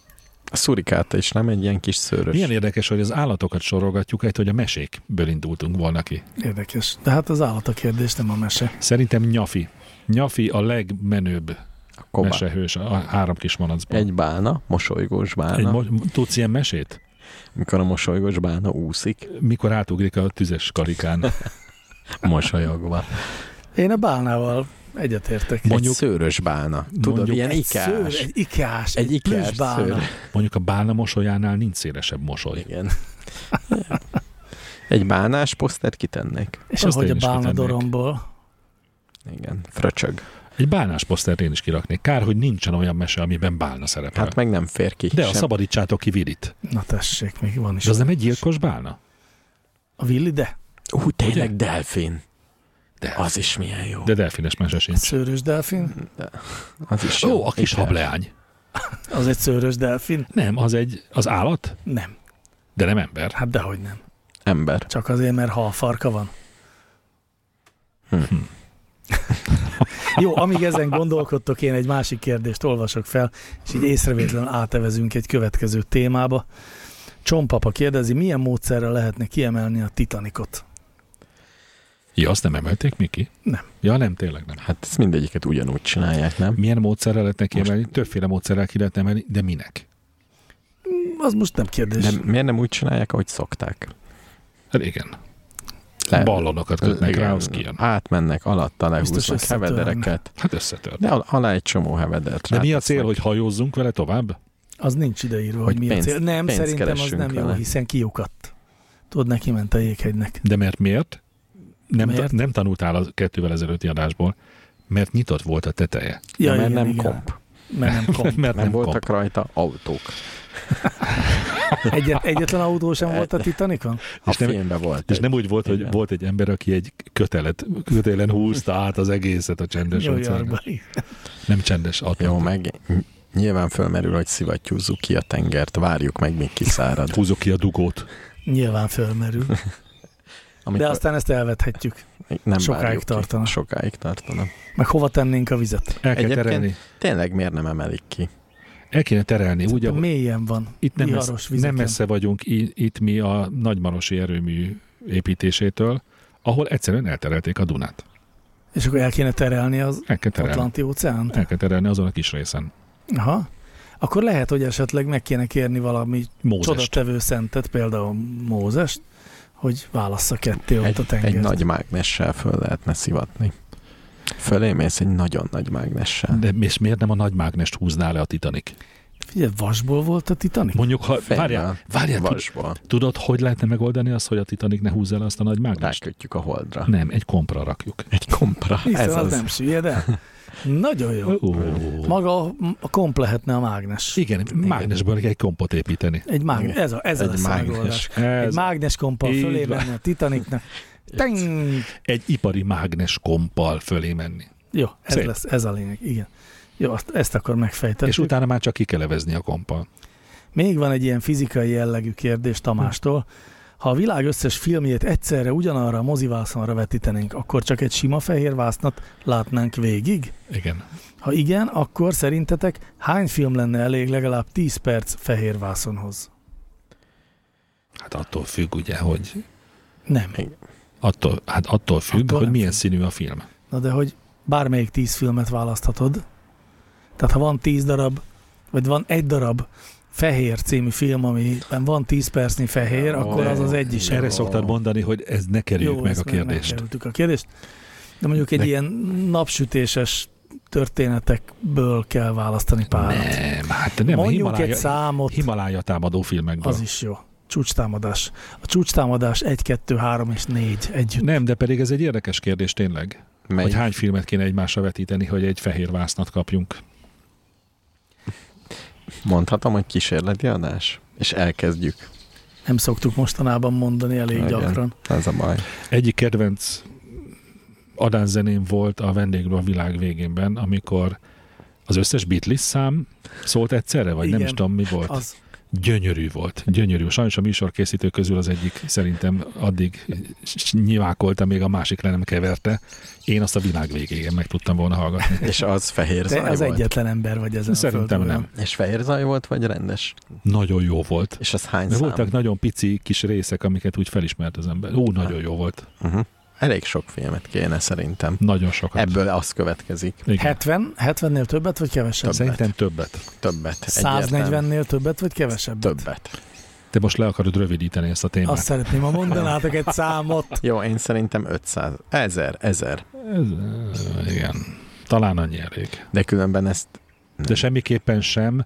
B: A szurikáta is nem egy ilyen kis szőrös.
D: Milyen érdekes, hogy az állatokat sorolgatjuk, egy, hogy a mesékből indultunk volna ki.
C: Érdekes. De hát az állat a kérdés, nem a mese.
D: Szerintem Nyafi. Nyafi a legmenőbb
B: A
D: Kobá.
B: kobá.
D: mesehős a három kis malacból.
B: Egy bálna, mosolygós
D: egy
B: bálna.
D: mo- tudsz ilyen mesét?
B: Mikor a mosolygós bálna úszik,
D: Mikor átugrik a tüzes karikán.
B: mosolyogva.
C: Én a bálnával egyetértek.
B: Mondjuk,
D: Mondjuk-
B: egy szőrös bálna. Tudod,
D: mondjuk-
B: ilyen
C: egy szőr,
B: ikás.
C: egy ikás,
B: Egy
C: egy, egy
B: ikás
C: plusz bálna.
B: szőr.
D: Mondjuk a bálna mosolyánál nincs szélesebb mosoly.
B: Igen. Egy bálnás posztert kitennék.
C: És
D: Azt
C: ahogy
D: én
C: a
D: is
C: bálna
D: kitennék.
C: doromból.
B: Igen. Fröcsög.
D: Egy bálnás posztert én is kiraknék. Kár, hogy nincsen olyan mese, amiben bálna szerepel.
B: Hát meg nem fér ki.
D: De a
B: sem.
D: szabadítsátok ki Vidit.
C: Na tessék, még van is.
D: És az nem egy gyilkos bálna?
C: A Willi, de?
B: Ú, tényleg delfin.
D: De,
B: Az is milyen jó.
D: de delfines mese sincs.
C: Szőrös delfin?
B: Az is jó.
D: Ó, a kis
B: Igen.
D: hableány.
C: Az egy szőrös delfin?
D: Nem, az egy, az állat,
C: Nem.
D: de nem ember.
C: Hát dehogy nem.
B: Ember.
C: Csak azért, mert ha a farka van.
B: Hm.
C: Jó, amíg ezen gondolkodtok, én egy másik kérdést olvasok fel, és így észrevétlenül átevezünk egy következő témába. Csompapa kérdezi, milyen módszerrel lehetne kiemelni a Titanicot?
D: Ja, azt nem emelték, Miki?
C: Nem.
D: Ja, nem, tényleg nem.
B: Hát ezt mindegyiket ugyanúgy csinálják, nem?
D: Milyen módszerrel lehetne
B: Most-
D: kiemelni? Többféle módszerrel ki lehetne emelni, de minek?
C: Az most nem kérdés.
B: De miért nem úgy csinálják, ahogy szokták?
D: Hát igen.
B: Le-
D: Ballonokat kötnek
B: igen,
D: rá, az kijön.
B: Átmennek, alatta
C: Biztos
B: lehúznak
C: összetörnek.
B: hevedereket,
D: Hát összetör.
B: de hát al- alá egy csomó hevedert.
D: De mi a cél,
B: rátesznek.
D: hogy hajózzunk vele tovább?
C: Az nincs ideírva, hogy,
B: Hogy
C: hogy mi
B: pénzt-
C: a cél. Nem,
B: pénzt
C: szerintem az
B: keressünk
C: nem jó,
B: vele.
C: hiszen kiukadt. Tudod, neki ment a jéghegynek.
D: De mert miért? Nem,
C: Miért?
D: Ta, nem tanultál a kettővel ezelőtti adásból, mert nyitott volt a teteje.
C: Ja,
B: mert
C: igen,
B: nem
C: igen.
B: komp.
C: Mert nem komp.
D: Mert
B: Nem,
D: nem,
B: voltak
D: Kap.
B: rajta autók.
C: Egyet, egyetlen autó sem volt a Titanicon?
B: A
D: És nem-
B: filmben volt.
D: És
B: egy-
D: nem úgy volt, hogy
B: Igen.
D: volt egy ember, aki egy kötelet, kötélen húzta át az egészet a csendes
C: New
D: óceánon.
C: Yorkban.
D: Nem csendes
B: Jó,
D: atlantik.
B: meg ny- nyilván fölmerül, hogy szivattyúzzuk ki a tengert, várjuk meg, míg kiszárad.
D: Húzok ki a dugót.
C: Nyilván fölmerül.
B: Amikor
C: De aztán ezt elvethetjük.
B: nem
C: sokáig
B: várjuk ki.
C: tartana.
B: Sokáig tartana.
C: Meg hova tennénk a vizet?
D: El kell
B: Egyébként-
D: terelni.
B: Tényleg miért nem emelik ki?
D: El kéne terelni. Úgy,
C: Ugye,
D: ahogy
C: mélyen van.
D: itt nem,
C: viharos
D: messze,
C: vizeken.
D: nem messze vagyunk i- itt mi a nagymarosi erőmű építésétől, ahol egyszerűen elterelték a Dunát.
C: És akkor el kéne terelni az
D: El kell terelni.
C: Atlanti óceánt?
D: El kell terelni azon a kis részen.
C: Aha. Akkor lehet, hogy esetleg meg kéne kérni valami
D: Mózest.
C: csodatevő szentet, például Mózest, hogy válassza ketté ott a
B: Egy,
C: tengert.
B: egy nagy mágnessel föl lehetne szivatni. Fölé mész egy nagyon nagy mágnessel.
D: De és miért nem a nagy mágnest húzná le a Titanic?
C: Figyelj, vasból volt a Titanic?
D: Mondjuk, ha
B: Fejjel.
D: várjál, várjál, tud-
B: Vasból.
D: tudod, hogy lehetne megoldani azt, hogy a Titanic ne húzza el azt a nagy mágnest?
B: Rákötjük a holdra.
D: Nem, egy kompra rakjuk.
B: Egy kompra.
C: Hiszen
B: Ez
C: az,
B: az.
C: nem süllyed el. Nagyon jó.
D: Ó,
C: Maga a, a komp lehetne a mágnes.
D: igen, mágnesből kell egy kompot építeni.
C: Egy mágnes. Ez, a, ez
B: Egy
C: lesz a
B: mágnes.
C: megoldás. Egy
D: Ez
C: mágnes kompal
D: Így
C: fölé
D: van.
C: menni a Titanicnak. Teng!
D: egy ipari mágnes kompal fölé menni.
C: Jó, ez
D: Szép.
C: lesz, ez a lényeg, igen. Jó, azt, ezt akkor megfejtettük.
D: És utána már csak ki kell levezni a kompal.
C: Még van egy ilyen fizikai jellegű kérdés Tamástól. Ha a világ összes filmjét egyszerre ugyanarra a mozivászonra vetítenénk, akkor csak egy sima fehér vásznat látnánk végig?
D: Igen.
C: Ha igen, akkor szerintetek hány film lenne elég legalább 10 perc fehér vászonhoz?
D: Hát attól függ ugye, hogy
C: Nem.
D: attól, hát attól függ,
C: Attól
D: hogy
C: nem
D: milyen
C: függ.
D: színű a film.
C: Na de hogy bármelyik 10 filmet választhatod. Tehát ha van 10 darab, vagy van egy darab fehér című film, amiben van 10 percnyi fehér,
B: Ó,
C: akkor az az egy is.
B: Jó.
D: Erre szoktad mondani, hogy ez ne kerüljük meg
C: ezt
D: a
C: meg-
D: kérdést.
C: megkerültük a kérdést. De mondjuk egy
B: De-
C: ilyen napsütéses történetekből kell választani párat.
D: Nem, hát nem, a
C: Mondjuk
D: Himalája,
C: egy számot,
D: Himalája támadó filmekből.
C: az is jó. Csúcstámadás. A csúcstámadás 1, 2, 3 és 4 együtt.
D: Nem, de pedig ez egy érdekes kérdés tényleg.
B: Melyik?
D: Hogy hány filmet kéne egymásra vetíteni, hogy egy fehér vásznat kapjunk.
B: Mondhatom, hogy kísérleti adás? És elkezdjük.
C: Nem szoktuk mostanában mondani elég
B: Igen.
C: gyakran.
B: Ez a baj.
D: Egyik kedvenc adánzeném volt a vendéglő a világ végénben, amikor az összes Beatles szám szólt egyszerre, vagy nem
C: Igen.
D: is tudom mi volt.
C: Az
D: Gyönyörű volt, gyönyörű. Sajnos a műsorkészítő közül az egyik szerintem addig nyivákolta, még a másik le nem keverte. Én azt a világ végéig meg tudtam volna hallgatni.
B: És az fehér
C: te
B: zaj
C: az
B: volt.
C: egyetlen ember vagy ezen a
D: Szerintem
C: földön.
D: nem.
B: És fehér zaj volt, vagy rendes?
D: Nagyon jó volt.
B: És az hány
D: De
B: szám?
D: voltak nagyon pici kis részek, amiket úgy felismert az ember. Ú, nagyon jó volt.
B: Uh-huh. Elég sok filmet kéne szerintem.
D: Nagyon sokat.
B: Ebből az következik.
D: Igen.
C: 70? 70-nél Hát, többet vagy kevesebb?
D: Szerintem többet.
B: Többet. egyértelmű.
C: 140-nél többet vagy kevesebbet?
B: Többet.
D: Te most le akarod rövidíteni ezt a témát.
C: Azt szeretném, ha mondanátok egy számot.
B: Jó, én szerintem 500. 1000, 1000.
D: Ez, eh, igen. Talán annyi elég.
B: De különben ezt
D: De semmiképpen sem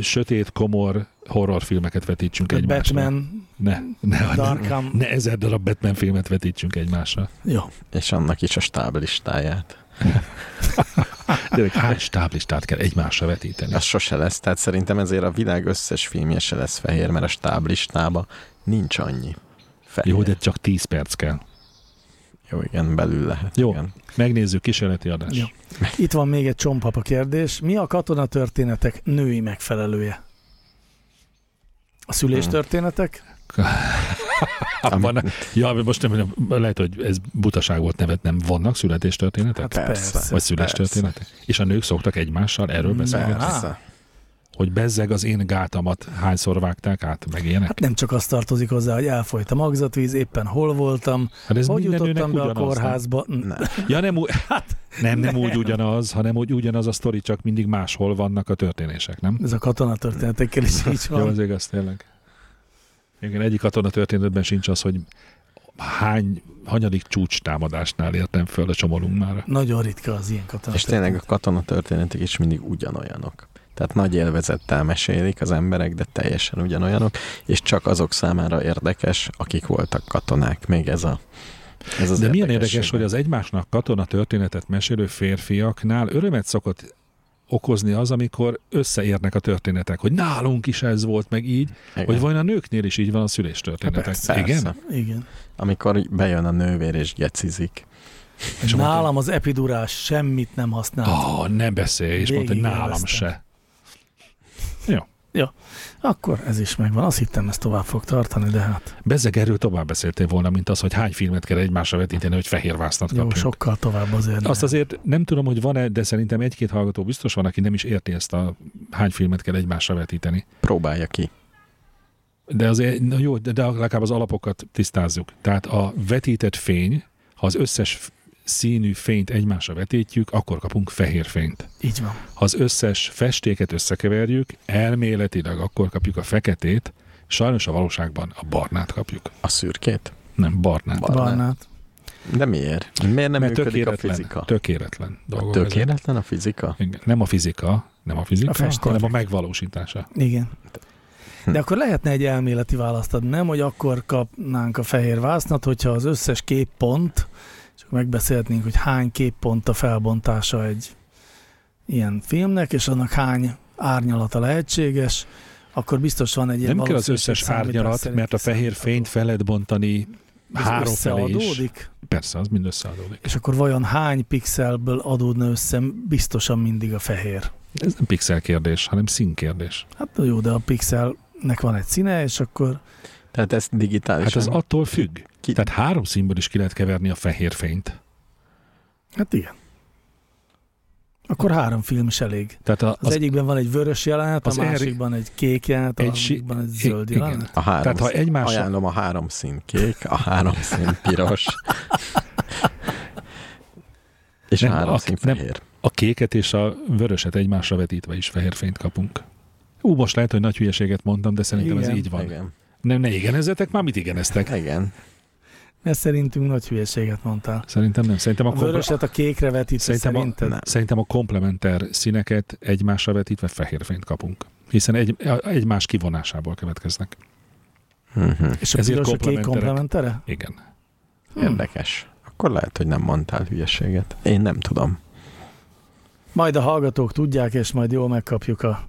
D: sötét, komor horrorfilmeket vetítsünk egymásra.
C: Batman,
D: Ne, ne, ne,
C: Darkham.
D: ne ezer darab Batman filmet vetítsünk egymásra.
C: Jó.
B: és annak is a stáblistáját.
D: Tényleg hány stáblistát kell egymásra vetíteni?
B: Az sose lesz, tehát szerintem ezért a világ összes filmje se lesz fehér, mert a stáblistába nincs annyi fehér.
D: Jó, de csak 10 perc kell.
B: Jó, igen, belül lehet.
D: Jó.
B: Igen.
D: Megnézzük, kísérleti adás.
C: Jó. Itt van még egy csompapa kérdés. Mi a katonatörténetek női megfelelője? A
D: Hmm.
C: szüléstörténetek?
D: Hát vannak, ja, most nem, lehet, hogy ez butaság volt nevet, nem vannak születéstörténetek?
C: Hát
D: Hát,
C: persze.
B: Persze.
D: vagy születéstörténetek? És a nők szoktak egymással erről beszélni?
B: Persze.
D: Hogy bezzeg az én gátamat hányszor vágták át, meg ilyenek?
C: Hát nem csak az tartozik hozzá, hogy elfolyt a magzatvíz, éppen hol voltam,
D: Hát ez
C: hogy
D: minden
C: jutottam
D: nőnek
C: be a
D: ugyanaz, nem?
C: kórházba. Hát, Nem.
D: Ja, nem, ú- nem, nem, úgy ugyanaz, hanem úgy ugyanaz a sztori, csak mindig máshol vannak a történések, nem?
C: Ez a katonatörténetekkel is így
D: Jó,
C: van.
D: az igaz, tényleg. Igen, egyik katona történetben sincs az, hogy hány, hanyadik csúcs támadásnál értem föl a
C: Hmm.
D: csomolunkmára.
C: Nagyon ritka az ilyen katona.
B: És tényleg a katonatörténetek is mindig ugyanolyanok. Tehát nagy élvezettel mesélik az emberek, de teljesen ugyanolyanok, és csak azok számára érdekes, akik voltak katonák. Még ez a ez az
D: De milyen
B: érdekesség.
D: érdekes, hogy az egymásnak katona történetet mesélő férfiaknál örömet szokott okozni az, amikor összeérnek a történetek, hogy nálunk is ez volt, meg így,
B: Igen. Hát
D: hogy vajon a nőknél is így van a szülés történetek.
B: Persze.
D: Igen?
C: Igen.
B: Amikor bejön a nővér és gecizik.
D: És mondta,
C: Nálam az epidurás semmit nem használ.
D: Ah, nem beszélj, és mondta, hogy
C: Végig
D: nálam
C: élveztem.
D: se.
C: Akkor ez is megvan. Azt hittem, ez tovább fog tartani, de hát
D: Bezzeg erről tovább beszéltél volna, mint az, hogy hány filmet kell egymásra vetíteni, hogy fehér vásznat
C: jó,
D: kapjunk.
C: sokkal tovább azért. nem.
D: Azt azért nem tudom, hogy van-e, de szerintem egy-két hallgató biztos van, aki nem is érti ezt a hány filmet kell egymásra vetíteni.
B: Próbálja ki.
D: De azért, na jó, de, de legalább az alapokat tisztázzuk. Tehát a vetített fény, ha az összes f- színű fényt egymásra vetítjük, akkor kapunk fehér fényt.
C: Így van.
D: Ha az összes festéket összekeverjük, elméletileg akkor kapjuk a feketét, sajnos a valóságban a barnát kapjuk.
B: A szürkét?
D: Nem, barnát.
B: Barnát.
C: Barnát.
B: De miért? Miért nem
D: Mert
B: működik a
D: tökéletlen,
B: fizika?
D: Tökéletlen dolgok. ezek.
B: Tökéletlen a fizika?
D: Igen. Nem a fizika, nem a
C: A
D: fizika,
C: festék.
D: hanem a megvalósítása.
C: Igen.
B: Hm.
C: De akkor lehetne egy elméleti választ adni, nem? Hogy akkor kapnánk a fehér vásznat, hogyha az összes képpont, és akkor megbeszélhetnénk, hogy hány képpont a felbontása egy ilyen filmnek, és annak hány árnyalata lehetséges, akkor biztos van egy ilyen
D: nem kell az
C: valószínűség
D: összes
C: számítás
D: árnyalat,
C: szerint
D: mert a fehér fényt fel lehet bontani
C: ez
D: három felé is.
C: összeadódik,
D: Persze, az mind összeadódik.
C: és akkor vajon hány pixelből adódna össze biztosan mindig a fehér?
D: Ez nem pixel kérdés, hanem szín kérdés.
C: Hát na jó, de a pixelnek van egy színe, és akkor
B: Tehát ez digitális.
D: Hát az attól függ.
B: Ki-
D: Tehát három színből is ki lehet keverni a fehér fényt.
C: Hát igen. Akkor három film is elég.
D: Tehát a,
C: Az,
D: az,
C: egyikben van egy vörös jelenet, a
D: az Henry-
C: másikban egy kék jelenet, a
D: egy si-
C: másikban egy zöld
D: i- igen.
C: jelenet.
B: a három
D: tehát ha
B: szín-
D: egymásra-
B: Ajánlom a három szín kék, a három szín piros. És
D: Nem,
B: a három
D: a-
B: szín
D: nem.
B: fehér.
D: a kéket és a vöröset egymásra vetítve is fehér fényt kapunk. Ú, most lehet, hogy nagy hülyeséget mondtam, de szerintem
C: Igen.
D: ez így van.
B: Igen.
D: Nem, ne igenezzetek, már mit igeneztek?
B: Igen.
C: Ez szerintünk nagy hülyeséget mondtál.
D: Szerintem nem. Szerintem a,
C: A
D: komple-
C: vöröset a kékre vetít,
D: Szerintem a-
C: szerinted?
B: nem.
D: Szerintem a komplementer színeket egymásra vetítve fehér fényt kapunk. Hiszen egy, a- egymás kivonásából következnek.
B: Mhm.
C: És a
D: Ezért
C: piros a kék
D: komplementerek.
C: komplementere?
D: Igen.
B: Érdekes. Akkor lehet, hogy nem mondtál hülyeséget. Én nem tudom.
C: Majd a hallgatók tudják, és majd jól megkapjuk a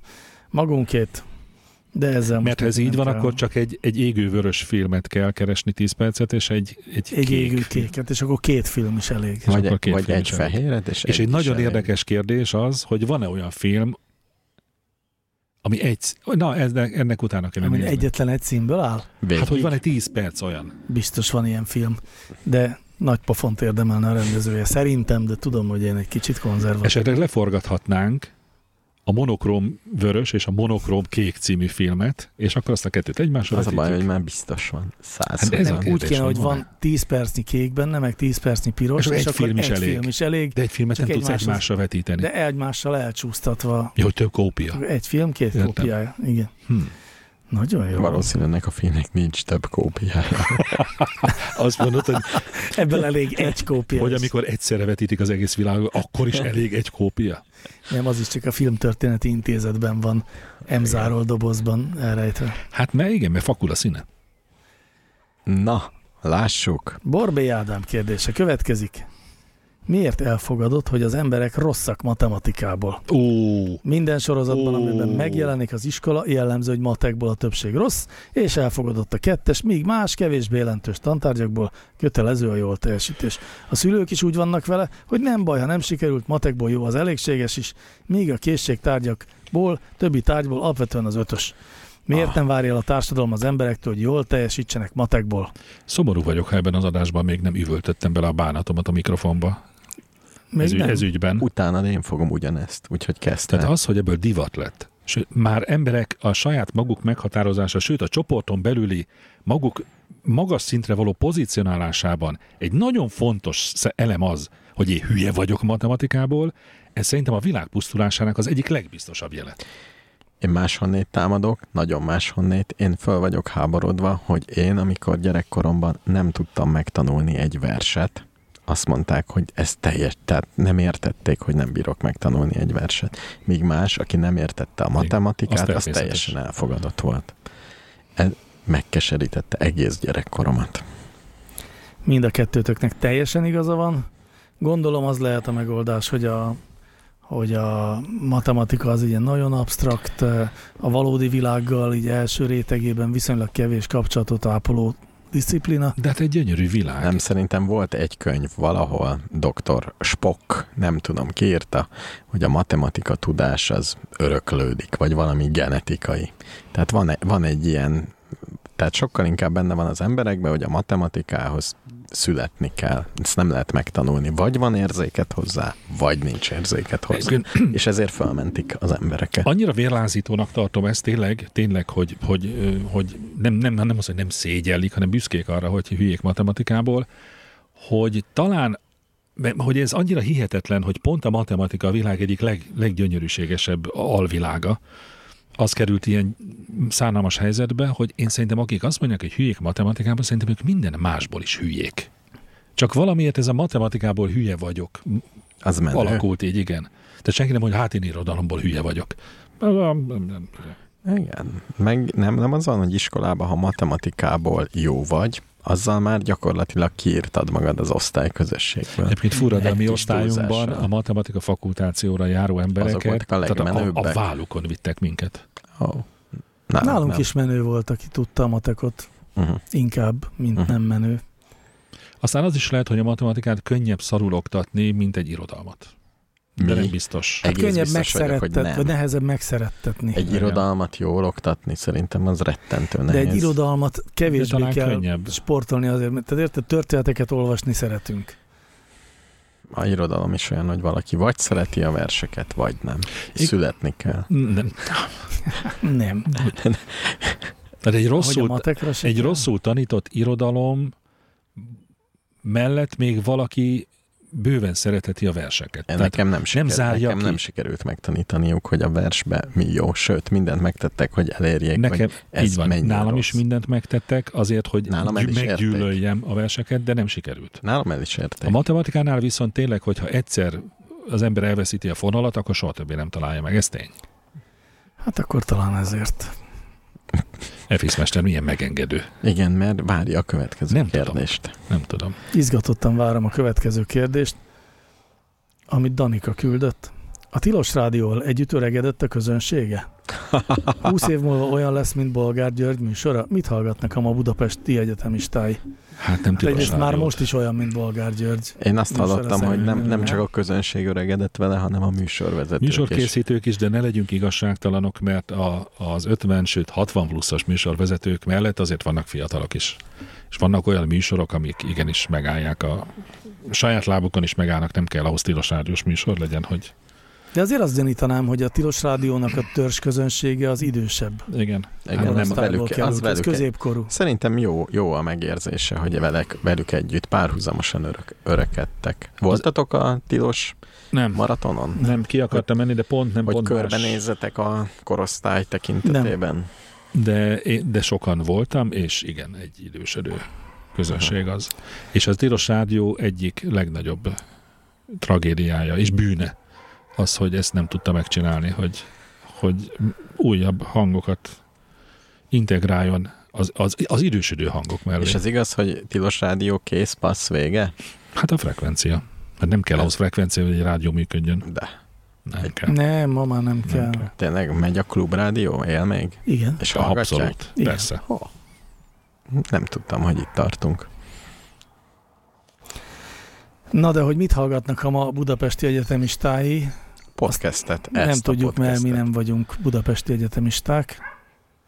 C: magunkét. De ezzel
D: Mert
C: most
D: ha ez
C: nem
D: így van,
C: kell.
D: akkor csak egy, egy égővörös filmet kell keresni 10 percet, és egy, egy,
C: egy
D: kék.
C: égő kéket, és akkor két film is elég.
D: És
B: Vagy,
D: akkor két
B: vagy
D: fél
B: egy
D: is elég.
B: fehéret, és,
D: És egy,
B: is
D: nagyon
B: elég.
D: érdekes kérdés az, hogy van-e olyan film, ami egy... Na, ennek, ennek utána kell
C: Ami
D: nézni.
C: egyetlen egy színből áll?
B: Végig.
D: Hát, hogy van-e 10 perc olyan?
C: Biztos van ilyen film, de nagy pofont érdemelne a rendezője szerintem, de tudom, hogy én egy kicsit konzervatív.
D: Esetleg leforgathatnánk a monokrom vörös és a monokrom kék című filmet, és akkor azt a kettőt egymásra
B: az a baj,
D: vetítjük.
B: hogy már biztos van. Száz.
D: Hát de ez a
B: százalék.
D: kérdés.
C: Úgy kéne, hogy
D: nem
C: van
D: van-e?
C: 10 percnyi kék benne, meg 10 percnyi piros,
D: És
C: és,
D: akkor egy
C: akkor
D: film is
C: egy
D: elég.
C: film is elég,
D: De egy filmet
C: Csak
D: nem tudsz
C: egymáshoz-
D: egymásra vetíteni.
C: de egymással elcsúsztatva.
D: Jó, több kópia.
C: Egy film, két
D: Értem.
C: kópiája. Igen.
D: Hm.
C: Nagyon jó.
B: Valószínűleg a filmnek nincs több kópiája.
D: Azt mondod, hogy,
C: Ebből elég egy kópia.
D: hogy
C: is.
D: amikor egyszerre vetítik az egész világot, akkor is elég egy kópia?
C: Nem, az is csak a filmtörténeti intézetben van, M-záról dobozban elrejtve.
D: Hát ne, igen, mert fakul a színe.
B: Na, lássuk.
C: Borbély Ádám kérdése következik. Miért elfogadod, hogy az emberek rosszak matematikából?
D: Ó,
C: Minden sorozatban,
D: Ó.
C: amiben megjelenik az iskola, jellemző, hogy matekból a többség rossz, és elfogadott a kettes, míg más, kevésbé jelentős tantárgyakból kötelező a jól teljesítés. A szülők is úgy vannak vele, hogy nem baj, ha nem sikerült, matekból jó az elégséges is, míg a készségtárgyakból, többi tárgyból alapvetően az ötös.
D: Ah.
C: Miért nem várja el a társadalom az emberektől, hogy jól teljesítsenek matekból?
D: szomorú vagyok, ha ebben az adásban még nem üvöltöttem bele a bánatomat a mikrofonba.
C: Még
D: ez, ügy-
C: nem.
D: ez ügyben.
B: Utána én fogom ugyanezt, úgyhogy kezdtem.
D: Hm? Tehát az, hogy ebből divat lett, sőt, már emberek a saját maguk meghatározása, sőt a csoporton belüli maguk magas szintre való pozícionálásában egy nagyon fontos sze- elem az, hogy én hülye vagyok matematikából, ez szerintem a világ pusztulásának az egyik legbiztosabb jele.
B: Én máshonnét támadok, nagyon máshonnét. Én föl vagyok háborodva, hogy én, amikor gyerekkoromban nem tudtam megtanulni egy verset, azt mondták, hogy ez teljes, tehát nem értették, hogy nem bírok megtanulni egy verset. Míg más, aki nem értette a matematikát,
D: az
B: az,
D: természetes.
B: teljesen elfogadott volt. Ez megkeserítette egész gyerekkoromat.
C: Mind a kettőtöknek teljesen igaza van. Gondolom az lehet a megoldás, hogy a, hogy a matematika az ilyen nagyon absztrakt, a valódi világgal így első rétegében viszonylag kevés kapcsolatot ápoló disziplina.
D: De hát egy gyönyörű világ.
B: Nem, szerintem volt egy könyv valahol, dr. Spock, nem tudom, kiírta, hogy a matematika tudás az öröklődik, vagy valami genetikai. Tehát van, e- van egy ilyen, tehát sokkal inkább benne van az emberekben, hogy a matematikához születni kell. Ezt nem lehet megtanulni. Vagy van érzéket hozzá, vagy nincs érzéket hozzá.
D: Egyébként
B: És ezért felmentik az embereket.
D: Annyira vérlázítónak tartom ezt tényleg, tényleg hogy, hogy, ö, hogy nem, nem, nem az, hogy nem szégyellik, hanem büszkék arra, hogy hülyék matematikából, hogy talán mert hogy ez annyira hihetetlen, hogy pont a matematika a világ egyik leg, leggyönyörűségesebb alvilága, az került ilyen szánalmas helyzetbe, hogy én szerintem akik azt mondják, hogy hülyék matematikában, szerintem ők minden másból is hülyék. Csak valamiért ez a matematikából hülye vagyok
B: Az menő.
D: alakult így, igen. Tehát senki nem mondja, hát én irodalomból hülye vagyok.
B: Igen. Meg nem, nem az van, hogy iskolában, ha matematikából jó vagy, azzal már gyakorlatilag kiírtad magad az osztályközösségből.
D: Egyébként fura, de a
B: Egy
D: mi
B: kis
D: osztályunkban
B: túlzással.
D: a matematika fakultációra járó embereket,
B: voltak a
D: tehát a, a
B: legmenőbbek.
D: vállukon vittek minket.
B: Oh. Nem,
C: Nálunk
B: nem.
C: is menő volt, aki tudta a matekot
B: Uh-huh.
C: inkább, mint
B: Mhm.
C: nem menő. Hát
D: Aztán az is lehet, hogy a matematikát könnyebb szarul oktatni, mint egy irodalmat. De
B: Mi?
D: nem biztos.
B: Egy-
C: Hát
B: Egész
C: könnyebb
B: biztos vagyok, hogy
C: megszerettetni, vagy,
B: nem.
C: nehezebb megszerettetni.
B: Egy
D: Igen.
B: irodalmat jól oktatni szerintem az rettentő
C: De
B: nehéz.
C: egy irodalmat
D: De
C: kevésbé
D: talán
C: kell
D: könnyebb.
C: sportolni azért, mert tehát érted, történeteket olvasni szeretünk.
B: A irodalom is olyan, hogy valaki vagy szereti a verseket, vagy nem.
D: Ig-
B: Születni kell.
D: Nem.
C: Nem.
D: Tehát egy
C: Hogy a
D: rosszul,
C: matekra se
D: egy
C: kell?
D: rosszul tanított irodalom mellett még valaki bőven szeretheti a verseket.
B: Tehát
D: Tehát
B: nekem nem, sikerült,
D: zárja
B: nekem
D: ki.
B: nem sikerült megtanítaniuk, hogy a versbe mi jó, sőt, mindent megtettek, hogy elérjék,
D: nekem
B: hogy ez
D: így van,
B: mennyire
D: nálam
B: rossz.
D: is mindent megtettek azért, hogy
B: Nálam el is érték.
D: meggyűlöljem a verseket, de nem sikerült.
B: Nálam el is érték.
D: A matematikánál viszont tényleg, hogyha egyszer az ember elveszíti a fonalat, akkor soha többé nem találja meg, ez tény.
C: Hát akkor talán ezért.
D: Efix mester milyen megengedő,
B: Igen, mert várja a következő
D: Nem
B: nem
D: tudom.
B: kérdést. Tudom.
D: nem tudom.
C: Izgatottan várom a következő kérdést, amit Danika küldött. A Tilos Rádióval együtt öregedett a közönsége? 20 év múlva olyan lesz, mint Bolgár György műsora? Mit hallgatnak a ma budapesti egyetemistái?
D: Hát nem
C: Hát egyrészt
D: tudom.
C: már most is olyan, mint Bolgár György.
B: Én azt
C: Műsor
B: hallottam,
C: az
B: hogy nem,
C: elején,
B: nem
C: nem?
B: csak a közönség öregedett vele, hanem a műsorvezetők is.
D: Műsorkészítők is, de ne legyünk igazságtalanok, mert a, az 50, sőt 60 pluszos műsorvezetők mellett azért vannak fiatalok is. És vannak olyan műsorok, amik igenis megállják a saját lábukon is megállnak, nem kell ahhoz tilos rádiós műsor legyen, hogy
C: De azért azt gyanítanám, hogy a Tilos Rádiónak a törzs közönsége az idősebb.
D: igen.
B: Igen,
D: Hát
C: Nem,
B: nem,
C: az
B: velük, az
C: került, az
B: velük egy,
C: középkorú.
B: Szerintem jó, jó a megérzése, hogy velek, velük együtt párhuzamosan örök, örekedtek. Voltatok a tilos
D: Nem,
B: maratonon?
D: nem ki akartam menni, de pont nem
B: Hogy
D: pont más.
B: körbenézzetek a korosztály tekintetében? Nem.
D: De, én- de sokan voltam, és igen, egy idősödő közönség az. És az Tilos Rádió egyik legnagyobb tragédiája és bűne az, hogy ezt nem tudta megcsinálni, hogy, hogy újabb hangokat integráljon az, az, az idősödő hangok mellé.
B: És az igaz, hogy tilos rádió kész, passz, vége?
D: Hát a frekvencia. Mert nem kell ahhoz frekvencia, hogy egy rádió működjön.
B: De
D: Nem kell.
C: Nem, ma már nem kell.
D: kell.
B: tényleg megy a klubrádió, él még?
C: Igen.
B: És hallgatják?
D: Abszolút.
C: Igen.
D: Persze.
B: Ha. Nem tudtam, hogy itt tartunk.
C: Na de hogy mit hallgatnak a ma budapesti egyetemistái?
B: Podcastet.
C: Ezt nem
B: ezt a
C: tudjuk, mert mi
B: podcastet.
C: nem vagyunk budapesti egyetemisták.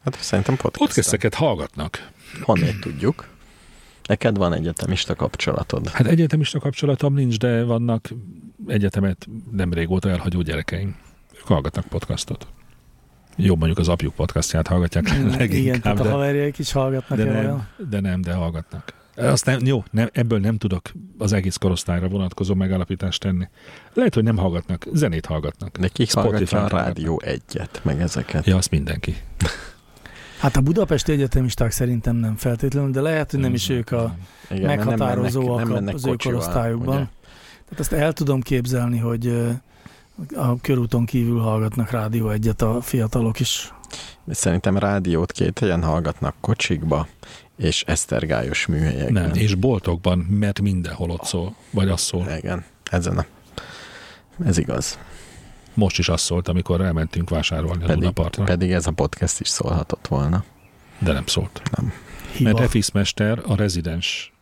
B: Hát szerintem podcastet.
D: Podcasteket hallgatnak.
B: Honnét tudjuk? Neked van egyetemista kapcsolatod.
D: Hát egyetemista kapcsolatom nincs, de vannak egyetemet nem régóta elhagyó gyerekeim. Ők hallgatnak podcastot. Jó, mondjuk az apjuk podcastját hallgatják
C: Igen,
D: leginkább,
C: tehát a
D: de,
C: haverjaik is hallgatnak
D: de,
C: el
D: nem,
C: olyan.
D: de nem, de hallgatnak. Azt nem, jó, nem, ebből nem tudok az egész korosztályra vonatkozó megállapítást tenni. Lehet, hogy nem hallgatnak, zenét hallgatnak.
B: De ki
D: Spotify-t
B: hallgatja a
D: hallgatnak.
B: rádió egyet, meg ezeket?
D: Ja, azt mindenki.
C: Hát a budapesti egyetemisták szerintem nem feltétlenül, de lehet, hogy nem is ők a...
B: Igen, mert nem
C: meghatározóak
B: mennek- nem
C: a-
B: mennek
C: az ő
B: kocsival,
C: korosztályukban.
B: ugye?
C: Tehát ezt el tudom képzelni, hogy ö, a körúton kívül hallgatnak rádió egyet a fiatalok is.
B: Szerintem rádiót két helyen hallgatnak kocsikba, és esztergályos műhelyekben.
D: Nem, és boltokban, mert mindenhol ott szól, vagy az szól.
B: Igen, ezen a... Ez igaz.
D: Most is az szólt, amikor elmentünk vásárolni a
B: Pedig,
D: Dunapartra,
B: pedig ez a podcast is szólhatott volna.
D: de nem szólt.
C: Hiba.
D: Mert Efis Mester a rezidens,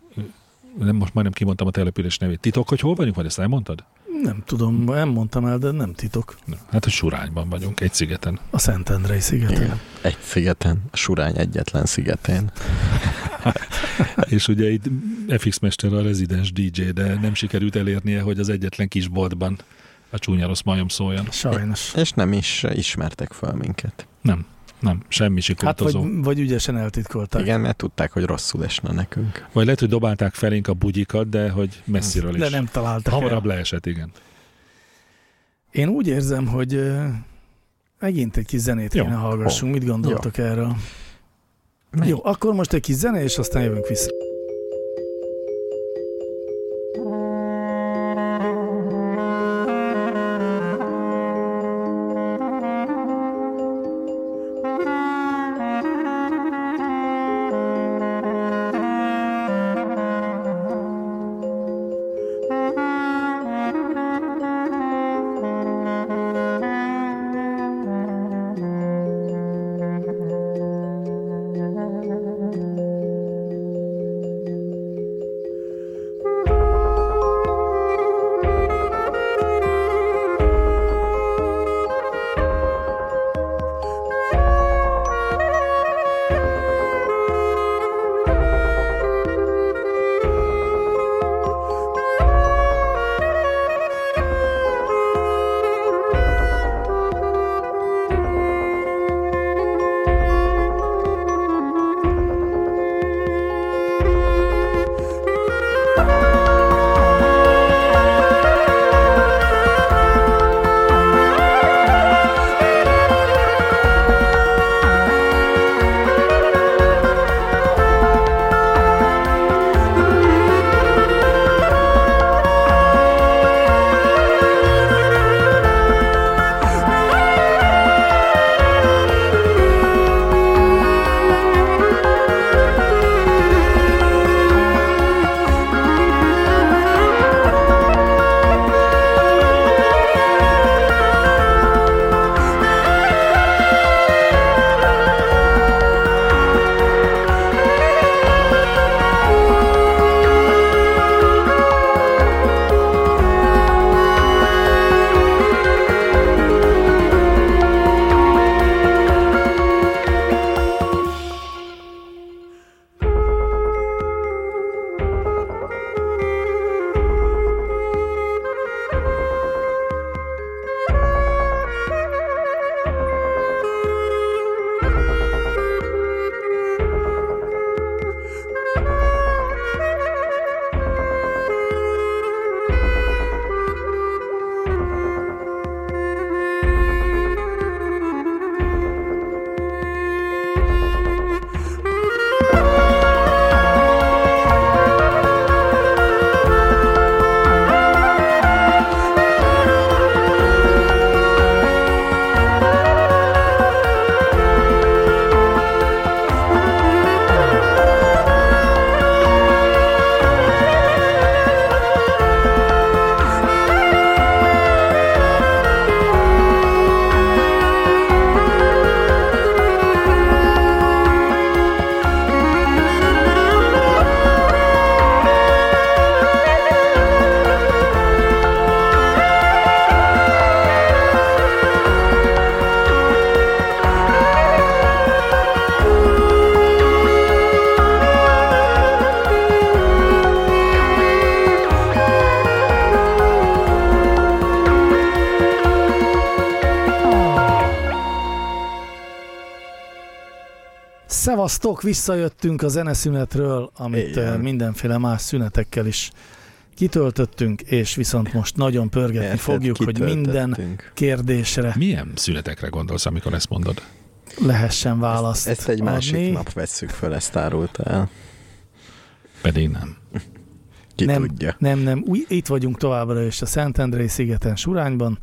D: nem, most majdnem kimondtam a település nevét. Titok, hogy hol vagyunk, vagy ezt elmondtad?
C: Nem tudom, nem mondtam el, de nem titok.
D: Nem. Hát, hogy Surányban vagyunk, egy szigeten.
C: A Szentendrei szigeten.
B: Igen. Egy szigeten, a Surány egyetlen szigetén.
C: Hát,
D: És ugye itt FX Mester a rezidens DJ, de nem sikerült elérnie, hogy az egyetlen kisboltban a csúnya rossz majom szóljon.
C: Sajnos.
B: És nem is ismertek fel minket.
D: Nem, nem, semmi
C: Hát
D: sikoltozó. Hát, vagy...
C: vagy, vagy ügyesen eltitkolták.
B: Igen, mert tudták, hogy rosszul esne nekünk.
D: vagy lehet, hogy dobálták felénk a bugyikat, de hogy messziről is.
C: De nem találtak el.
D: Hamarabb leesett, igen.
C: Én úgy érzem, hogy ö, megint egy kis zenét
D: Jó.
C: kéne hallgassunk. Mit gondoltok erről?
B: Menj.
C: Jó, akkor most egy kis zene, és aztán jövünk vissza.
E: Thank
C: Szevasztok, visszajöttünk a zeneszünetről, amit
B: Igen.
C: Igen. mindenféle más szünetekkel is kitöltöttünk, és viszont most nagyon pörgetni
B: Érted,
C: fogjuk, hogy minden
B: kitöltöttünk.
C: kérdésre
D: Milyen szünetekre gondolsz, amikor ezt mondod?
C: lehessen választ
B: Ezt egy másik
C: adni.
B: nap vesszük föl, ezt árulta el.
D: Pedig nem.
B: Ki
C: nem,
B: tudja.
C: Nem, nem, új, itt vagyunk továbbra is a Szentendrei szigeten Surányban,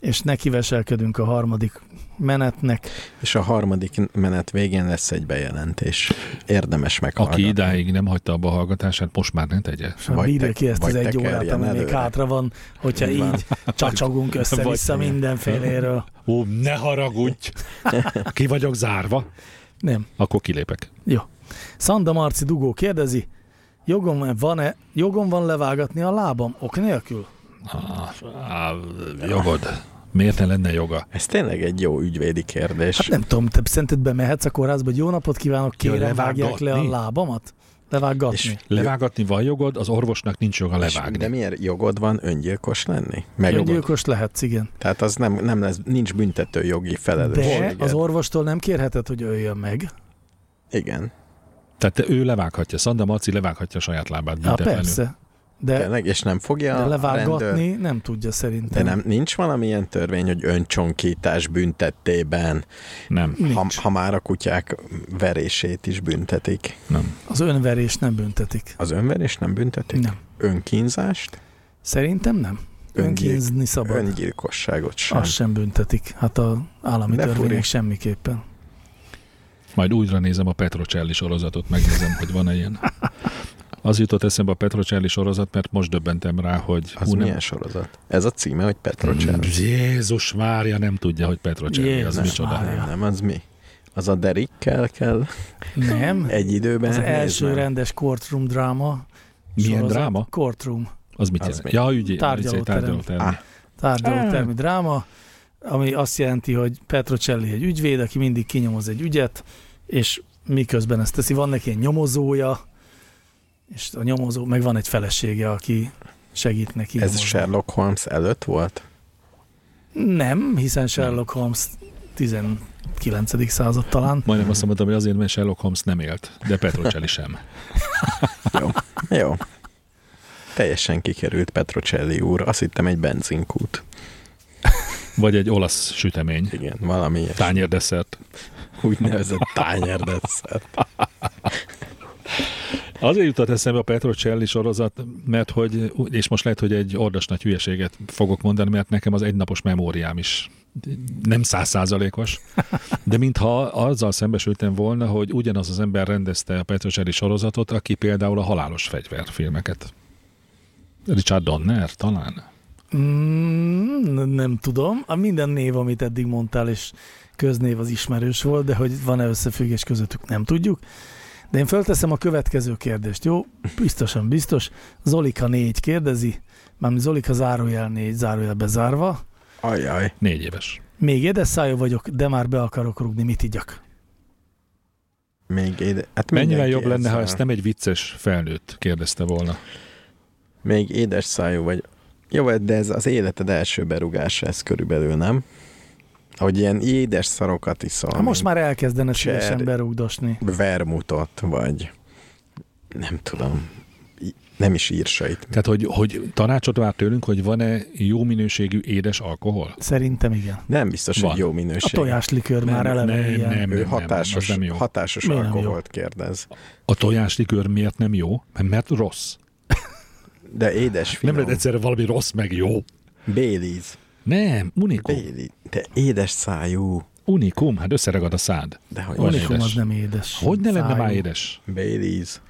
C: és nekiveselkedünk a harmadik menetnek.
B: És a harmadik menet végén lesz egy bejelentés. Érdemes meghallgatni.
D: Aki idáig nem hagyta abba a hallgatását, most már ne tegye.
C: Vagy
B: Vagy
C: bírja
B: te-
C: ki ezt az
B: vagy
C: egy órát,
B: tekerjen
C: ami még
B: előre.
C: hátra van, hogyha
B: Így van.
C: így csacsagunk össze-vissza
D: Vagy-
C: mindenféléről.
D: Ó, ne haragudj! Ki vagyok zárva?
C: Nem.
D: Akkor kilépek.
C: Jó. Szanda Marci Dugó kérdezi, jogom van-e, jogom van levágatni a lábam ok nélkül?
D: Ah, ah, jogod. Miért ne lenne joga?
B: Ez tényleg egy jó ügyvédi kérdés.
C: Hát nem tudom, te szerinted bemehetsz a kórházba, hogy jó napot kívánok,
D: Jó,
C: kérem, vágják le a
D: levágatni?
C: lábamat? Levágatni.
B: És
D: Levágatni van jogod, az orvosnak nincs joga
B: És De
D: levágni.
B: milyen jogod van öngyilkos lenni? Meg jogod.
C: Öngyilkos lehetsz, igen.
B: Tehát az nem, nem lesz, nincs büntető jogi
C: De
B: felelősség.
C: az orvostól nem kérheted, hogy öljön meg.
B: Igen.
D: Tehát te- ő levághatja, Szanda Marci levághatja a saját lábát
C: Na
D: büntetlenül.
C: persze. De,
B: Tényleg, és nem fogja
C: de
B: a rendőr.
C: levágatni nem tudja
B: De
C: szerintem.
B: nem, nincs valamilyen törvény, hogy öncsonkítás büntetében,
D: Nem,
B: ha,
C: Nincs.
B: ha már a kutyák verését is büntetik.
D: nem.
C: Az önverés nem büntetik.
B: Az önverés nem büntetik?
C: Nem.
B: Önkínzást,
C: Szerintem nem.
B: Öngyilk-
C: Önkínzni szabad.
B: öngyilkosságot sem.
C: Azt sem büntetik. Hát a állami
B: De
C: törvények
B: furi.
C: semmiképpen.
D: Majd újra nézem a Petrocelli sorozatot, megnézem, hogy van-e ilyen. Az jutott eszembe a Petrocelli sorozat, mert most döbbentem rá, hogy...
B: Az
D: hú,
B: Hú,
D: nem- Mm,
B: milyen sorozat? Ez a címe, hogy Petrocsen.
D: Jézus Mária nem tudja, hogy Petrocelli az
C: Jézus
D: micsoda.
C: Mária.
B: Nem, nem, az mi? Az a Derikkel kell
C: Nem.
B: egy időben
C: Az első
B: néznem.
C: rendes courtroom dráma.
D: Milyen dráma?
C: Courtroom.
D: Az mit
B: Az
D: jelent?
B: mi?
D: Ja, ügyi,
C: Tárgyalóterem.
D: tárgyalóterem.
B: Ah.
C: Tárgyalótermi dráma, ami azt jelenti, hogy Petrocelli egy ügyvéd, aki mindig kinyomoz egy ügyet, és miközben ezt teszi, van neki egy nyomozója, és a nyomozó, meg van egy felesége, aki segít neki.
B: Ez
C: nyomozni.
B: Sherlock Holmes előtt volt?
C: Nem, hiszen Sherlock Holmes 19. század talán.
D: Majdnem azt mondtam, hogy azért, mert Sherlock Holmes nem élt, de Petrocelli sem.
B: Jó. Jó. Teljesen kikerült Petrocelli úr. Azt hittem egy benzinkút.
D: Vagy egy olasz sütemény.
B: Igen, valami ilyes.
D: Tányérdesszert.
B: úgynevezett tányérdetszer.
D: Azért jutott eszembe a Petrocelli sorozat, mert hogy, és most lehet, hogy egy ordas nagy hülyeséget fogok mondani, mert nekem az egynapos memóriám is nem százszázalékos, de mintha azzal szembesültem volna, hogy ugyanaz az ember rendezte a Petrocelli sorozatot, aki például a halálos fegyverfilmeket. Richard Donner talán?
C: Mm, n- nem tudom. A minden név, amit eddig mondtál, és köznév az ismerős volt, de hogy van-e összefüggés közöttük, nem tudjuk. De én fölteszem a következő kérdést, jó? Biztosan biztos. Zolika 4 kérdezi, mármint Zolika zárójel 4, zárójel bezárva.
B: Ajaj.
D: Négy éves.
C: Még édesszájú vagyok, de már be akarok rúgni, mit igyak?
B: Még éde... hát
D: Mennyivel
B: mindenki
D: jobb lenne, ha
B: ezzel-
D: ezt nem egy vicces felnőtt kérdezte volna?
B: Még édes szájú vagy. Jó, hát, de ez az életed első berugása, ez körülbelül, nem? Hogy ilyen édes szarokat iszol.
D: Hát
C: Ha most
B: mint
C: már elkezdene
B: Cser.
C: szívesen berúgdosni.
B: Vermutot, vagy nem tudom, í- nem is írsait.
D: Tehát, hogy, hogy tanácsot vár tőlünk, hogy van-e jó minőségű édes alkohol?
C: Szerintem igen.
B: Nem biztos,
D: Van.
B: hogy jó
C: A
B: minőség.
C: tojáslikőr már eleve
D: nem,
C: ilyen.
D: nem,
B: Ő
D: nem,
B: hatásos,
D: nem, az nem jó.
B: hatásos
C: Miért nem jó?
B: alkoholt kérdez.
D: A tojáslikőr miért nem jó? Mert rossz.
B: De édes
D: Nem
B: finom.
D: lehet egyszerre valami rossz, meg jó.
B: Bélíz.
D: Nem, unikum.
B: Béli. De édes szájú.
D: Unikum, hát összeragad a szád.
B: De hogy
D: Olyan.
C: Unikum
D: édes.
C: az nem édes.
D: Hogy ne lenne
C: Szájú.
D: már édes?
B: Bélíz.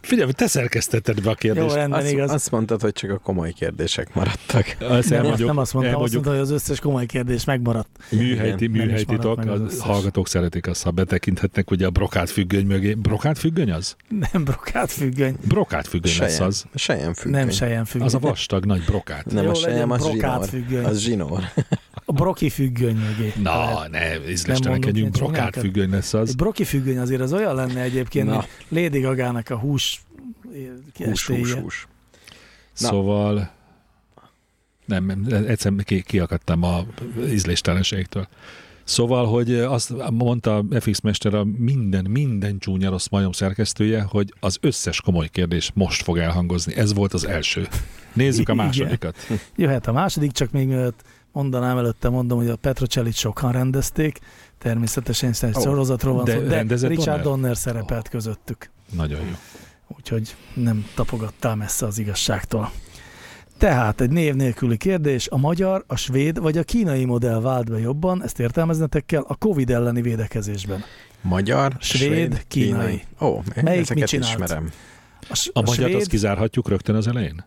D: Figyelj, te szerkesztetted be a
C: Jó,
D: kérdést.
C: rendben,
B: Azt,
C: igaz.
B: azt mondtad, hogy csak a komoly kérdések maradtak.
D: Azt
C: Nem, azt nem azt mondtam,
D: elmondjuk.
C: azt mondta, hogy az összes komoly kérdés megmaradt.
D: Műhelyti,
C: nem is
D: műhelytitok,
C: maradt meg az
D: a
C: összes.
D: hallgatók szeretik azt, ha betekinthetnek ugye a brokát függöny mögé. Brokát függöny az?
C: Nem brokát függöny,
D: Brokát függöny lesz
B: Sejem.
D: az.
B: Sejem függöny.
C: nem sejen függöny.
D: Az a vastag nagy brokát.
B: Nem
C: Jó,
B: a
C: legyen
B: sejem, az
C: brokát
B: zsinór.
C: függöny.
B: Az zsinór.
C: A broki függöny mögé.
D: Na, ne,
C: mondunk,
D: ízlestelenkedjünk,
C: csak
D: brokát
C: nem-
D: függöny lesz az.
C: Egy broki függöny azért az olyan lenne egyébként,
B: Na.
C: mint Lady Gagának a hús eh,
B: Hús, hús,
C: estéje.
B: hús. Na.
D: Szóval Nem, egyszerűen ki, kiakadtam a ízléstelenségtől. Szóval, hogy azt mondta FX Mester a minden, minden csúnya rossz majom szerkesztője, hogy az összes komoly kérdés most fog elhangozni. Ez volt az első. Nézzük a másodikat.
C: Jöhet a második, csak még mielőtt mondanám előtte, mondom, hogy a Petrocellit sokan rendezték, természetesen egy
D: Ó,
C: oh, sorozatról van
D: de
C: szó, de
D: rendezett
C: Richard
D: Donner?
C: Donner szerepelt közöttük,
D: Nagyon jó.
C: úgyhogy nem tapogattál messze az igazságtól. Tehát egy név nélküli kérdés, a magyar, a svéd vagy a kínai modell vált be jobban, ezt értelmeznetek kell, a Covid elleni védekezésben.
B: Magyar,
C: Svéd,
B: svéd,
C: kínai.
B: kínai. Ó, én
C: Melyik mit
B: ezeket
C: csinált?
B: ismerem.
C: s-
D: A, a magyart
C: svéd,
D: azt kizárhatjuk rögtön az elején?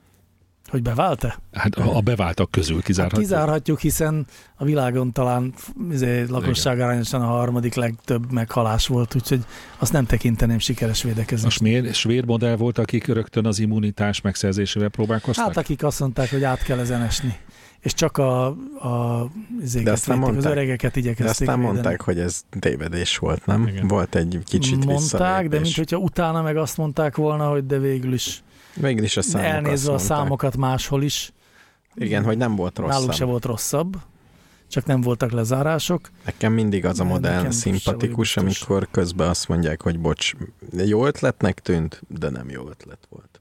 C: hogy bevált-e?
D: Hát a a beváltak közül kizárhatjuk.
C: Kizárhatjuk, hiszen a világon talán f- izé, lakosság arányosan a harmadik legtöbb meghalás volt, úgyhogy azt nem tekinteném sikeres
D: A
C: védekezésnek.
D: svéd, svéd modell volt, akik rögtön az immunitás megszerzésével próbálkoztak?
C: Hát akik azt mondták, hogy át kell ezen esni. És csak a, a
B: De
C: izéket
B: aztán
C: védték, az
B: mondták.
C: öregeket
B: De
C: igyekezték
B: aztán
C: védeni.
B: mondták, hogy ez tévedés volt, nem?
D: Igen.
B: Igen. Volt egy kicsit
C: mondták,
B: visszalépés.
C: de mint hogyha utána meg azt mondták volna, hogy de végül is
B: Végül is a számok
C: elnézve a
B: azt mondták.
C: számokat máshol is,
B: Igen, hogy nem volt rossz.
C: náluk se volt rosszabb, csak nem voltak lezárások.
B: Nekem mindig az a
C: Ne,
B: modell
C: nekem sem
B: szimpatikus,
C: vagyok biztos.
B: amikor közben azt mondják, hogy bocs, jó ötletnek tűnt, de nem jó ötlet volt.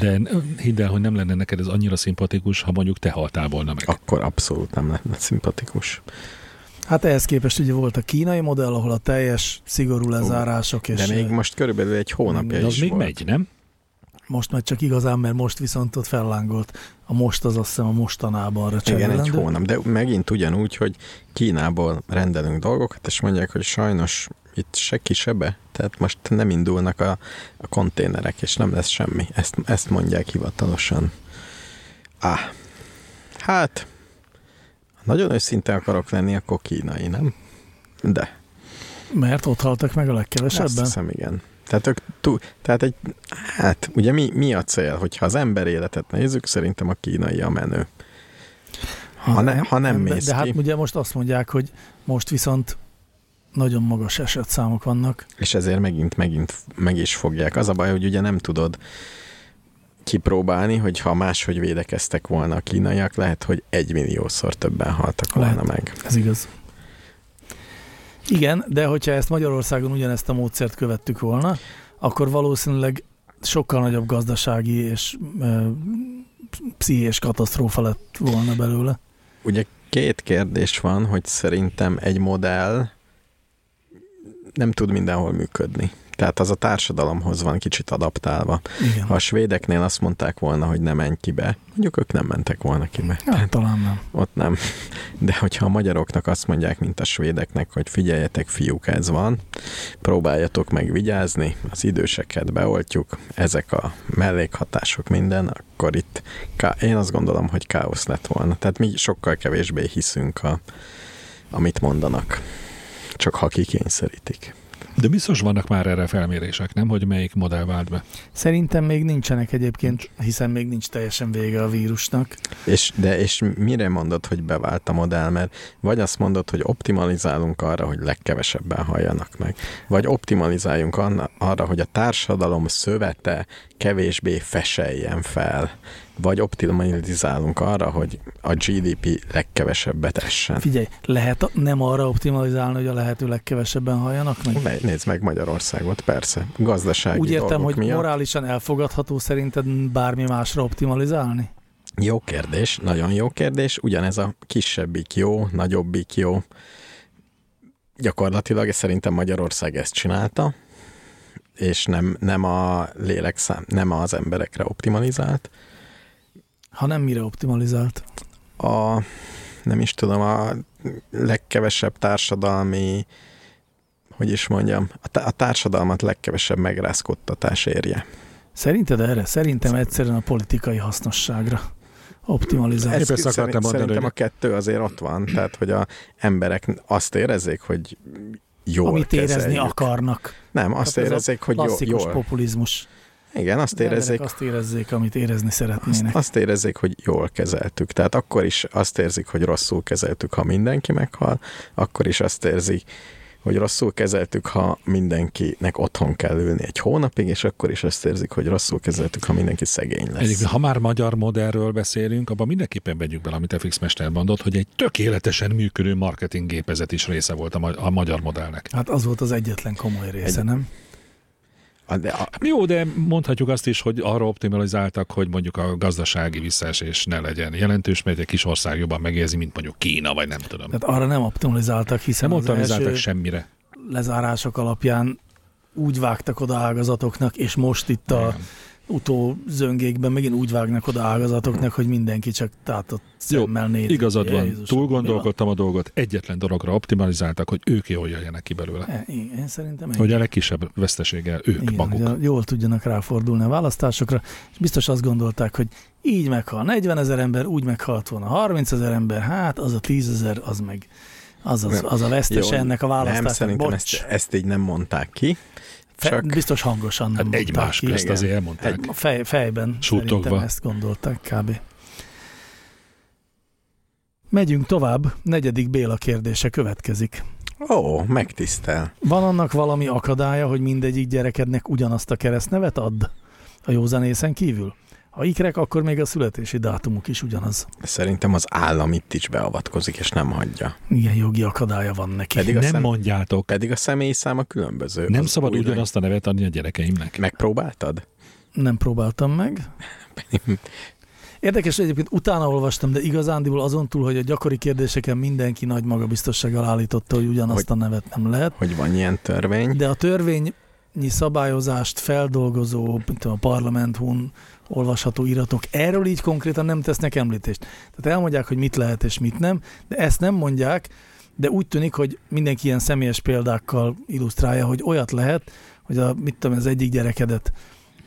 D: De hidd el, hogy nem lenne neked ez annyira szimpatikus, ha mondjuk te haltál volna meg.
B: Akkor abszolút nem lenne szimpatikus.
C: Hát ehhez képest ugye volt a kínai modell, ahol a teljes szigorú lezárások, és eh,
B: De még most körülbelül egy hónapja
D: De Mm, az
B: is
D: még
B: volt.
D: megy, nem?
C: most már csak igazán, mert most viszont ott fellángolt. A most az azt hiszem a mostanában arra
B: Igen, egy
C: cserélendő.
B: hónap. De megint ugyanúgy, hogy Kínából rendelünk dolgokat, és mondják, hogy sajnos itt se kisebe, tehát most nem indulnak a, a konténerek, és nem lesz semmi. Ezt, ezt mondják hivatalosan. Á, hát, ha nagyon őszinte akarok lenni, akkor kínai, nem? De,
C: Mert ott haltak meg a
B: azt
C: legkevesebben.
B: hiszem, igen. Tehát, ők túl, tehát egy, hát, ugye mi, mi a cél, hogyha az ember életet nézzük, szerintem a kínai a menő. Ha ne- ha nem
C: de,
B: mész
C: de hát
B: ki.
C: ugye most azt mondják, hogy most viszont nagyon magas esetszámok vannak.
B: és ezért megint, megint meg is fogják. Az a baj, hogy ugye nem tudod kipróbálni, hogy ha máshogy védekeztek volna a kínaiak, lehet, hogy egy milliószor többen haltak volna
C: Lehet.
B: meg.
C: Ez igaz. Igen, de hogyha ezt Magyarországon ugyanezt a módszert követtük volna, akkor valószínűleg sokkal nagyobb gazdasági és ö, pszichés katasztrófa lett volna belőle.
B: Ugye két kérdés van, hogy szerintem egy modell nem tud mindenhol működni. Tehát az a társadalomhoz van kicsit adaptálva.
C: Igen.
B: Ha a svédeknél azt mondták volna, hogy ne menj ki be, mondjuk ők nem mentek volna ki be.
C: Hát, talán nem.
B: ott nem. De hogyha a magyaroknak azt mondják, mint a svédeknek, hogy figyeljetek, fiúk, ez van, próbáljatok meg vigyázni, az időseket beoltjuk, ezek a mellékhatások minden, akkor itt ká- én azt gondolom, hogy káosz lett volna. Tehát mi sokkal kevésbé hiszünk, a, amit mondanak. Csak ha kikényszerítik.
D: De biztos vannak már erre felmérések, nem? Hogy melyik modell vált be.
C: Szerintem még nincsenek egyébként, hiszen még nincs teljesen vége a vírusnak.
B: És, de és mire mondod, hogy bevált a modell? Mert vagy azt mondod, hogy optimalizálunk arra, hogy legkevesebben halljanak meg, vagy optimalizáljunk anna, arra, hogy a társadalom szövete kevésbé feseljen fel, vagy optimalizálunk arra, hogy a GDP legkevesebbet essen.
C: Figyelj, lehet a- nem arra optimalizálni, hogy a lehető legkevesebben halljanak meg?
B: Ne- Nézd meg Magyarországot, persze. Gazdasági
C: Úgy értem,
B: dolgok
C: hogy
B: miatt.
C: morálisan elfogadható szerinted bármi másra optimalizálni?
B: Jó kérdés, nagyon jó kérdés. Ugyanez a kisebbik jó, nagyobbik jó. Gyakorlatilag szerintem Magyarország ezt csinálta, és nem, nem a lélekszám, nem az emberekre optimalizált.
C: Ha nem, mire optimalizált?
B: A, nem is tudom, a legkevesebb társadalmi, hogy is mondjam, a, tá- a társadalmat legkevesebb megrázkodtatás érje.
C: Szerinted erre? Szerintem egyszerűen a politikai hasznosságra optimalizál.
B: Ezt
D: Ez- Épp akartam
B: szerint,
D: mondani,
B: szerintem a
D: hogy-
B: kettő azért ott van, tehát hogy a emberek azt érezzék, hogy jól
C: Amit érezni
B: kezeljük.
C: akarnak.
B: Nem, azt
C: Tehát ez a
B: érezzék, hogy jó,
C: Klasszikus
B: jól.
C: populizmus.
B: Igen, azt
C: Az emberek
B: érezzék,
C: azt érezzék, amit érezni
B: azt,
C: szeretnének.
B: azt érezzék, hogy jól kezeltük. Tehát akkor is azt érzik, hogy rosszul kezeltük, ha mindenki meghal, akkor is azt érzik, hogy rosszul kezeltük, ha mindenkinek otthon kell ülni egy hónapig, és akkor is azt érzik, hogy rosszul kezeltük, ha mindenki szegény lesz.
D: Egyébként, ha már magyar modellről beszélünk, abban mindenképpen vegyük bele, amit FX Mester mondott, hogy egy tökéletesen működő marketinggépezet is része volt a, ma- a magyar modellnek.
C: Hát az volt az egyetlen komoly része, nem?
B: A- De a,
D: Hát Jó, de mondhatjuk azt is, hogy arra optimalizáltak, hogy mondjuk a gazdasági visszaesés ne legyen jelentős, mert egy kis ország jobban megérzi, mint mondjuk Kína, vagy nem tudom.
B: Hát
C: Tehát arra nem optimalizáltak, hiszen
D: Nem
C: nem az első
D: optimalizáltak semmire.
C: lezárások alapján úgy vágtak oda ágazatoknak, és most itt a
D: Igen.
C: utózöngékben megint úgy vágnak oda ágazatoknak, hogy mindenki csak tátott
D: Jó,
C: szemmel néz.
D: Igazad van,
C: Jézusom,
D: túl
C: mi
D: gondolkodtam a dolgot, egyetlen dologra optimalizáltak, hogy ők jól jöjjenek ki belőle.
C: van? E, igen, Én szerintem ennyi.
D: Hogy a legkisebb veszteséggel ők Igen, maguk.
C: hogy a- jól tudjanak ráfordulni a választásokra, és biztos azt gondolták, hogy így meghal 40 ezer ember, úgy meghalt volna 30 ezer ember, hát az a 10 ezer, az meg az, az,
B: Nem.
C: az a vesztes
B: Jó,
C: ennek a
B: nem,
C: választásnak.
B: szerintem
C: Bocs,
B: ezt, ezt így nem mondták ki.
C: fe-
B: Csak
C: biztos hangosan nem
D: Hát
C: mondták
D: egymás
C: ki.
D: közt
B: Igen. Hát
D: azért elmondták.
B: Egy-
C: A fej, fejben
D: Suttogva.
C: szerintem ezt gondolták kb. Megyünk tovább, negyedik Béla kérdése következik.
B: ó, megtisztel.
C: Van annak valami akadálya, hogy mindegyik gyerekednek ugyanazt a keresztnevet add? A józanészen kívül? Ha ikrek, akkor még a születési dátumuk is ugyanaz.
B: Szerintem az állam itt is beavatkozik, és nem hagyja.
C: Ilyen jogi akadálya van neki.
B: Pedig a,
D: nem
B: szem,
D: mondjátok,
B: pedig a személyi száma különböző.
D: nem
B: Az
D: szabad
B: újra-
D: ugyanazt a nevet adni a gyerekeimnek.
B: Megpróbáltad?
C: Nem próbáltam meg. Érdekes, hogy egyébként utána olvastam, de igazándiból azon túl, hogy a gyakori kérdéseken mindenki nagy magabiztossággal állította, hogy ugyanazt a nevet nem lehet.
B: Hogy van ilyen törvény?
C: De a törvényi szabályozást feldolgozó, mint tudom, a parlamenthun olvasható iratok erről így konkrétan nem tesznek említést. Tehát elmondják, hogy mit lehet és mit nem, de ezt nem mondják, de úgy tűnik, hogy mindenki ilyen személyes példákkal illusztrálja, hogy olyat lehet, hogy a, mit tudom, az egyik gyerekedet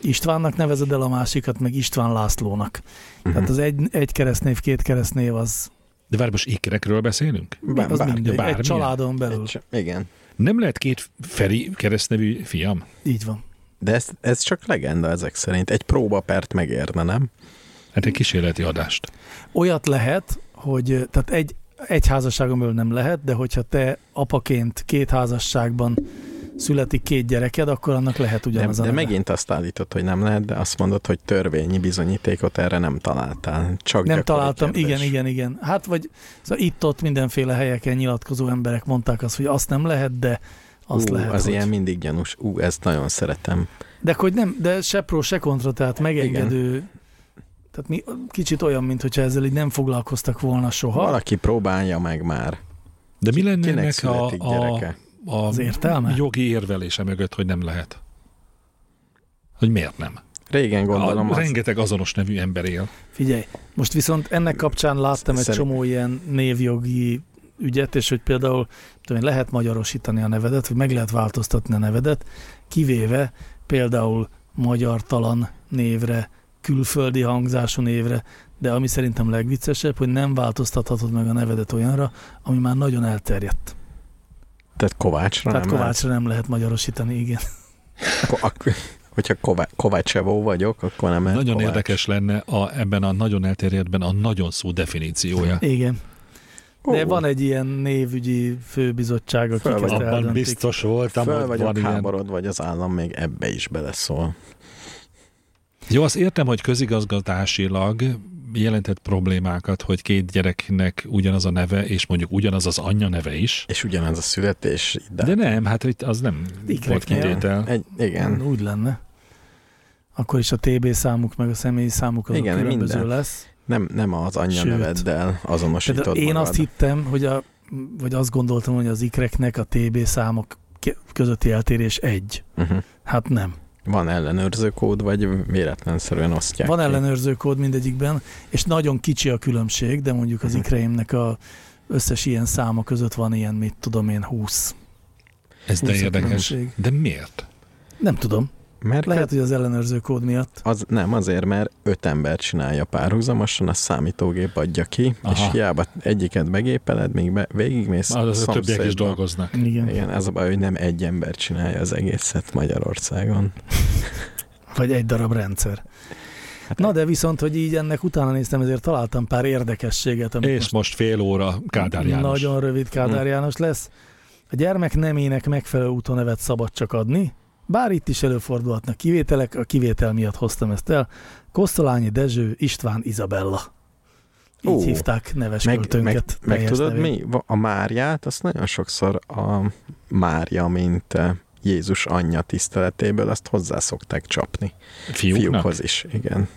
C: Istvánnak nevezed el, a másikat meg István Lászlónak. Tehát Hát
B: Mhm.
C: az egy, egy keresztnév, két keresztnév az,
D: De várj, most ikrekről beszélünk?
B: Bár-
C: az
B: bár-
C: mindegy. Egy
D: bármilyen.
C: családon belül.
B: Egy- Igen.
D: Nem lehet két Feri keresztnevű fiam?
C: Így van.
B: De ez, ez csak legenda ezek szerint. Egy próbapert megérne, nem?
D: Hát egy kísérleti adást.
C: Olyat lehet, hogy tehát egy, egy házasságon belül nem lehet, de hogyha te apaként két házasságban születik két gyereked, akkor annak lehet
B: De,
C: ugyanaz a
B: de
C: neve.
B: megint azt állítod, hogy nem lehet, de azt mondod, hogy törvényi bizonyítékot erre nem találtál. Csak
C: Nem
B: gyakori
C: találtam,
B: kérdés.
C: igen, igen, igen. Hát vagy szóval itt-ott mindenféle helyeken nyilatkozó emberek mondták azt, hogy azt nem lehet, de azt
B: Ú,
C: lehet.
B: az
C: hogy.
B: ilyen mindig gyanús. Ú, ezt nagyon szeretem.
C: De hogy nem, de se pró, se kontra, tehát megengedő. Tehát mi kicsit olyan, mintha ezzel így nem foglalkoztak volna soha.
B: Ha? Valaki próbálja meg már.
D: De mi lenne
B: Kinek
D: ennek a,
B: születik
D: a,
B: gyereke?
D: a
C: Az értelme?
D: jogi érvelése mögött, hogy nem lehet? Hogy miért nem?
B: Régen gondolom
D: a,
B: azt.
D: rengeteg azonos nevű ember él.
C: Figyelj, most viszont ennek kapcsán láttam egy
B: Szerint-
C: csomó ilyen névjogi ügyet, és hogy például tudom én, lehet magyarosítani a nevedet, vagy meg lehet változtatni a nevedet, kivéve például magyartalan névre, külföldi hangzású névre, de ami szerintem legviccesebb, hogy nem változtathatod meg a nevedet olyanra, ami már nagyon elterjedt.
B: Tehát Kovácsra
C: Tehát
B: nem
C: Kovácsra nem lehet magyarosítani, igen.
B: lehet? Ko- ak- hogyha Ková- Kovácsevó vagyok, akkor nem lehet
D: nagyon
B: Kovács.
D: érdekes lenne a, ebben a nagyon elterjedtben a nagyon szó definíciója.
C: Igen. De
B: Ó,
C: van egy ilyen névügyi főbizottság, akik
B: Föl
C: ezt
B: vagy-
D: Abban
C: eldöntik.
D: biztos voltam,
B: Föl
D: hogy
B: vagyok
D: van ilyen.
B: háborod, vagy az állam még ebbe is beleszól.
D: Jó, azt értem, hogy közigazgatásilag jelentett problémákat, hogy két gyereknek ugyanaz a neve, és mondjuk ugyanaz az anyja neve is.
B: És ugyanaz a születés.
D: De, de nem, hát hogy az nem
C: Ikreknél.
D: volt kitétel.
B: Egy, igen.
C: Úgy lenne. Akkor is a TB számuk, meg a személyi számuk azok
B: Igen,
C: Igen, különböző
B: minden.
C: minden. lesz.
B: Nem, nem az anyja
C: Sőt.
B: neveddel azonosítod
C: Például én
B: magad.
C: azt hittem, hogy a, vagy azt gondoltam, hogy az ikreknek a TB számok ke- közötti eltérés egy.
B: Uh-huh.
C: Hát nem.
B: Van ellenőrző kód, vagy véletlenszerűen osztják
C: Van
B: ki?
C: ellenőrző kód mindegyikben, és nagyon kicsi a különbség, de mondjuk az
B: Mhm.
C: ikreimnek a összes ilyen száma között van ilyen, mit tudom én, 20.
D: Ez de
C: 20 a
D: érdekes.
C: különbség.
D: De miért?
C: Nem tudom.
B: Mert
C: Lehet, hogy az ellenőrző kód miatt.
B: Az nem azért, mert öt ember csinálja párhuzamosan, a számítógép adja ki, Aha.
D: Aha.
B: és hiába egyiket begépeled, még be, végigmész.
D: Az, az a
B: szomszédba.
D: többiek is dolgoznak.
C: Igen.
B: Igen, az a baj, hogy nem egy ember csinálja az egészet Magyarországon.
C: Vagy egy darab rendszer.
B: Hát
C: Na de viszont, hogy így ennek utána néztem, ezért találtam pár érdekességet, amit
D: És most fél óra Kádár János.
B: Hm.
C: Nagyon rövid Kádár János lesz. A gyermek nemének megfelelő útonevet szabad csak adni, bár itt is előfordulhatnak kivételek, a kivétel miatt hoztam ezt el. Kosztolányi Dezső István Izabella. Így
B: Ó,
C: hívták neves
B: Meg, meg,
C: költőnket.
B: meg
C: teljes
B: tudod
C: nevén.
B: mi? Va- A Máriát, azt nagyon sokszor a Mária, mint eh, Jézus anyja tiszteletéből, azt hozzá szokták csapni.
D: Fiúknak?
B: Fiúkhoz is, igen.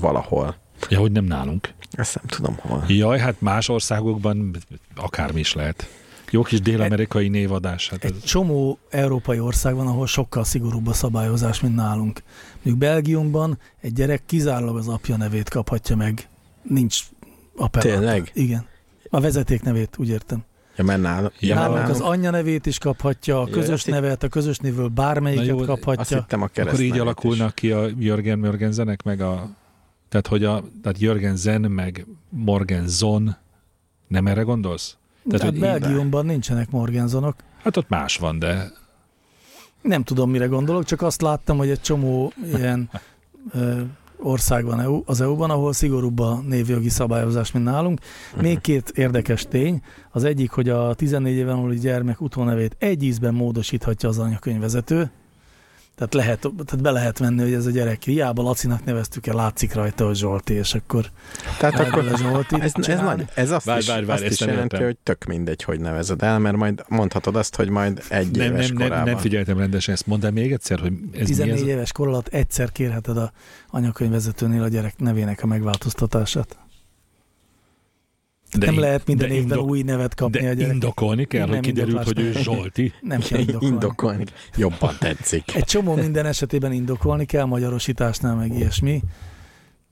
B: Valahol.
D: Ja, hogy nem nálunk.
B: Ezt nem tudom hol.
D: Jaj, hát más országokban akármi is lehet. Jó kis dél-amerikai névadás. Hát ez,
C: Egy csomó európai ország van, ahol sokkal szigorúbb a szabályozás, mint nálunk. Mondjuk Belgiumban egy gyerek kizárólag az apja nevét kaphatja meg. Nincs apellátor.
B: Tényleg?
C: Igen. A vezeték nevét, úgy értem.
B: Ja, mert nálam, ja,
D: Ja,
B: mert
C: Nálunk
B: nálunk
C: az anyja nevét is kaphatja, a
B: Jaj,
C: közös
B: azt hit-
C: nevet, a közös névből
D: Na
C: bármelyiket
D: jó,
B: azt
C: kaphatja.
B: hittem a kereszt
D: akkor így alakulnak ki a Jörgen Mörgenzenek, meg a... Tehát, hogy a tehát Jörgenzen, meg Morgenzon, nem erre gondolsz?
C: Tehát,
D: Tehát,
C: hát
D: hogy
C: Belgiumban nincsenek morgánzonok.
D: Hát ott más van, de
C: Nem tudom, mire gondolok, csak azt láttam, hogy egy csomó ilyen ö, ország van EU, az EU-ban, ahol szigorúbb a névjogi szabályozás, mint nálunk.
B: Mhm.
C: Még két érdekes tény. Az egyik, hogy a 14 éven aluli gyermek utónevét egy ízben módosíthatja az anyakönyvvezető. Tehát, lehet, tehát be lehet venni, hogy ez a gyerek hiába Lacinak neveztük el, látszik rajta, hogy Zsolti, és akkor
B: Tehát Hát akkor
C: ebből a Zsoltit
B: ez, ez,
C: csinálni.
B: nagy, ez azt
D: Várj,
B: is,
D: várj, várj,
B: azt
D: ezt
B: is
D: nem
B: jelenti,
D: értem.
B: hogy tök mindegy, hogy nevezed el, mert majd mondhatod azt, hogy majd egy
D: nem,
B: éves
D: nem, nem,
B: korában.
D: nem figyeltem rendesen ezt. Mondd el még egyszer, hogy ez mi
C: 14
D: ez?
C: éves kor alatt egyszer kérheted a anyakönyvvezetőnél a gyerek nevének a megváltoztatását.
D: De
C: nem
D: in-
C: lehet minden
D: de
C: évben
D: indok-
C: új nevet kapni
D: De
C: a gyerek.
D: indokolni kell,
C: Nem
D: hogy kiderült, hogy
C: indoklás
D: ő Zsolti.
C: nem kell indokolni.
B: Indokolni. Jobban tetszik.
C: Egy csomó minden esetében indokolni kell, magyarosításnál meg ilyesmi.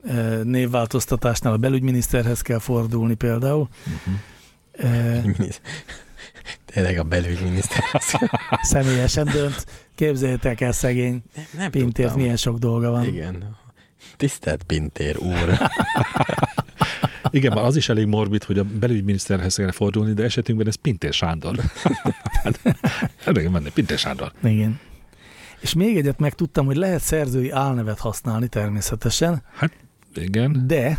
C: Ö, Névváltoztatásnál a belügyminiszterhez kell fordulni például. E, Ö,
B: Minis- Tényleg a belügyminiszter.
C: Személyesen dönt. Képzeljétek el szegény
B: Nem
C: Pintér,
B: tudtam.
C: milyen sok dolga van.
B: Igen. Tisztelt Pintér úr.
D: Igen, már az is elég morbid, hogy a belügyminiszterhez kell fordulni, de esetünkben ez Pintér Sándor. Hát, elég menni, Pintér Sándor.
C: Igen. És még egyet megtudtam, hogy lehet szerzői álnevet használni természetesen,
D: Hát igen.
C: de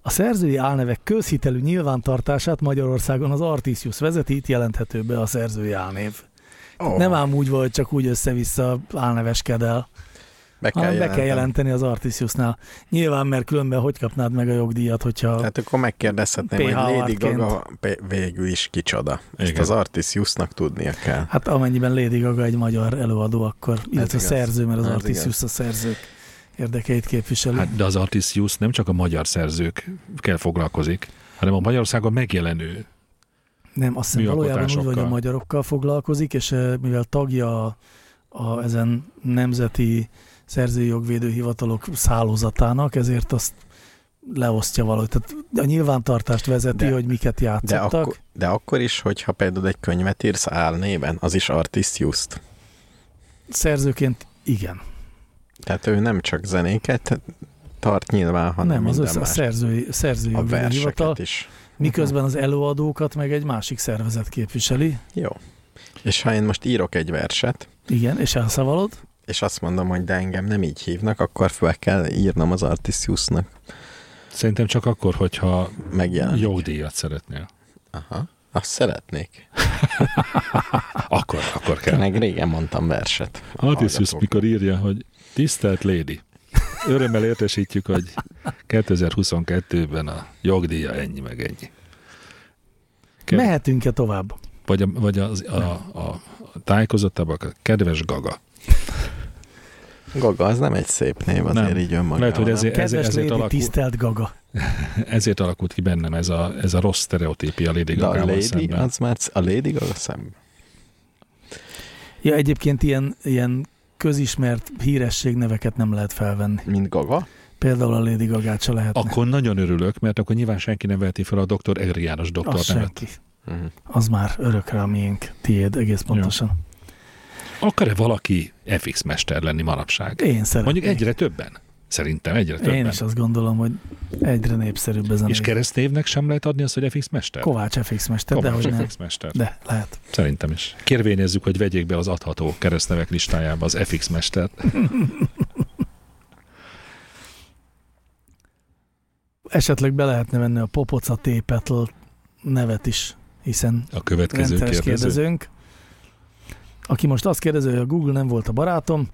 C: a szerzői álnevek közhitelű nyilvántartását Magyarországon az Artisius vezeti, itt jelenthető be a szerzői álnév.
B: Oh,
C: Nem ám úgy volt, csak úgy össze-vissza álneveskedel,
B: be kell,
C: hanem be kell
B: jelentem.
C: jelenteni az Artisiusnál. Nyilván, mert különben hogy kapnád meg a jogdíjat, hogyha...
B: Tehát akkor megkérdezhetném, hogy
C: PH
B: Lady
C: artként.
B: Gaga pe- végül is kicsoda. Ezt
D: Igen.
B: az Artisiusnak tudnia kell.
C: Hát amennyiben Lady Gaga egy magyar előadó, akkor, illetve
B: igaz.
C: szerző, mert az
B: Ez
C: Artisius a szerzők érdekeit képviseli.
D: Hát, de az Artisius nem csak a magyar szerzőkkel foglalkozik, hanem a Magyarországon megjelenő.
C: Nem, azt hiszem valójában úgy, hogy a
D: Műalkotásokkal.
C: magyarokkal foglalkozik, és eh, mivel tagja a, a ezen nemzeti szerzői jogvédő hivatalok szállózatának, ezért azt leosztja valahogy. Tehát a nyilvántartást vezeti,
B: De-
C: hogy miket
B: De
C: játszottak.
B: akkor, de akkor is, hogyha például egy könyvet írsz álnéven, az is Artisius-t.
C: Szerzőként igen.
B: Tehát ő nem csak zenéket tart nyilván, hanem
C: nem, az
B: minden
C: össze, a
B: más.
C: szerzői, szerzői
B: a
C: jogvédő hivatal,
B: verseket is.
C: miközben
D: Mhm.
C: az előadókat meg egy másik szervezet képviseli.
B: Jó. És ha én most írok egy verset,
C: Igen, és elszavalod.
B: és azt mondom, hogy de engem nem így hívnak, akkor fel kell írnom az Artisiusnak
D: Szerintem csak akkor, hogyha
B: megjelenik.
D: jó díjat szeretnél.
B: Aha. Azt szeretnék.
D: Akkor, akkor kell.
B: Meg régen mondtam verset. A
D: Artisius
B: hallgatók.
D: mikor írja, hogy tisztelt Lady, örömmel értesítjük, hogy 2022-ben a jogdíja ennyi meg ennyi. Ked-
C: Mehetünk-e tovább?
D: Vagy, a, vagy az, a, a, a tájékozottabbak, a kedves Gaga.
B: Gaga, az nem egy szép név, azért
D: Nem.
B: így önmagában.
D: Lehet, hogy ezért,
C: Kedves
D: ezért, ezért,
C: Lady,
D: alakul,
C: tisztelt Gaga.
D: ezért alakult ki bennem ez a, ez a rossz sztereotípia Lady
B: De a
D: Gaga-val
B: Lady,
D: szemben.
B: az már a Lady Gaga szem.
C: Ja, egyébként ilyen, ilyen közismert híresség neveket nem lehet felvenni.
B: Mint Gaga?
C: Például a Lady Gaga se lehetne.
D: Akkor nagyon örülök, mert akkor nyilván senki nem veheti fel a doktor Egri János doktor
C: az
D: nevet.
C: senki.
B: Uh-huh.
C: Az már örökre a miénk, tiéd egész pontosan.
D: Akar-e valaki FX mester lenni manapság?
C: Én szeretném.
D: Mondjuk egyre többen. Szerintem egyre többen.
C: Én is azt gondolom, hogy egyre népszerűbb ez a
D: És
C: név.
D: keresztnévnek sem lehet adni azt, hogy FX mester?
C: Kovács FX mester, de
D: Kovács
C: hogy nem.
D: FX mester.
C: De lehet.
D: Szerintem is. Kérvényezzük, hogy vegyék be az adható keresztnevek listájába az FX mestert.
C: Esetleg be lehetne venni a Popoca Tépetl nevet is, hiszen
D: A következő
C: rendszeres
D: kérdező.
C: kérdezőnk. aki most azt kérdezi, hogy a Google nem volt a barátom,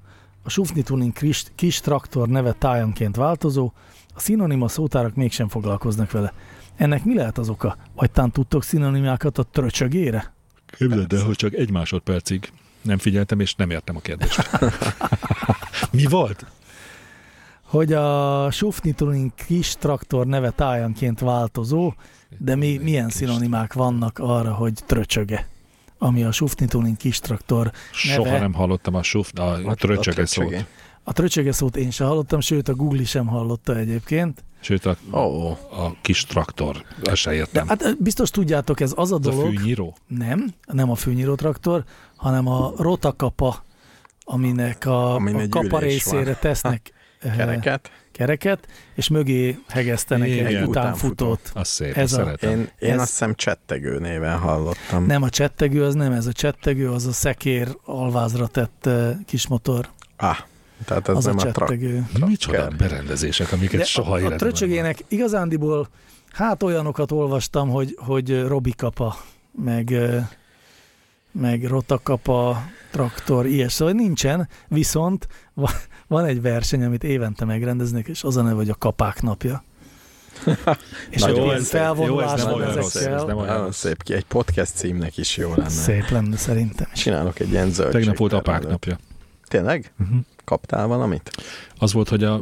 C: a Sufni Tuning kis, kis traktor neve tájanként változó, a szinonima szótárak mégsem foglalkoznak vele. Ennek mi lehet az oka? Vagy tán tudtok szinonimákat a tröcsögére?
D: Képzeld el, hogy csak egy másodpercig nem figyeltem, és nem értem a kérdést. Mi volt?
C: Hogy a Sufni Tuning kis traktor neve tájanként változó, de mi, milyen szinonimák vannak arra, hogy tröcsöge? Ami a Sufni Tuning kis traktor
D: Soha
C: neve.
D: nem hallottam a suf, a, a tröcsöge szót.
C: A tröcsöge szót én sem hallottam, sőt a Google sem hallotta egyébként.
D: Sőt, a,
B: Ó, oh,
D: a kis traktor, azt se
C: De
D: értem.
C: hát ö, biztos tudjátok, ez az a
D: Ez a
C: dolog,
D: fűnyíró?
C: nem, nem a fűnyíró traktor, hanem a rotakapa, aminek a,
B: Amin
C: a
B: egy
C: kapa
B: ülés
C: részére
B: van.
C: tesznek eh,
D: Hát
B: kereket.
C: kereket, és mögé hegesztenek
D: Igen.
C: egy
B: Egy
C: utánfutót.
B: utánfutót.
D: Az
C: Ez
D: szép, Ez
C: a-
D: szeretem.
B: Én, én
C: Ez-
B: azt hiszem csettegő néven hallottam.
C: Nem a csettegő, az nem ez a csettegő, az a szekér alvázra tett eh, kis motor.
B: Ah, tehát ez
C: Az
B: nem
C: a
B: a, a trak.
C: csettegő.
D: Micsoda
B: Traktor.
D: berendezések, amiket
C: De
D: soha
C: a, a
D: életemben nem
C: tröcsögének igazándiból hát olyanokat olvastam, hogy, hogy Robi kapa, meg, ö, meg rotakapa, traktor, ilyes, szóval nincsen, viszont va- van egy verseny, amit évente megrendeznek, és az a neve, hogy a kapák napja. és
B: Na
C: hogy
B: jó,
C: ilyen
B: ez-
C: felvonulás
D: jó, ez nem
C: van
D: olyan rossz, ez
C: ezekkel.
D: nem olyan
B: Nagyon
D: rossz.
B: szép ki. Egy podcast címnek is jó lenne. Szép.
C: Szép lenne szerintem. is.
B: Csinálok egy ilyen zöld.
D: Tegnap volt apák napja.
B: Tényleg?
D: Mhm.
B: Kaptál valamit?
D: Az volt, hogy a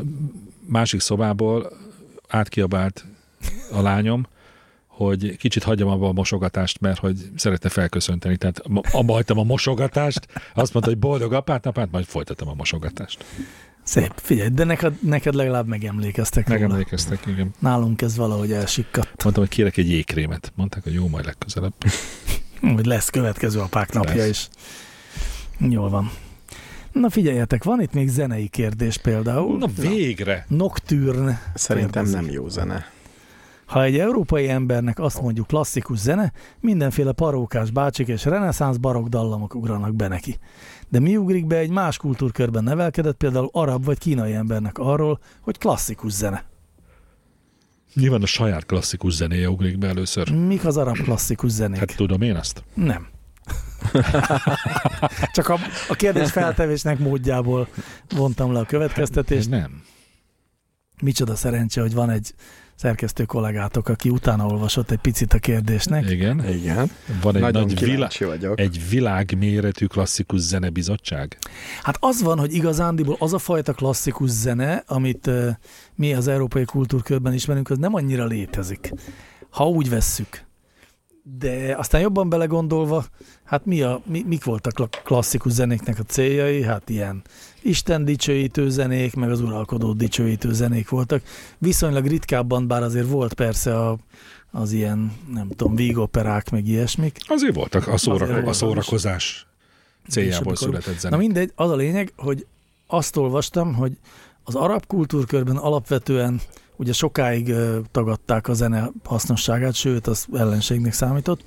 D: másik szobából átkiabált a lányom, hogy kicsit hagyjam abba a mosogatást, mert hogy szeretne felköszönteni. Tehát abba hagytam a mosogatást, azt mondta, hogy boldog apát, apát, majd folytatom a mosogatást.
C: Szép, figyelj, de neked, neked legalább megemlékeztek róla.
D: Megemlékeztek, igen.
C: Nálunk ez valahogy elsikkadt.
D: Mondtam, hogy kérek egy jégkrémet. Mondták, hogy jó, majd legközelebb.
C: Hm, Hogy lesz következő apák napja
D: Lesz.
C: is. Jól van. Na figyeljetek, van itt még zenei kérdés például.
D: Na végre!
C: Nocturne.
B: Szerintem
C: Kérdezik.
B: nem jó zene.
C: Ha egy európai embernek azt mondjuk klasszikus zene, mindenféle parókás bácsik és reneszánsz barokk dallamok ugranak be neki. De mi ugrik be egy más kultúrkörben nevelkedett, például arab vagy kínai embernek arról, hogy klasszikus zene?
D: Nyilván a saját klasszikus zenéje ugrik be először.
C: Mik az arab klasszikus zenék?
D: Hát tudom én azt.
C: Nem. Csak a, a kérdés feltevésnek módjából vontam le a
D: És
C: következtetést.
D: nem.
C: Micsoda szerencse, hogy van egy szerkesztő kollégátok, aki utána olvasott egy picit a kérdésnek.
D: Igen.
B: Igen.
D: Van egy
B: Nagyon
D: nagy vilá...
B: kíváncsi vagyok.
D: egy világméretű klasszikus zenebizottság.
C: Hát az van, hogy igazándiból az a fajta klasszikus zene, amit ö, mi az európai kultúrkörben ismerünk, az nem annyira létezik, ha úgy vesszük. De aztán jobban belegondolva, hát mi a, mi, mik voltak a klasszikus zenéknek a céljai? Hát ilyen Isten dicsőítő zenék, meg az uralkodó dicsőítő zenék voltak. Viszonylag ritkábban, bár azért volt persze a, az ilyen, nem tudom, vígoperák, meg ilyesmik.
D: Azért voltak a, szóra,
C: Azért
D: a
C: voltak
D: szórakozás céljából
C: Későbbi korban.
D: született
C: Na
D: zene.
C: mindegy, az a lényeg, hogy azt olvastam, hogy az arab kultúrkörben alapvetően ugye sokáig ö, tagadták a zene hasznosságát, sőt, az ellenségnek számított,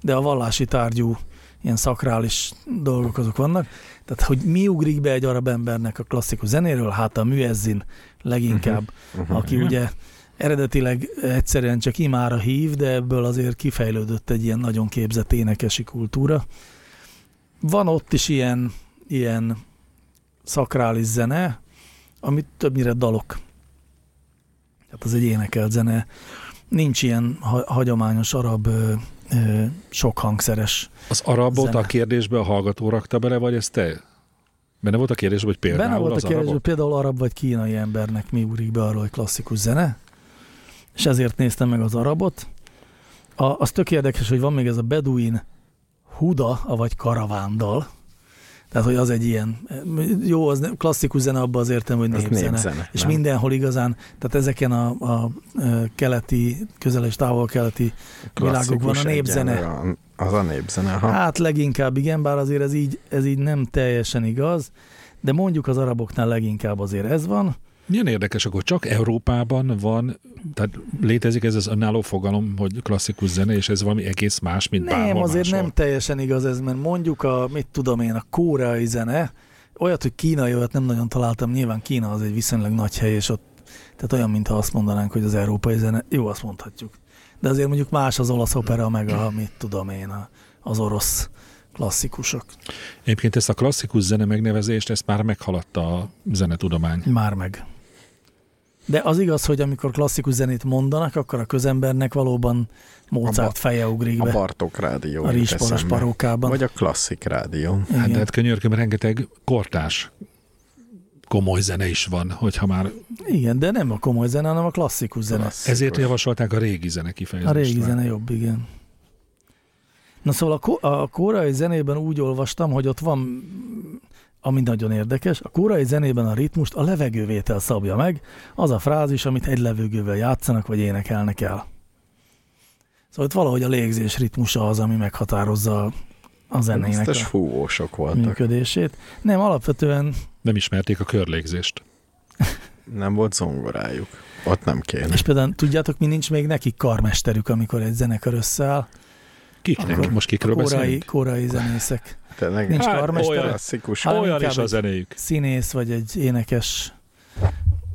C: de a vallási tárgyú ilyen szakrális dolgok azok vannak. Tehát, hogy mi ugrik be egy arab embernek a klasszikus zenéről? Hát a műezzin leginkább, aki
D: Igen.
C: ugye eredetileg egyszerűen csak imára hív, de ebből azért kifejlődött egy ilyen nagyon képzett énekesi kultúra. Van ott is ilyen, ilyen szakrális zene, amit többnyire dalok. Tehát az egy énekelt zene. Nincs ilyen ha- hagyományos arab ö, ö, sok hangszeres.
D: Az arabot
C: zene.
D: a kérdésbe a hallgató rakta bele, vagy ez te? Benne volt a kérdésben, hogy például
C: Benne volt
D: az
C: a kérdés, hogy
D: arabot?
C: például arab vagy kínai embernek mi úrik be arról, hogy klasszikus zene, és ezért néztem meg az arabot. A, az tök érdekes, hogy van még ez a beduin huda, vagy karavándal. Tehát, hogy az egy ilyen, jó, az nem- klasszikus zene abban az értem, hogy
B: Ez
C: népzene.
B: népzene.
C: És
B: nem?
C: mindenhol igazán, tehát ezeken a, a ö, keleti, közel és távol-keleti,
B: Klasszikus
C: világokban a népzene.
B: egyenlőre a- Az a népzene. Ha.
C: hát leginkább igen, bár azért ez így, ez így nem teljesen igaz, de mondjuk az araboknál leginkább azért ez van.
D: Milyen érdekes, akkor csak Európában van, tehát létezik ez az önálló fogalom, hogy klasszikus zene, és ez valami egész más, mint
C: Nem,
D: bárhol
C: azért
D: máshol.
C: nem teljesen igaz ez, mert mondjuk a, mit tudom én, a kóreai zene, olyat, hogy kínai, olyat nem nagyon találtam, nyilván Kína az egy viszonylag nagy hely, és ott, tehát olyan, mintha azt mondanánk, hogy az európai zene, jó, azt mondhatjuk. De azért mondjuk más az olasz opera, meg a, mit tudom én, a, az orosz klasszikusok.
D: Egyébként ezt a klasszikus zene megnevezést, ezt már meghaladta a zenetudomány.
C: Már meg. De az igaz, hogy amikor klasszikus zenét mondanak, akkor a közembernek valóban Mozart
B: A
C: a
B: ba-
C: feje ugrik
B: A
C: be
B: Bartók rádió.
C: a
B: jut
C: rizsporos
B: eszembe.
C: parókában.
B: Vagy a klasszik rádió.
D: Hát de
C: Igen.
D: hát könyörgöm, rengeteg kortás komoly zene is van, hogyha már
C: Igen, de nem a komoly zene, hanem a klasszikus zene.
B: Klasszikus.
D: ezért javasolták a régi zene
C: A
D: kifejezést.
C: régi zene jobb, igen. Na szóval a, ko- a kórai zenében úgy olvastam, hogy ott van, ami nagyon érdekes, a kórai zenében a ritmust a levegővétel szabja meg, az a frázis, amit egy levegővel játszanak vagy énekelnek el. Szóval itt valahogy a légzés ritmusa az, ami meghatározza a- a zenének
B: Biztos
C: a
B: fúvósok voltak.
C: működését. Nem, alapvetően
D: Nem ismerték a körlégzést.
C: Hm.
B: Nem volt zongorájuk. Ott nem kéne.
C: És például tudjátok, mi nincs még nekik karmesterük, amikor egy zenekar összeáll?
D: Kiknek?
C: Akkor
D: Most kikről
C: Korai,
D: beszélünk?
C: korai zenészek.
B: Tényleg
C: Nincs
D: Hát,
C: karmester, Hát
D: olyan.
B: klasszikus.
C: Hanem
D: Olyan
C: inkább
D: is a
C: egy-
D: zenéjük.
C: színész vagy egy énekes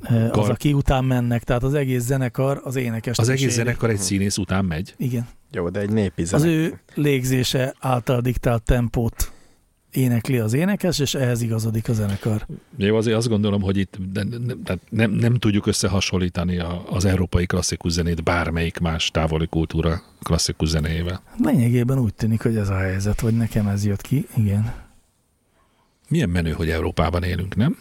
C: ö, az,
D: Kar-
C: aki után mennek. Tehát az egész zenekar az énekes.
D: Az egész zenekar egy színész után megy.
C: Igen.
B: Jó, de egy népi
C: Az
B: zene.
C: ő légzése által diktált tempót énekli az énekes, és ehhez igazodik a zenekar.
D: Jó, azért azt gondolom, hogy itt ne- ne- tehát nem, nem tudjuk összehasonlítani a, az európai klasszikus zenét bármelyik más távoli kultúra klasszikus zenéjével.
C: Lényegében úgy tűnik, hogy ez a helyzet, vagy nekem ez jött ki. Igen.
D: Milyen menő, hogy Európában élünk, nem?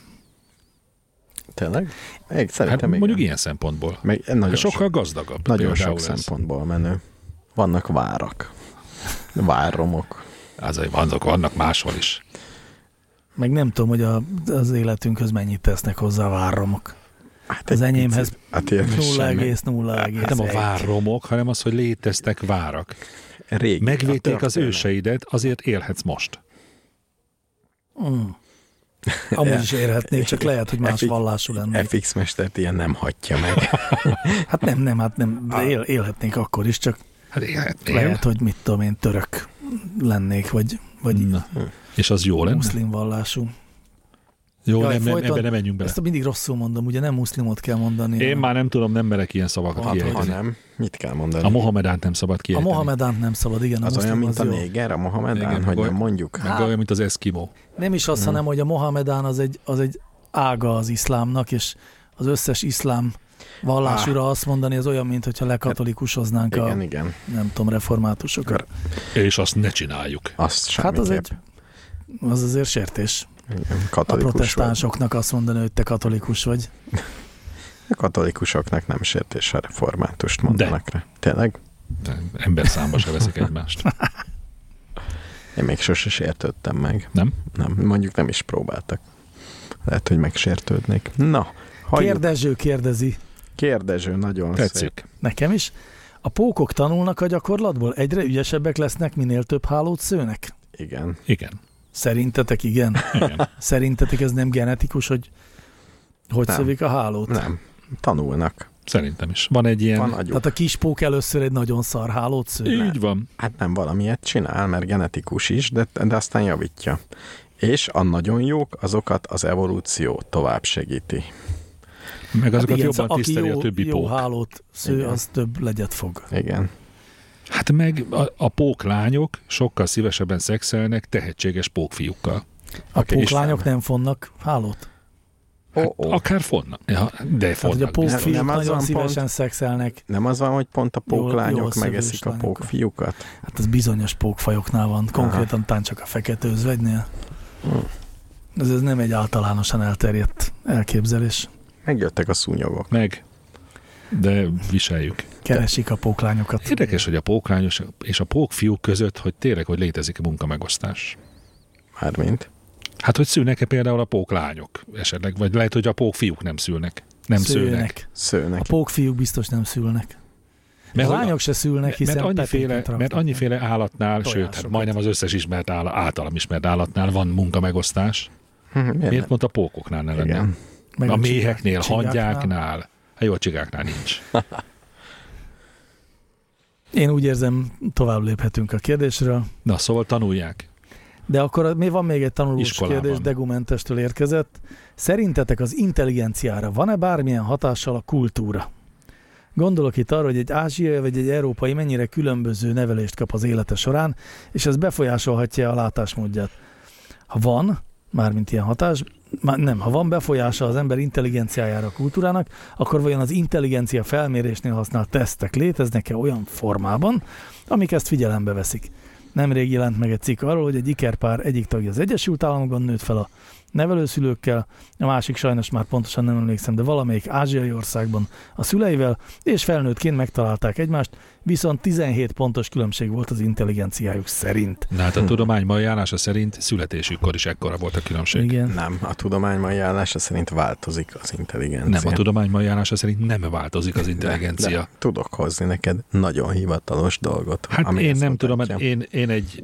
B: Tényleg? Egy,
D: Hát
B: szerintem
D: mondjuk
B: igen.
D: ilyen szempontból.
B: Meg, nagyon
D: Nagyon
B: sok,
D: sokkal gazdagabb.
B: nagyon
D: például
B: sok
D: ez.
B: szempontból menő. Vannak várak. Váromok.
D: Azért vannak, vannak máshol is.
C: Meg nem tudom, hogy a, az életünkhöz mennyit tesznek hozzá a váromok.
B: Hát
C: Az
B: egy
C: enyémhez
B: picit- hát ilyen semmi.
C: 0,0.
D: Hát nem a várromok, hanem az, hogy léteztek várak.
B: Régi, Hát
D: Megvédték
B: a
D: az
B: történet.
D: őseidet, azért élhetsz most.
C: Mm. Amúgy is érhetnék, csak lehet, hogy más
B: Epic-
C: vallású lennék.
B: FX mestert ilyen nem hagyja meg.
C: Hát nem, nem, hát nem, de él, élhetnék akkor is, csak
D: Hát élhet,
C: lehet, hogy mit tudom én, török lennék, vagy, vagy
D: Na. És az jó lenne?
C: muszlim vallású.
D: Jó,
C: Jaj,
D: nem, nem,
C: folyton-
D: ebbe nem menjünk bele.
C: Ezt mindig rosszul mondom, ugye nem muszlimot kell mondani.
D: Én
C: hanem-
D: már nem tudom, nem merek ilyen szavakat
C: Hát,
D: kiejteni.
B: Ha nem, mit kell mondani?
D: A Mohamedánt nem szabad
C: A
D: kiejteni.
C: Mohamedánt nem szabad, igen, a
B: az olyan,
C: muszlim
B: mint
C: az
B: a
C: jó.
B: néger, a Mohamedán,
D: Igen,
B: hogy
D: vagy-
B: nem mondjuk. hát,
D: Meg olyan, mint az Eskimo.
C: Nem is
D: Hm.
C: az, hanem, hogy a Mohamedán az egy, az egy ága az iszlámnak, és az összes iszlám
D: Ah.
C: vallásúra azt mondani, az olyan, mint hogyha lekatolikusoznánk a,
B: Igen, igen.
C: nem tudom, reformátusokat.
D: És azt ne csináljuk.
B: Azt semmiképp.
C: Hát az egy, az azért sértés.
B: Igen,
C: A
B: katolikus vagy.
C: protestánsoknak azt mondani, hogy te katolikus vagy.
B: A katolikusoknak nem sértés a reformátust mondanak rá. Tényleg?
D: Nem, Ember számba se veszik egymást.
B: Én még sose sértődtem meg.
D: Nem?
B: Nem, mondjuk nem is próbáltak. Lehet, hogy megsértődnék. Na, halljuk. Kérde...
C: Kérdező kérdezi.
B: Kérdező nagyon szép.
D: Tetszik.
C: Nekem is. A pókok tanulnak a gyakorlatból? Egyre ügyesebbek lesznek, minél több hálót szőnek?
B: Igen.
D: Igen.
C: Szerintetek igen?
D: Igen.
C: Szerintetek ez nem genetikus, hogy hogy
B: Nem.
C: szövik a hálót?
B: Nem. Tanulnak.
D: Szerintem is. Van egy ilyen...
B: Van agyuk.
C: Tehát a kis pók először egy nagyon szar hálót sző.
D: Így van.
B: Hát nem valamilyet csinál, mert genetikus is, de, de aztán javítja. És a nagyon jók, azokat az evolúció tovább segíti.
D: Meg azokat
C: igen,
D: jobban
C: szóval
D: tiszteli
C: aki jó,
D: a többi
C: jó
D: pók.
C: hálót sző,
B: Igen.
C: az több legyet fog.
B: Igen.
D: Hát meg a, a póklányok sokkal szívesebben szexelnek tehetséges pókfiúkkal.
C: A
B: Oké,
C: póklányok
B: Istenem.
C: nem fonnak hálót.
B: Oh,
D: Hát
B: oh.
D: Akár fonna. Ja, de
C: Tehát, Hát, hogy a
B: biztos.
D: fonnak. biztos.
C: pókfiúk
B: Nem, nem az
C: nagyon
B: van pont.
C: szívesen szexelnek.
B: Nem az van, hogy pont a
C: Jól- jól
B: póklányok
C: szövős
B: megeszik a
C: lányokat.
B: pókfiúkat?
C: Hát ez bizonyos pókfajoknál van, konkrétan tán csak a fekete özvegynél. Ez, ez nem egy általánosan elterjedt elképzelés.
B: Megjöttek a szúnyogok.
D: Meg. De viseljük.
C: Keresik a póklányokat.
D: Érdekes, hogy a póklányos és a pókfiúk között, hogy tényleg, hogy létezik a munkamegosztás.
B: Mármint.
D: Hát, hogy szülnek-e például a póklányok esetleg, vagy lehet, hogy a pókfiúk nem szülnek. Nem szülnek. szülnek.
C: Szőnek. A
B: Szőnek.
C: pókfiúk biztos nem szülnek.
D: Mert,
C: a
D: hogy-
C: lányok se szülnek, hiszen
D: mert, annyiféle,
C: petéket raknak.
D: mert annyiféle állatnál, sőt, hát
C: Tojásokat.
D: majdnem az összes ismert áll, általam ismert állatnál van munkamegosztás.
B: Hm,
D: Miért
B: Miért
D: pont a pókoknál ne lenne?
B: Igen.
C: Meg
D: a
C: csigák-
D: méheknél,
C: csigáknál.
D: hangyáknál. Hát jó, a csigáknál nincs.
C: Én úgy érzem, tovább léphetünk a kérdésről.
D: Na, szóval tanulják.
C: De akkor mi van még egy tanulós
D: Iskolában.
C: kérdés, Degumentestől érkezett. Szerintetek az intelligenciára van-e bármilyen hatással a kultúra? Gondolok itt arra, hogy egy ázsiai vagy egy európai mennyire különböző nevelést kap az élete során, és ez befolyásolhatja a látásmódját. Ha van, mármint ilyen hatás, már nem, ha van befolyása az ember intelligenciájára, a kultúrának, akkor vajon az intelligencia felmérésnél használt tesztek léteznek-e olyan formában, amik ezt figyelembe veszik? Nemrég jelent meg egy cikk arról, hogy egy ikerpár egyik tagja az Egyesült Államokban nőtt fel a nevelőszülőkkel, a másik sajnos már pontosan nem emlékszem, de valamelyik ázsiai országban a szüleivel, és felnőttként megtalálták egymást, viszont 17 pontos különbség volt az intelligenciájuk szerint.
D: Na hát a tudomány mai állása szerint születésükkor is ekkora volt a különbség.
C: Igen.
B: Nem, a tudomány mai állása szerint változik az intelligencia.
D: Nem, a tudomány mai állása szerint nem változik az intelligencia.
B: De tudok hozni neked nagyon hivatalos dolgot.
D: Hát
B: ami
D: én
B: ezt
D: nem tudom, mert
B: mutatja.
D: én, én egy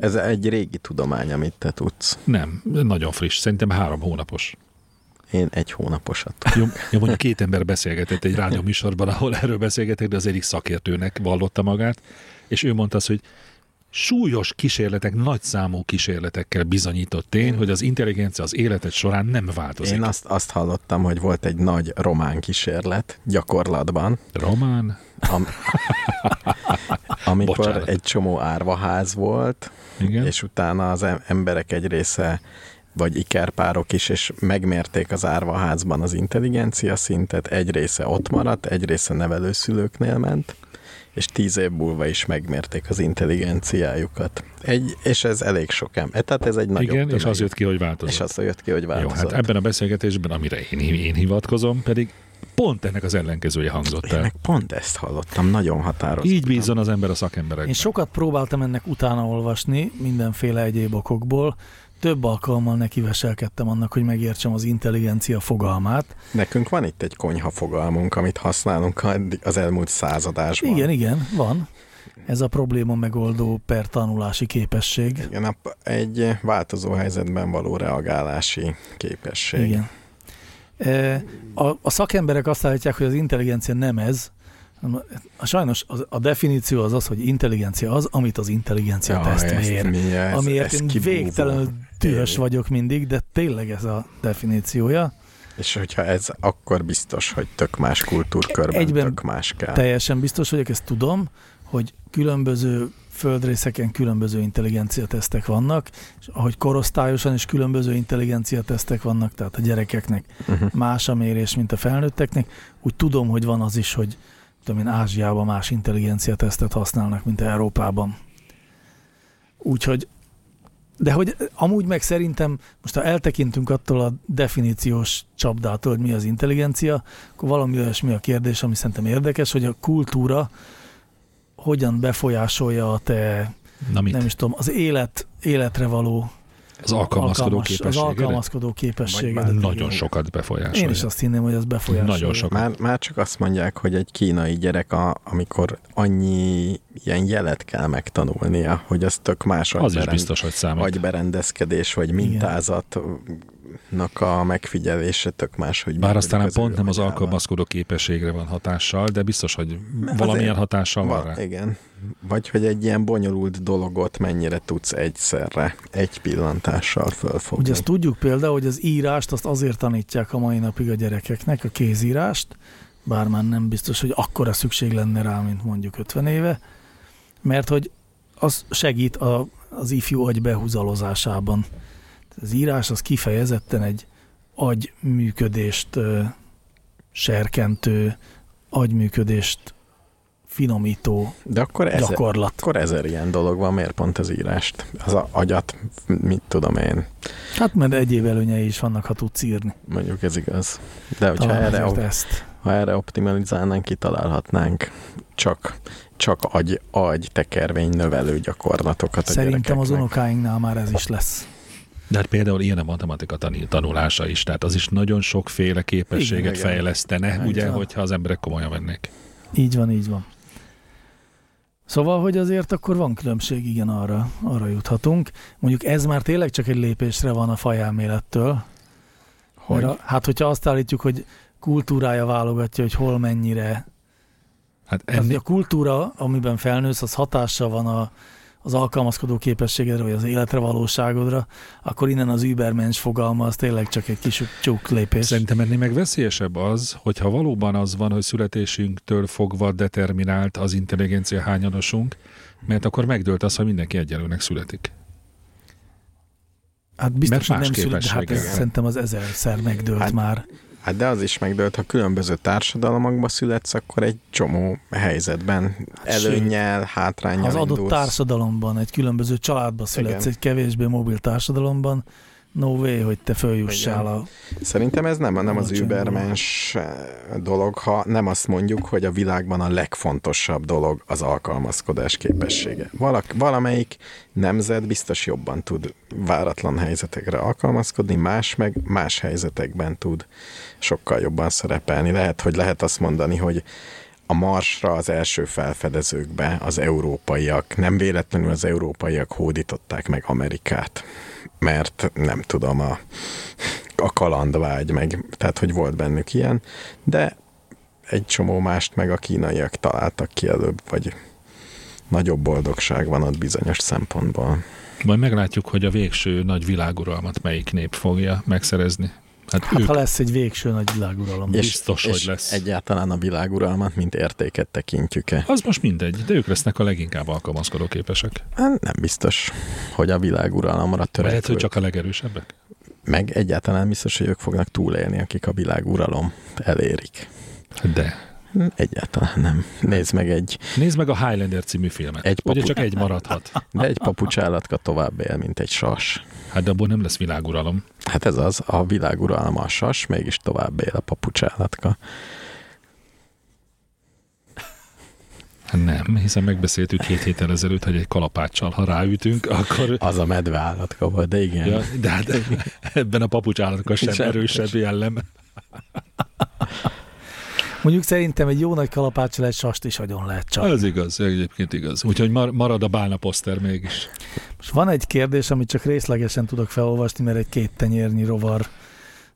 B: Ez egy régi tudomány, amit te tudsz.
D: nem, nagyon friss, szerintem három hónapos.
B: Én egy hónaposat tudok.
D: Jó, jó mondjuk két ember beszélgetett egy rádió műsorban, ahol erről beszélgetek, de az egyik szakértőnek vallotta magát, és ő mondta azt, hogy súlyos kísérletek, nagyszámú kísérletekkel bizonyított tény, hogy az intelligencia az életed során nem változik.
B: Én azt, azt hallottam, hogy volt egy nagy román kísérlet gyakorlatban,
D: Román?
B: am, amikor
D: Bocsánat.
B: egy csomó árvaház volt,
D: Igen.
B: és utána az em- emberek egy része vagy ikerpárok is, és megmérték az árvaházban az intelligencia szintet, egy része ott maradt, egy része nevelőszülőknél ment, és tíz év múlva is megmérték az intelligenciájukat. Egy, és ez elég sok ember. Tehát ez egy nagyobb
D: Igen, és
B: tömeg.
D: az jött ki, hogy változott.
B: és az jött ki, hogy
D: Jó,
B: változott.
D: hát ebben a beszélgetésben, amire én, én hivatkozom, pedig pont ennek az ellenkezője hangzott
B: Én
D: el.
B: meg pont ezt hallottam, nagyon határozott.
D: Így bízzon az ember a szakemberekben.
C: Én sokat próbáltam ennek utána olvasni, mindenféle egyéb okokból. Több alkalommal nekiveselkedtem annak, hogy megértsem az intelligencia fogalmát.
B: Nekünk van itt egy konyha fogalmunk, amit használunk addig- az elmúlt századásban.
C: Igen, igen, van. Ez a probléma megoldó per tanulási képesség.
B: Igen, a- egy változó helyzetben való reagálási képesség.
C: Igen. E, A, a szakemberek azt állítják, hogy az intelligencia nem ez. hanem a- Sajnos az- a definíció az az, hogy intelligencia az, amit az intelligencia
B: Jaj,
C: teszt
B: ezt
C: mér.
B: mi, ez,
C: Amiért
B: ez
C: én
B: kibúvó.
C: végtelenül dühös
B: Tényleg.
C: vagyok mindig, de tényleg ez a definíciója.
B: És hogyha ez, akkor biztos, hogy tök más kultúrkörben,
C: Egyben
B: tök más kell.
C: Teljesen biztos vagyok, ezt tudom, hogy különböző földrészeken különböző intelligenciatesztek vannak, és ahogy korosztályosan is különböző intelligenciatesztek vannak, tehát a gyerekeknek
B: Uh-huh.
C: más a mérés, mint a felnőtteknek, úgy tudom, hogy van az is, hogy tudom én, Ázsiában más intelligenciatesztet használnak, mint Európában. Úgyhogy, de hogy amúgy meg szerintem, most ha eltekintünk attól a definíciós csapdától, hogy mi az intelligencia, akkor valami olyasmi a kérdés, ami szerintem érdekes, hogy a kultúra hogyan befolyásolja a te,
D: Na mit?
C: nem is tudom, az élet, életre való
D: az alkalmazkodó
C: alkalmas, az
D: képességedet?
C: alkalmazkodó
B: Vagy
C: képességedet.
B: már
D: Nagyon sokat befolyásolja.
C: Én is azt hinném, hogy ez befolyásolja.
D: Nagyon sokat.
B: Már, már csak azt mondják, hogy egy kínai gyerek, a, amikor annyi ilyen jelet kell megtanulnia, hogy az tök más
D: Az is
B: agyberend-
D: biztos, hogy számít.
B: agyberendezkedés, vagy mintázatnak a megfigyelése tök más, hogy
D: Bár
B: működik
D: aztán
B: az ő
D: pont nem az
B: agyában.
D: alkalmazkodó képességre van hatással, de biztos, hogy
C: Hát
D: valamilyen
B: azért-
D: hatással van
B: Van,
D: rá.
B: igen. Vagy hogy egy ilyen bonyolult dologot mennyire tudsz egyszerre, egy pillantással fölfogni.
C: Ugye azt tudjuk például, hogy az írást azt azért tanítják a mai napig a gyerekeknek, a kézírást, bár már nem biztos, hogy akkora szükség lenne rá, mint mondjuk 50 éve, mert hogy az segít a, az ifjú agy behúzalozásában. Az írás az kifejezetten egy agyműködést ö, serkentő, agyműködést finomító
B: De akkor ezer,
C: gyakorlat.
B: akkor ezer ilyen dolog van, miért pont az írást? Az a agyat, mit tudom én,
C: Hát mert egyéb előnyei is vannak, ha tudsz írni.
B: mondjuk ez igaz. De hogyha
C: Talán
B: erre,
C: ezért
B: op-
C: ezt.
B: ha erre optimalizálnánk, kitalálhatnánk csak, csak agy, agy tekervény növelő gyakorlatokat a
C: Szerintem az
B: gyerekeknek.
C: unokáinknál már ez is lesz.
D: De hát például ilyen a matematika tani- tanulása is, tehát az is nagyon sokféle képességet
B: Igen, igen.
D: fejlesztene,
B: Igen.
D: ugye, hogyha az emberek komolyan vennék.
C: Így van, így van. Szóval, hogy azért akkor van különbség, igen, arra, arra juthatunk. Mondjuk ez már tényleg csak egy lépésre van a fajelmélettől.
B: Hogy?
C: Mert a, hát, hogyha azt állítjuk, hogy kultúrája válogatja, hogy hol mennyire.
D: Hát
C: Tehát, hogy
D: ennél,
C: a kultúra, amiben felnősz, az hatással van a, az alkalmazkodó képességedre, vagy az életre valóságodra, akkor innen az übermens fogalma az tényleg csak egy kis csúk lépés.
D: Szerintem ennél meg veszélyesebb az, hogyha valóban az van, hogy születésünktől fogva determinált az intelligencia hányadosunk, mert akkor megdőlt az, hogy mindenki egyenlőnek születik.
C: Hát biztos,
D: Mert
C: hogy nem szület,
D: más
C: de hát ez,
D: képességekre.
C: szerintem az ezerszer megdőlt
B: Hát-
C: már.
B: Hát de az is megdőlt, ha különböző társadalmakba születsz, akkor egy csomó helyzetben előnyel, hátrányjal
C: Hát Ha az adott
B: indulsz.
C: társadalomban, egy különböző családba születsz,
B: Igen.
C: egy kevésbé mobil társadalomban, no way, hogy te följussál a...
B: Szerintem ez nem, nem az
C: Bocsánat.
B: übermens dolog, ha nem azt mondjuk, hogy a világban a legfontosabb dolog az alkalmazkodás képessége. Valak, valamelyik nemzet biztos jobban tud váratlan helyzetekre alkalmazkodni, más meg más helyzetekben tud sokkal jobban szerepelni. Lehet, hogy lehet azt mondani, hogy a Marsra az első felfedezőkbe az európaiak, nem véletlenül az európaiak hódították meg Amerikát, mert nem tudom, a a kalandvágy, meg, tehát hogy volt bennük ilyen, de egy csomó mást meg a kínaiak találtak ki előbb, vagy nagyobb boldogság van ott bizonyos szempontból.
D: Majd meglátjuk, hogy a végső nagy világuralmat melyik nép fogja megszerezni. Hát, hát
C: Hát
D: ők
C: ha lesz egy végső nagy világuralom.
D: És- Biztos,
B: és
D: hogy lesz.
B: egyáltalán a világuralmat, mint értéket tekintjük-e?
D: Az most mindegy, de ők lesznek a leginkább alkalmazkodó képesek.
B: Hát nem biztos, hogy a világuralomra
D: Lehet,
B: törekvő.
D: hogy
B: Csak...
D: csak a legerősebbek.
B: Meg egyáltalán biztos, hogy ők fognak túlélni, akik a világuralom elérik.
D: De.
B: Egyáltalán nem. Nézd meg egy,
D: Nézd meg a Highlander című filmet.
B: Egy
D: Egy Ugye
B: papu-
D: csak egy maradhat.
B: de egy papucsállatka tovább él, mint egy sas.
D: Hát de abból nem lesz világuralom.
B: Hát ez az, a világ uralma a sas, mégis tovább él a papucsállatka.
D: Hát nem, hiszen megbeszéltük két héttel ezelőtt, hogy egy kalapáccsal, ha ráütünk, akkor...
B: Az a medve állatka volt, de igen.
D: Ja,
B: Ja.
D: de hát ebben a papucsállatban sem
B: Sem.
D: erősebb jellem.
C: Mondjuk szerintem egy jó nagy kalapáccsal egy sast is agyon lehet csak.
D: Az igaz, egyébként igaz. Úgyhogy mar- marad a bálna poszter mégis.
C: Most van egy kérdés, amit csak részlegesen tudok felolvasni, mert egy két tenyérnyi rovar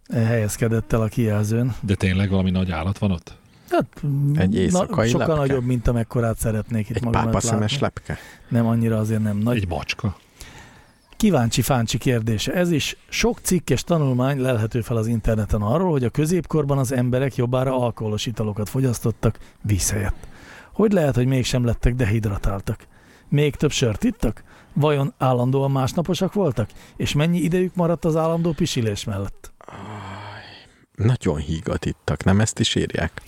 C: eh, helyezkedett el a kijelzőn.
D: De tényleg valami nagy állat van ott?
C: Hát, mm,
B: Egy éjszakai
C: Sokkal
B: lepke?
C: nagyobb, mint amekkorát szeretnék itt
B: Egy
C: magamat
B: pápaszemes
C: látni.
B: lepke.
C: Nem annyira azért nem nagy.
D: Egy macska.
C: Kíváncsi-fáncsi kérdése ez is. Sok cikk és tanulmány lelhető fel az interneten arról, hogy a középkorban az emberek jobbára alkoholos italokat fogyasztottak víz helyett. Hogy lehet, hogy mégsem lettek dehidratáltak? Még több sört ittak? Vajon állandóan másnaposak voltak? És mennyi idejük maradt az állandó pisilés mellett?
B: Nagyon hígat ittak, nem ezt is írják?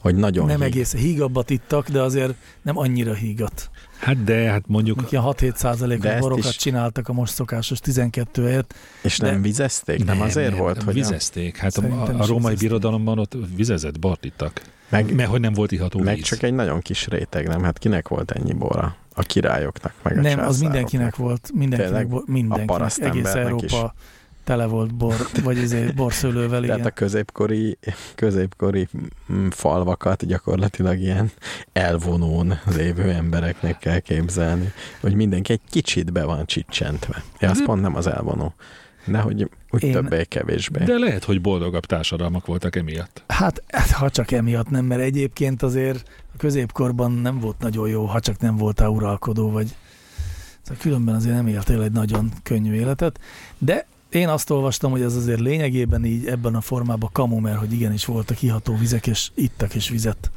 B: Hogy nagyon
C: nem
B: híg.
C: egész hígabbat ittak, de azért nem annyira hígat.
D: Hát de, hát mondjuk
C: Mondjuk ilyen 6-7
B: De
C: százalékos
B: ezt
C: borokat
B: is-
C: is... csináltak a most szokásos 12 helyett.
B: És nem
C: de-
B: vizezték? Nem, nem azért volt, hogy a,
D: Vizezték. Hát a,
C: Szerintem
D: a
C: is
D: római
C: vizezték.
D: birodalomban ott vizezett bort ittak.
B: meg,
D: Mert hogy nem volt iható
B: meg
D: víz.
B: csak egy nagyon kis réteg, nem? Hát kinek volt ennyi bora? A királyoknak, meg a
C: Nem, az
B: császároknak.
C: mindenkinek volt, mindenkinek,
B: Tényleg?
C: volt, mindenkinek.
B: parasztembernek
C: Egész Európa
B: is.
C: is. tele volt bor, vagy izé, borszőlővel,
B: Tehát a
C: igen.
B: középkori, középkori mm, falvakat gyakorlatilag ilyen elvonón lévő embereknek kell képzelni, hogy mindenki egy kicsit be van csicsentve. Ja, az pont nem az elvonó. De hogy úgy
C: Hm. Én-
B: többé-kevésbé.
D: De lehet, hogy boldogabb társadalmak voltak emiatt.
C: Hát, hát, ha csak emiatt nem, mert egyébként azért a középkorban nem volt nagyon jó, ha csak nem voltál uralkodó, vagy szóval különben azért nem éltél egy nagyon könnyű életet, de én azt olvastam, hogy ez azért lényegében így ebben a formában kamu, mert hogy igenis voltak iható vizek, és ittak is vizet.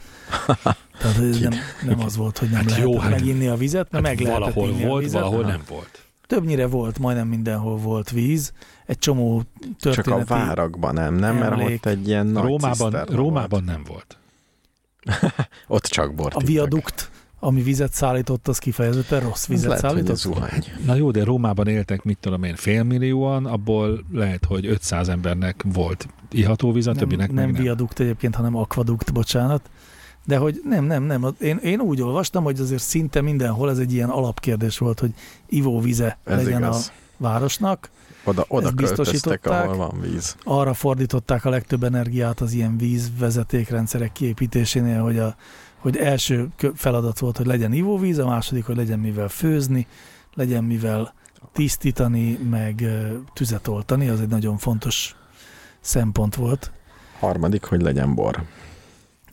C: Tehát hogy ez nem, nem az volt, hogy nem
D: Hát
C: hát
D: jó,
C: lehetett
D: hát-
C: meginni a vizet, mert
D: Hát
C: meg lehetett
D: valahol
C: inni a
D: volt,
C: vizet.
D: valahol
C: Aha.
D: nem volt.
C: többnyire volt, majdnem mindenhol volt víz, egy csomó
B: Csak a
C: történeti...
B: várakban nem, nem? Mert
C: emlék.
B: ott egy ilyen nagy
D: Rómában,
B: ciszterna
D: Rómában nem volt.
B: Volt. Ott csak bort
C: a
B: ittak.
C: viadukt, ami vizet szállított, az kifejezetten rossz
B: Az
C: vizet
B: Lehet, hogy a
C: szállított.
B: zuhany.
D: Na jó, de Rómában éltek, mit tudom én, félmillióan, abból lehet, hogy 500 embernek volt iható víz, a
C: nem,
D: többinek
C: nem
D: meg nem.
C: viadukt egyébként, hanem akvadukt, bocsánat. De hogy nem, nem, nem. Én, én úgy olvastam, hogy azért szinte mindenhol ez egy ilyen alapkérdés volt, hogy ivóvize
B: Ez
C: legyen
B: igaz.
C: a városnak.
B: Oda, oda
C: Ezt
B: költöztek,
C: biztosították.
B: ahol van víz.
C: Arra fordították a legtöbb energiát az ilyen vízvezetékrendszerek kiépítésénél, hogy, a, hogy első kö- feladat volt, hogy legyen ivóvíz, a második, hogy legyen mivel főzni, legyen mivel tisztítani, meg ö, tüzet oltani, az egy nagyon fontos szempont volt.
B: Harmadik, hogy legyen bor.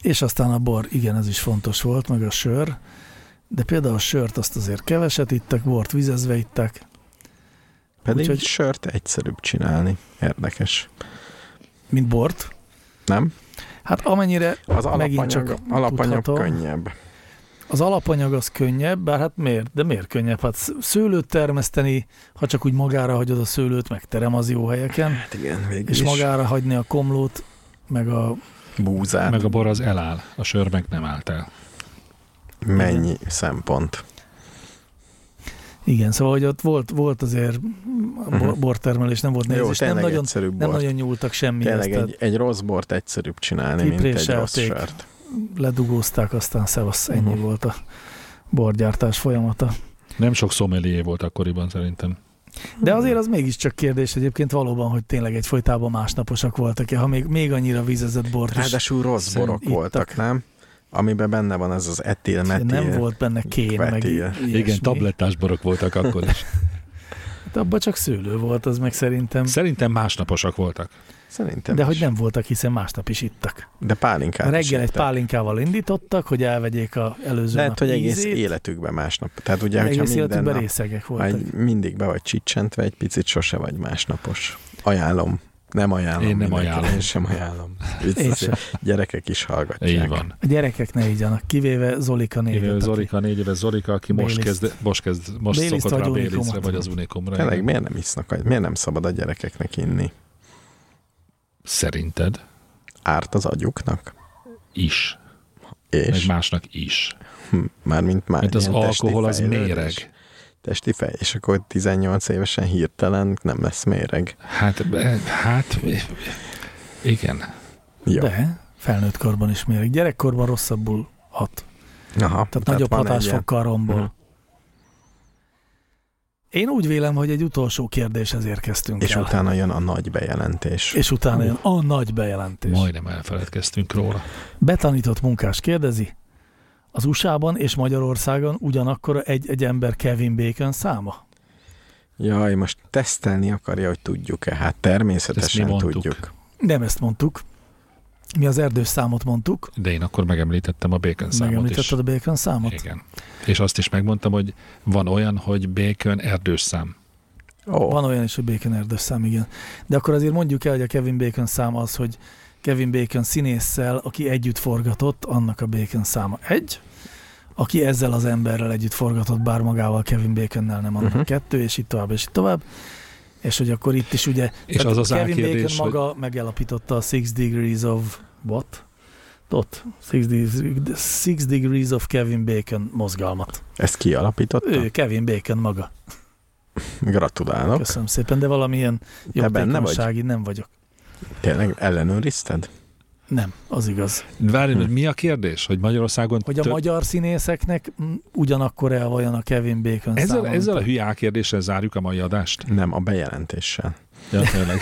C: És aztán a bor, igen, ez is fontos volt, meg a sör, De például a sört azt azért keveset ittak, bort vizezve ittak.
B: Pedig
C: Úgyhogy-
B: Úgyhogy... sört egyszerűbb csinálni. Érdekes.
C: Mint bort?
B: Nem?
C: Hát amennyire
B: Az
C: Megint
B: alapanyag,
C: csak
B: csak alapanyag
C: tudható.
B: könnyebb.
C: az alapanyag az könnyebb, bár hát miért? De miért könnyebb? Hát sz- szőlőt termeszteni, ha csak úgy magára hagyod a szőlőt, meg terem az jó helyeken,
B: Hát igen, végül
C: és
B: is. Maga...
C: magára hagyni a komlót, meg a...
B: Búzát.
D: Meg a bor az eláll, a sör meg nem állt el.
B: Mennyi szempont.
C: Igen, szóval hogy ott volt, volt azért a bor,
B: Mhm.
C: bortermelés, nem volt nehéz,
B: Jó,
C: és nem
B: tényleg
C: nagyon,
B: egyszerűbb
C: nem
B: bort.
C: nagyon nyúltak semmihez,
B: Tényleg
C: tehát
B: egy, egy rossz bort egyszerűbb csinálni, mint egy rossz
C: Kipréselték.
B: sört.
C: ledugózták, aztán szevasz, ennyi
B: Mhm.
C: volt a borgyártás folyamata.
D: Nem sok szomelié volt akkoriban szerintem.
C: De azért az mégiscsak kérdés egyébként valóban, hogy tényleg egyfolytában másnaposak voltak-e, ha még, még annyira vízezett bort is.
B: Ráadásul rossz
D: Szerintem
B: borok voltak,
C: ittak.
B: nem? Amiben benne van ez az etil, metil.
C: nem volt benne kén, meg
B: kvetil.
C: ilyesmi.
D: Igen, tablettás borok voltak akkor is.
C: Hát abban csak szőlő volt, az meg szerintem.
D: Szerintem másnaposak voltak.
B: Szerintem
C: De
B: is.
C: hogy nem voltak, hiszen másnap is ittak.
B: De pálinkát is
C: Reggel egy
B: ittak.
C: pálinkával indítottak, hogy elvegyék a előző
B: Lehet,
C: nap
B: hogy egész
C: ízét.
B: életükben másnap. Tehát ugye, hogyha
C: egész
B: minden
C: életükben
B: nap
C: részegek voltak.
B: egy, mindig be vagy csicsentve, egy picit sose vagy másnapos. Ajánlom. Nem ajánlom.
D: Én nem
B: mindenkinek.
D: ajánlom.
B: Én sem ajánlom.
C: Én
B: Vicces,
C: sem.
B: gyerekek is hallgatják.
D: Így van.
C: A gyerekek ne igyanak, kivéve Zolika négy.
D: Éve Zorika, négy éves Zorika, aki most
C: Béliszt.
D: kezd, most, kezd, most
C: Béliszt
D: szokott
C: vagy
D: rá a
C: Unikumot.
D: Béliszre, vagy az Unikumra.
B: Tényleg,
D: Igen.
B: miért nem isznak, miért nem szabad a gyerekeknek inni?
D: Szerinted
B: Árt az agyuknak?
D: is, meg
B: És?
D: másnak is.
B: Hm, Mármint már
D: Mert az
B: ilyen testi
D: alkohol az
B: fejlődés.
D: méreg.
B: Testi fej, és akkor 18 évesen hirtelen nem lesz méreg.
D: Hát, be- hát, igen.
B: Jó.
C: De felnőtt korban is mérek. Gyerekkorban rosszabbul hat.
B: Aha,
C: Tehát, nagyobb
B: van egy
C: hatásfokkal rombol.
B: Mhm.
C: Én úgy vélem, hogy egy utolsó kérdéshez érkeztünk
B: ilyen- És
C: el.
B: utána jön a nagy bejelentés.
C: és utána jön a nagy bejelentés. Majd.
D: Majdnem elfeledkeztünk róla.
C: Betanított munkás kérdezi, az USA-ban és Magyarországon ugyanakkor egy, egy ember Kevin Bacon száma?
B: Jaj, most tesztelni akarja, hogy tudjuk-e. Hát természetesen
D: Ezt mi mondtuk.
B: tudjuk.
C: Nem ezt mondtuk. Mi az erdős számot mondtuk.
D: De én akkor megemlítettem a bacon számot is.
C: Megemlítetted a Bacon számot?
D: Igen. És azt is megmondtam, hogy van olyan, hogy bacon erdős szám.
B: Ó,
C: Van olyan is, hogy Bacon erdős szám, igen. De akkor azért mondjuk el, hogy a Kevin Bacon szám az, hogy Kevin Bacon színésszel, aki együtt forgatott, annak a Bacon száma egy, aki ezzel az emberrel együtt forgatott, bár magával Kevin Baconnel nem annak
B: Mhm.
C: uh-huh. kettő, és így tovább, és így tovább. És hogy akkor itt is ugye
D: És az az
C: Kevin
D: álkérdés,
C: Bacon maga megalapította a Six Degrees of what? Ott, six, Degrees- six Degrees of Kevin Bacon mozgalmat.
B: ezt kialapította?
C: Ő Kevin Bacon maga.
B: Gratulálok.
C: Köszönöm szépen, de valamilyen
B: Te benne
C: jogtékonysági nem vagyok.
B: Tényleg ellenőrizted?
C: Nem, az igaz.
D: Várj, hogy mi a kérdés? Hogy Magyarországon...
C: Hogy a
D: tört-
C: magyar színészeknek mm, ugyanakkor el vajon a Kevin Bacon
D: ezzel,
C: számon,
D: ezzel a hülye álkérdéssel zárjuk a mai adást?
B: Nem, a bejelentéssel.
D: Ja, tényleg.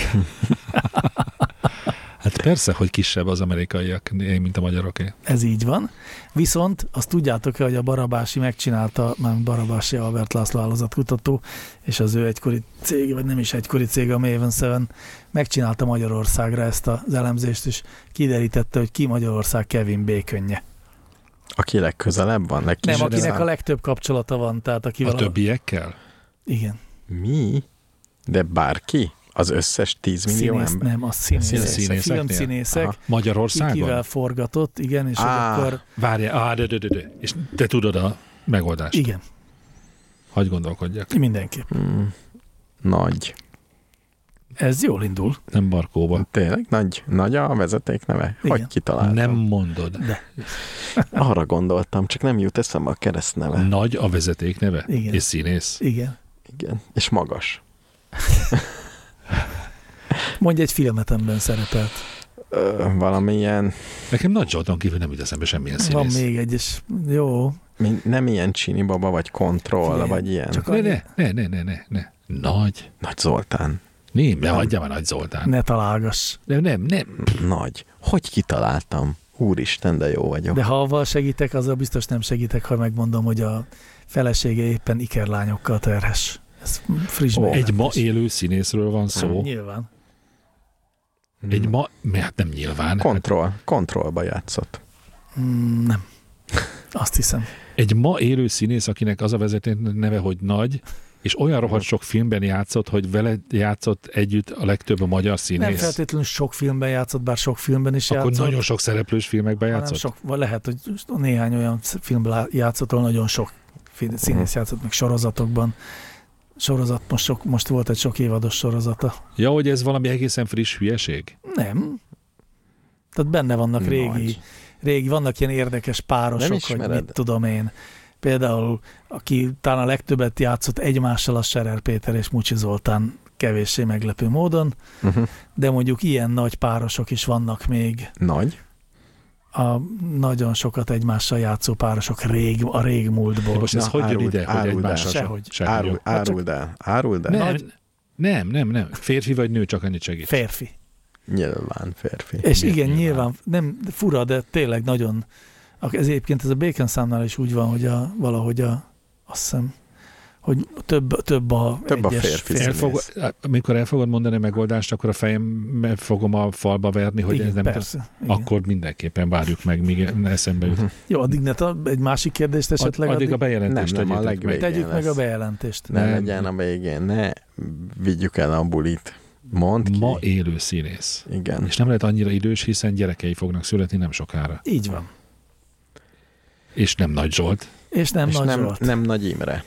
D: hát persze, hogy kisebb az amerikaiak, mint a magyaroké.
C: Ez így van. Viszont azt tudjátok-e, hogy a Barabási megcsinálta, már Barabási Albert László állazatkutató, és az ő egykori cég, vagy nem is egykori cég, a Maven 7, megcsinálta Magyarországra ezt az elemzést, és kiderítette, hogy ki Magyarország Kevin Baconje.
B: Aki legközelebb van,
C: Nem,
B: legkisebb
C: akinek
B: szám.
C: a legtöbb kapcsolata van, tehát akivel...
D: A többiekkel?
C: Igen.
B: Mi? De bárki? Az összes 10 millió
C: Színész,
B: ember?
C: nem, a színészek.
D: Színészeknél?
C: Filmszínészek.
B: Aha.
C: Ki
D: Magyarországon?
C: kivel forgatott, igen, és
B: Á.
C: hogy akkor...
D: Várjál, á, de, de, de, de. És te tudod a megoldást.
C: Igen,
D: Hagy gondolkodjak.
C: mindenképp.
B: Hmm. Nagy.
C: Ez jól indul.
D: Nem barkóba.
B: Tényleg nagy, nagy a vezeték neve?
C: Igen.
B: Hogy kitaláltam?
D: Nem
B: Nem.
D: mondod.
B: Arra gondoltam, csak nem jut eszembe a keresztneve.
D: Nagy a vezeték neve?
C: Igen.
D: És színész?
C: Igen.
B: Igen. És magas.
C: Mondj egy filmet, amiben szerepelt.
B: Ö, valamilyen,
D: Nekem Nagy Zsoltán kívül nem jut eszembe semmilyen
C: Van
D: színész.
C: még egy, és jó.
B: mi- nem ilyen Csini Baba, vagy Kontroll,
C: Figyelj,
B: vagy ilyen. Csak...
C: Csak
D: Ne,
C: annyi,
D: ne, ne, ne, ne, ne, ne. Nagy.
B: Nagy Zoltán.
D: Nem, ne hagyja már Nagy Zoltán.
C: ne találgass.
D: Nem, nem, nem.
B: Nagy. Hogy kitaláltam? Úristen, de jó vagyok.
C: De ha avval segítek, azzal biztos nem segítek, ha megmondom, hogy a felesége éppen ikerlányokkal terhes. Ez friss
B: Ó.
C: bejelentés.
D: Egy ma élő színészről van szó.
C: Nyilván.
D: Egy ma, hát nem nyilván.
B: Kontroll. Kontrollba játszott.
C: Mm, nem. Azt hiszem.
D: egy ma élő színész, akinek az a vezető neve, hogy Nagy, és olyan rohadt sok filmben játszott, hogy vele játszott együtt a legtöbb a magyar
C: Nem
D: színész.
C: feltétlenül sok filmben játszott, bár sok filmben is
D: Akkor
C: játszott.
D: nagyon sok szereplős filmekben
C: hanem
D: játszott.
C: sok, vagy lehet, hogy néhány olyan filmben lá- játszott, ahol nagyon sok fi-
B: Mhm.
C: színész játszott, meg sorozatokban. Sorozat, most, sok, most volt egy sok évados sorozata.
D: Ja, hogy ez valami egészen friss hülyeség?
C: Nem. Tehát benne vannak
B: Nagy.
C: régi, régi, vannak ilyen érdekes párosok, hogy
B: ismered?
C: mit tudom én. Például, aki talán a legtöbbet játszott egymással, a Serer Péter és Mucsi Zoltán kevéssé meglepő módon,
B: Uh-huh.
C: de mondjuk ilyen nagy párosok is vannak még.
B: Nagy.
C: A nagyon sokat egymással játszó párosok rég, a
D: De
C: régmúltból.
D: most ez
B: Na,
D: hogy jön
B: áruld-
D: ide, hogy
B: áruld
D: egymással?
B: el.
C: Sehogy.
D: Sehogy
B: Árul,
D: jön.
B: áruld el. Áruld el.
D: Nem,
B: Nagy.
D: nem, nem, nem. Férfi vagy nő, csak annyit segít.
C: Férfi.
B: Nyilván férfi.
C: És
D: Miért
C: igen,
D: nyilván?
C: nyilván, nem fura, de tényleg nagyon, ak- ez egyébként ez a Bacon számnál is úgy van, hogy a, valahogy a, azt hiszem, hogy több, több a
B: Több a
C: egyes
B: férfi
C: fér-
B: színész.
D: Elfog, amikor el fogod mondani a megoldást, akkor a fejem fogom a falba verni, hogy
C: igen,
D: ez nem
C: persze. Igen. Akkor...
D: Akkor mindenképpen várjuk meg, míg eszembe
B: Mhm.
D: jut.
C: Jó, addig ne ta- egy másik kérdést
D: Ad,
C: esetleg,
D: addig a bejelentést
B: Nem, nem, a
D: tegyétek meg.
B: legvégén.
C: tegyük meg
B: lesz.
C: a bejelentést.
B: Ne
D: Nem.
B: legyen a végén, ne vigyük el a bulit. Mondd ki. Hm.
D: Ma élő színész.
B: Igen.
D: És nem lehet annyira idős, hiszen gyerekei fognak születni nem sokára.
C: Így van.
D: És nem Nagy Zsolt.
C: És nem
B: és
C: nagy
B: nem,
C: Zsolt.
B: nem Nagy Imre.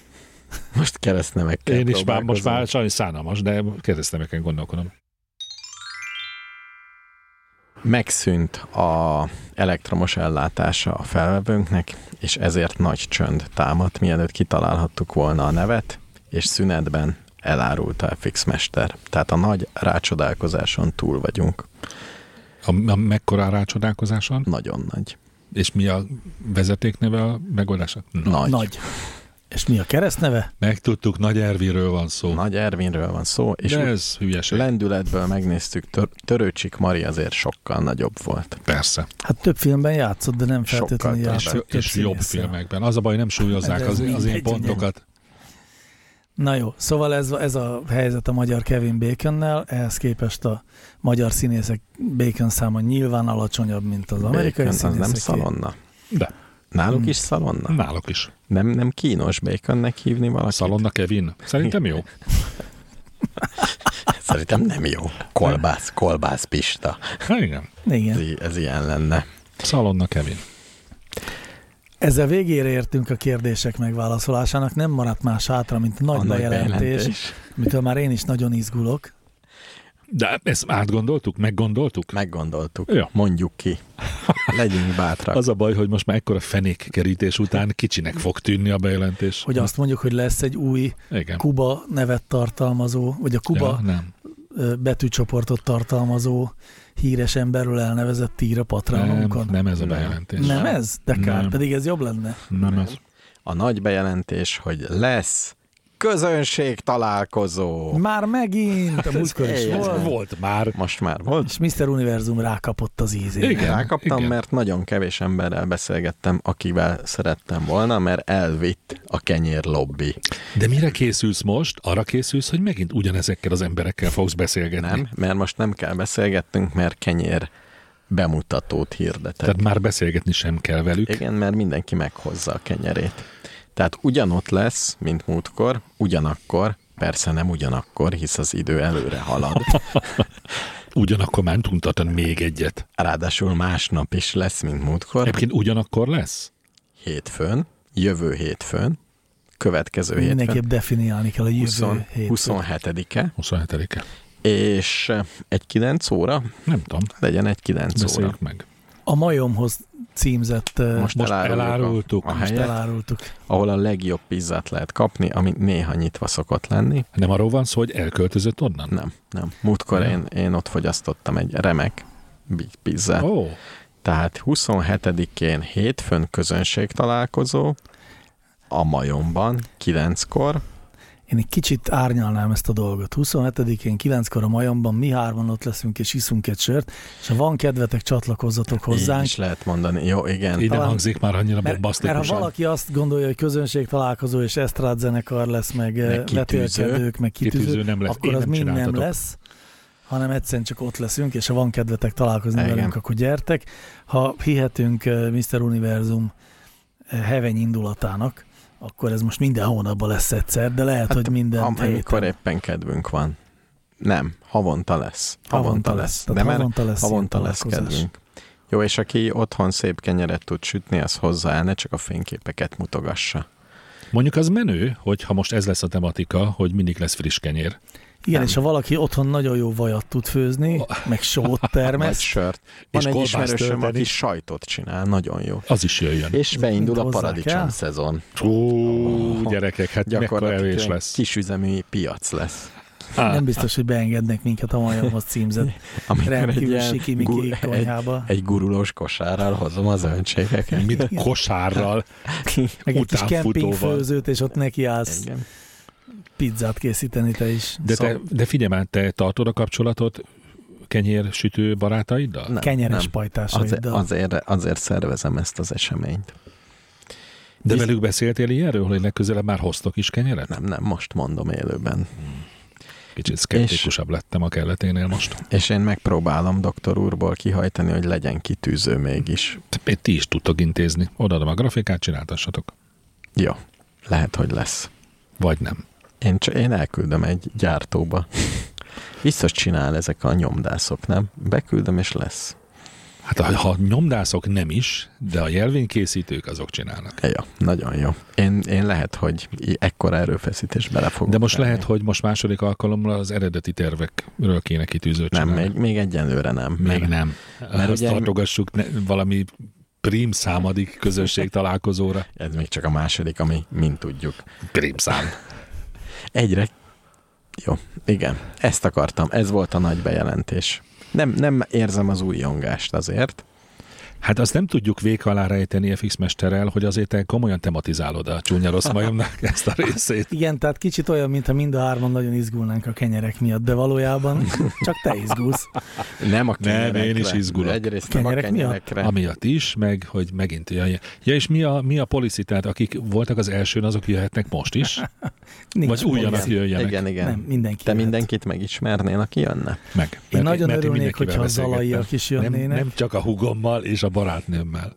B: Most keresztnevekkel
D: Én is már most
B: próbálkozom.
D: már sajnos szánalmas, de keresztemeken gondolkodom.
B: Megszűnt a elektromos ellátása a felvevőnknek, és ezért nagy csönd támadt, mielőtt kitalálhattuk volna a nevet, és szünetben elárulta a fixmester. Tehát a nagy rácsodálkozáson túl vagyunk.
D: A, a mekkora rácsodálkozáson,
B: Nagyon nagy.
D: és mi a vezetékneve a megoldásnak? Na,
B: Nagy.
C: Nagy. És mi a keresztneve?
D: megtudtuk, Nagy Erviről van szó.
B: Nagy Ervinről van szó, és
D: de
B: úgy
D: ez hülyeség.
B: lendületből megnéztük, tör- Törőcsik Mari azért sokkal nagyobb volt.
D: Persze.
C: Hát több filmben játszott, de nem
B: Sokkal
C: feltétlenül
B: több.
D: És,
C: játszott. több
D: és jobb
C: színésszel.
D: filmekben. Az a baj, nem súlyozzák
C: De Hát ez
D: az, az én
C: mindegy,
D: pontokat.
C: Na jó, szóval ez, ez a helyzet a magyar Kevin Baconnel, ehhez képest a magyar színészek Bacon száma nyilván alacsonyabb, mint az amerikai
B: Bacon, az
C: színészek.
B: nem szalonna.
D: De.
B: Náluk
C: Hmm.
B: is szalonna?
D: Nálok is.
B: Nem, nem kínos baconnek hívni valakit?
D: Szalonna Kevin. Szerintem jó.
B: Szerintem nem jó. Kolbász, kolbász Pista.
D: Hát igen.
B: Ez,
C: Igen.
B: i- ez ilyen lenne.
D: Szalonna Kevin.
C: Ezzel végére értünk a kérdések megválaszolásának, nem maradt más hátra, mint a nagy,
B: A
C: nagy bejelentés, bejelentés, mitől már én is nagyon izgulok.
D: De ezt átgondoltuk? Meggondoltuk?
B: Meggondoltuk.
D: Ja.
B: Mondjuk ki. Legyünk bátrak.
D: Az a baj, hogy most már ekkora fenék kerítés után kicsinek fog tűnni a bejelentés.
C: Hogy azt mondjuk, hogy lesz egy új
D: Igen.
C: Kuba nevet tartalmazó, vagy a Kuba
D: Ja, nem.
C: ö, betűcsoportot tartalmazó híres emberről elnevezett ír a
D: Nem,
C: Patreonunkon.
D: nem ez a
B: Nem.
D: bejelentés.
C: nem ez? De kár,
D: Nem.
C: pedig ez jobb lenne.
D: Nem ez.
B: A nagy bejelentés, hogy lesz közönség találkozó.
C: Már megint, a múltkor is
B: Ez
C: volt.
B: volt.
D: Volt már.
B: Most már volt.
C: És Mr. Univerzum rákapott az ízére.
D: Igen.
B: Rákaptam,
D: igen.
B: mert nagyon kevés emberrel beszélgettem, akivel szerettem volna, mert elvitt a kenyér lobby.
D: De mire készülsz most? Arra készülsz, hogy megint ugyanezekkel az emberekkel fogsz beszélgetni.
B: Nem, mert most nem kell beszélgettünk, mert kenyér bemutatót hirdetek.
D: Tehát már beszélgetni sem kell velük.
B: Igen, mert mindenki meghozza a kenyerét. Tehát ugyanott lesz, mint múltkor, ugyanakkor, persze nem ugyanakkor, hisz az idő előre halad.
D: Ugyanakkor már tudunk tartani még egyet.
B: Ráadásul másnap is lesz, mint múltkor,
D: Egyébként ugyanakkor lesz?
B: hétfőn, jövő hétfőn, következő
C: Mindenképp
B: hétfőn,
C: definiálni kell a jövő
B: 20,
C: hétfőt.
B: 27-e,
D: 27-e.
B: és eh, egy 9 óra,
D: Nem tudom.
C: Hát
B: legyen egy 9 óra.
D: Beszéljük meg.
C: A majomhoz címzett, eh, most
B: Most,
D: Most
B: eláruljuk
D: elárultuk.
B: A, a
D: Most
B: helyet,
C: elárultuk.
B: ahol a legjobb pizzát lehet kapni, ami néha nyitva szokott lenni.
D: Nem arról van szó, hogy elköltözött onnan?
B: Nem, nem. Múltkor
D: Nem?
B: én, én ott fogyasztottam egy remek Big
C: Oh.
B: Pizza.
D: Ó,
B: Tehát 27-én hétfőn közönség találkozó a majomban, 9-kor.
C: Én egy kicsit árnyalnám ezt a dolgot. 27-én 9-kor a majomban mi hárman ott leszünk és iszunk egy sört, és ha van kedvetek, csatlakozzatok
B: Így
C: hozzánk.
B: is lehet mondani. Jó, igen.
D: így nem
C: Talán-
D: hangzik már annyira
C: Mert, mert ha
D: bombasztikusan.
C: valaki azt gondolja, hogy közönség találkozó és zenekar lesz, meg eh,
B: kitűző.
C: vetélkedők, meg kitűző,
D: kitűző nem lesz.
C: akkor
D: Én
C: az
D: nem
C: mind nem
D: csináltatok.
C: lesz, hanem egyszerűen csak ott leszünk, és ha van kedvetek találkozni
B: Igen.
C: velünk, akkor gyertek. Ha hihetünk eh, Mr. Univerzum heveny indulatának, akkor ez most minden hónapban lesz egyszer, de lehet, hát, hogy minden
B: Am- amikor
C: héten.
B: éppen kedvünk van. Nem, havonta lesz. Havonta,
C: Havonta lesz.
B: lesz.
C: Tehát
B: De már
C: havonta lesz ilyen
B: havonta lesz
C: találkozás.
B: kedvünk. Jó, és aki otthon szép kenyeret tud sütni, az hozzá, ne csak a fényképeket mutogassa.
D: Mondjuk az menő, hogy ha most ez lesz a tematika, hogy mindig lesz friss kenyér.
C: Igen,
B: Nem. Oh.
C: és ha valaki otthon nagyon jó vajat tud főzni, meg sót
B: Vagy
C: termesz,
B: sört. Van
D: És
B: egy
D: kolbászt
B: ismerősöm,
D: tölteni.
B: aki sajtot csinál, nagyon jó.
D: Az is jöjjön.
B: És beindul a
C: hozzá kell?
B: paradicsom szezon.
D: Ó, gyerekek, hát mekkora
B: Gyakorlatilag
D: evés
B: lesz.
D: lesz.
B: kisüzemi piac lesz.
C: nem biztos, hogy beengednek minket a majomhoz címzett
B: Amikor Ah. egy,
C: rendkívül
B: ilyen
C: sikimiki
B: gu- egy,
C: konyhába.
B: egy gurulós kosárral hozom az öntségeket.
D: Mint kosárral,
C: Meg egy kis
D: utánfutóval.
C: kempingfőzőt, és ott nekiállsz
B: Igen.
C: pizzát készíteni te is. Szóval
D: De, te,
B: Szóval-
D: de figyelj már, te tartod a kapcsolatot kenyér sütő barátaiddal?
B: Nem,
C: Kenyeres
B: nem. Azért,
C: pajtásaiddal.
B: azért, azért szervezem ezt az eseményt.
D: De
B: Biz-
D: velük beszéltél ilyenről, hogy legközelebb már hoztok is kenyeret?
B: Nem, nem, most mondom élőben.
D: Kicsit szkeptikusabb lettem a kelleténél most.
B: És én megpróbálom doktor úrból kihajtani, hogy legyen kitűző mégis.
D: Te- Ti is tudtok intézni. Odaadom a grafikát, csináltassatok.
B: Jó, lehet, hogy lesz.
D: Vagy nem.
B: Én, csak, én elküldöm egy gyártóba. Biztos csinál ezek a nyomdászok, nem? Beküldöm, és lesz.
D: Hát ha, ha nyomdászok nem is, de a jelvénykészítők azok csinálnak.
B: Jó, nagyon jó. Én, én lehet, hogy i- ekkora erőfeszítés bele fogok
D: De most
B: tenni.
D: lehet, hogy most második alkalommal az eredeti tervekről kéne kitűzőt
B: Nem,
D: csinálni.
B: még, még egyenlőre nem.
D: Még
B: mert
D: nem. Mert
B: Mert
D: Azt
B: ugye-
D: tartogassuk ne, valami prím számadik közösség találkozóra.
B: Ez még csak a második, ami mind tudjuk.
D: Prím szám.
B: Egyre. Jó, igen. Ezt akartam. Ez volt a nagy bejelentés. Nem, nem érzem az újongást azért.
D: Hát azt nem tudjuk vék alá rejteni FX mesterrel, hogy azért te komolyan tematizálod a csúnya rossz majomnak ezt a részét.
C: Igen, tehát kicsit olyan, mintha mind a hárman nagyon izgulnánk a kenyerek miatt, de valójában csak te izgulsz.
B: Nem a
D: Nem,
B: kenyerekre.
D: én is izgulok.
B: Egyrészt nem a
C: Kenyerek miatt?
B: kenyerekre.
D: Amiatt is, meg hogy megint jaj. Ja, és mi a, mi a policy? Tehát akik voltak az elsőn, azok jöhetnek most is?
C: Nincs
D: Vagy újanak
C: policy.
D: jöjjenek?
B: Igen, igen.
C: Nem, mindenki.
B: Te
C: jöhet.
B: mindenkit megismernél, aki jönne?
D: Meg.
C: Én
D: Mert-
C: nagyon
D: mert én
C: örülnék,
D: mindenkivel
C: hogyha a zalaiak
D: beszélgettem.
C: is jönnének.
D: Nem, nem csak a hugommal és a barátnőmmel.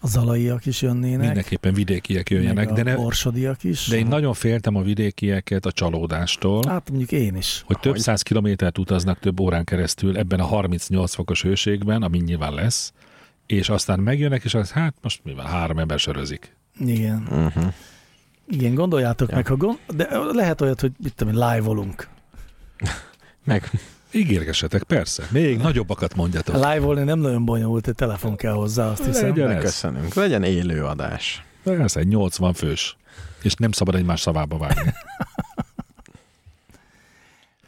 C: A zalaiak is jönnének.
D: Mindenképpen vidékiek jöjjenek,
C: meg
D: de,
C: a
D: ne,
C: orsodiak is.
D: de én nagyon féltem a vidékieket a csalódástól.
C: Hát mondjuk én is.
D: hogy több
B: Hogy?
D: száz kilométert utaznak több órán keresztül ebben a 38 fokos hőségben, ami nyilván lesz, és aztán megjönnek, és az, hát most mivel három ember sörözik.
C: Igen.
B: Uh-huh.
C: Igen, gondoljátok
B: Ja.
C: meg, ha gond... de lehet olyat, hogy mit tudom, én, live-olunk.
B: Meg
D: Ígérgessetek, persze. Még nagyobbakat mondjatok.
C: Hát Live-olni nem nagyon bonyolult, egy telefon kell hozzá, azt hiszem.
D: Legyen ez.
B: köszönünk. Legyen élő adás.
D: Persze, egy 80 fős. És nem szabad egymás szavába vágni.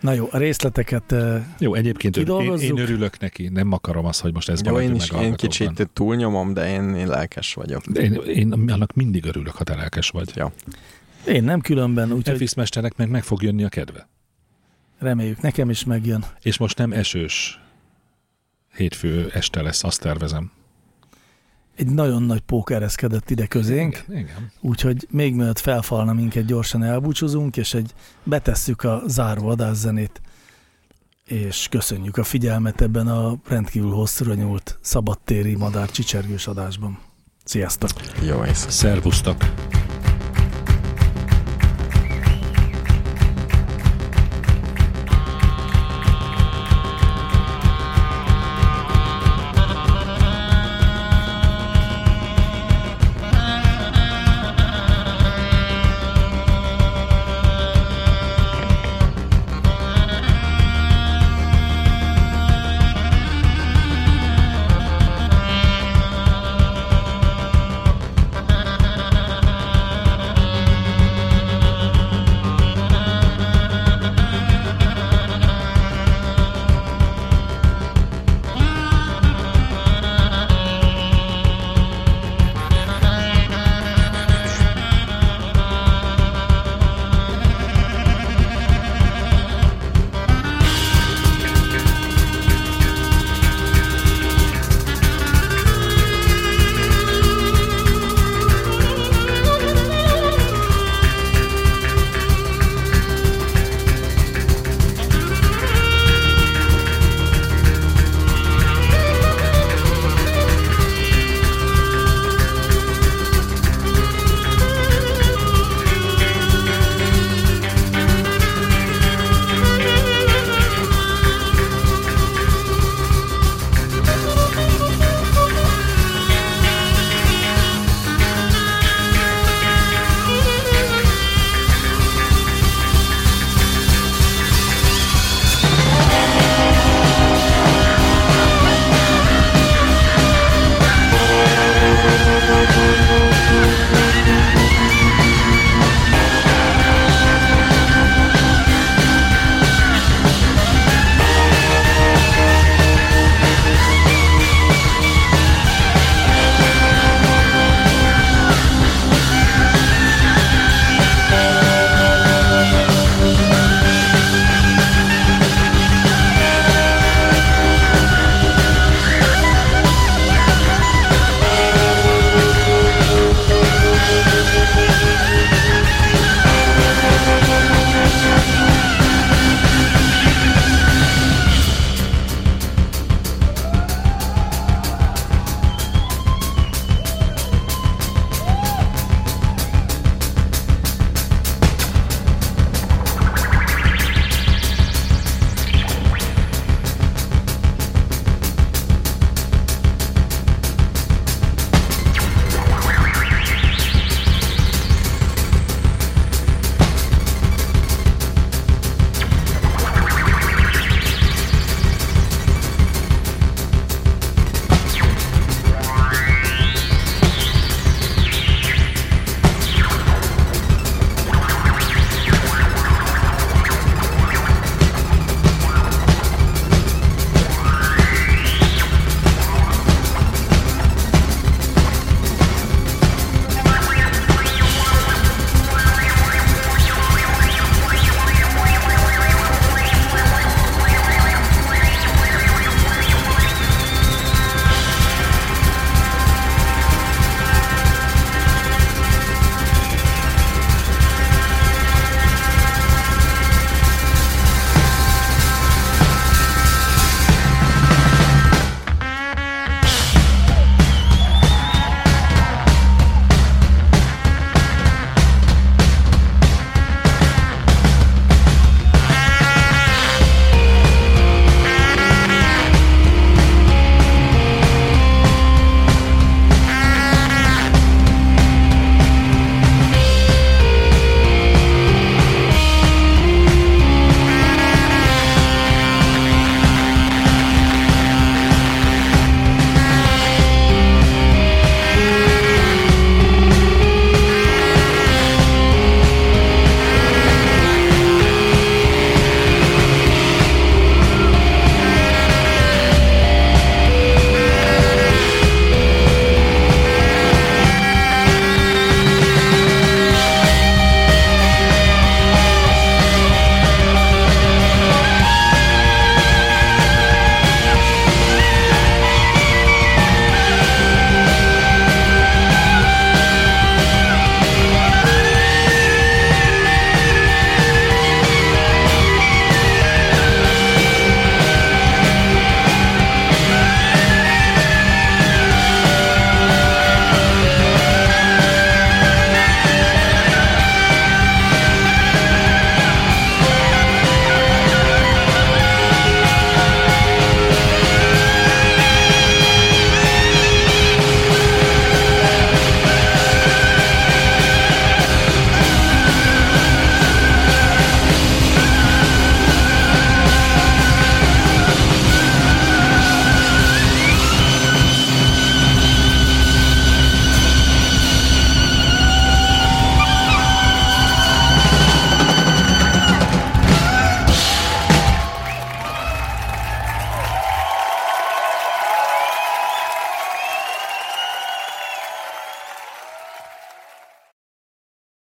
C: Na jó, a részleteket eh,
D: Jó, egyébként ör- én,
C: Kidolgozzuk.
D: én, örülök neki. Nem akarom azt, hogy most ez
B: Jó,
D: maradjon
B: én
D: meg
B: is
D: a
B: én
D: hallgatókban.
B: kicsit túlnyomom, de én, én lelkes vagyok.
D: De Én, én annak mindig örülök, ha te lelkes vagy.
B: Ja.
C: én nem különben, úgyhogy
D: Elvis mesternek meg meg fog jönni a kedve.
C: reméljük nekem is megjön.
D: És most nem esős hétfő este lesz, azt tervezem.
C: Egy nagyon nagy pók ereszkedett ide közénk,
D: Igen, igen.
C: úgyhogy még mielőtt felfalna minket, gyorsan elbúcsúzunk, és egy betesszük a záró adászenét, és köszönjük a figyelmet ebben a rendkívül hosszúra nyúlt szabadtéri madár csicsergős adásban. Sziasztok!
B: Jó éjszakát.
D: Szervusztok!